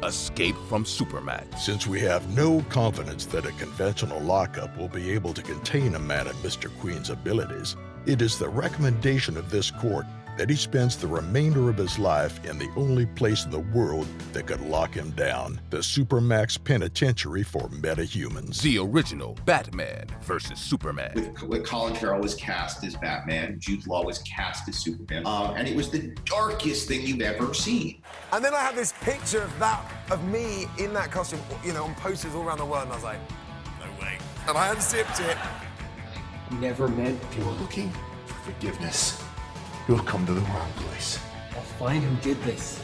Speaker 6: Escape from Supermax.
Speaker 11: Since we have no confidence that a conventional lockup will be able to contain a man of Mr. Queen's abilities, it is the recommendation of this court that he spends the remainder of his life in the only place in the world that could lock him down the Supermax Penitentiary for Metahumans.
Speaker 6: The original Batman versus Superman.
Speaker 11: With Colin Farrell was cast as Batman, Jude Law was cast as Superman, um, and it was the darkest thing you've ever seen.
Speaker 9: And then I have this picture of that of me in that costume, you know, on posters all around the world, and I was like, no way. And I unzipped it.
Speaker 11: Never meant you were looking for forgiveness. You have come to the wrong place.
Speaker 9: I'll find who did this.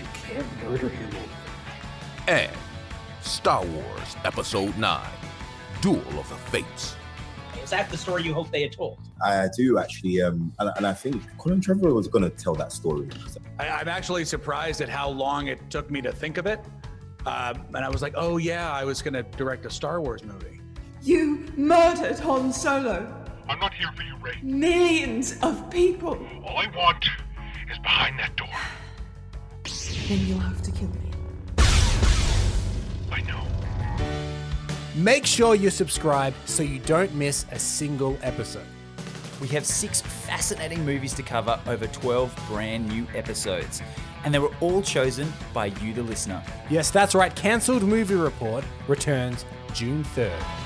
Speaker 9: You can't murder him.
Speaker 6: And Star Wars Episode 9 Duel of the Fates.
Speaker 4: Is that the story you hope they had told?
Speaker 11: I do actually, um, and, and I think Colin Trevor was going to tell that story.
Speaker 9: I, I'm actually surprised at how long it took me to think of it. Um, and I was like, oh, yeah, I was going to direct a Star Wars movie.
Speaker 13: You murdered Han Solo.
Speaker 11: I'm not here for you, Ray.
Speaker 13: Millions of people.
Speaker 11: All I want is behind that door.
Speaker 13: Then you'll have to kill me.
Speaker 1: Make sure you subscribe so you don't miss a single episode.
Speaker 2: We have six fascinating movies to cover over 12 brand new episodes, and they were all chosen by you, the listener.
Speaker 1: Yes, that's right. Cancelled Movie Report returns June 3rd.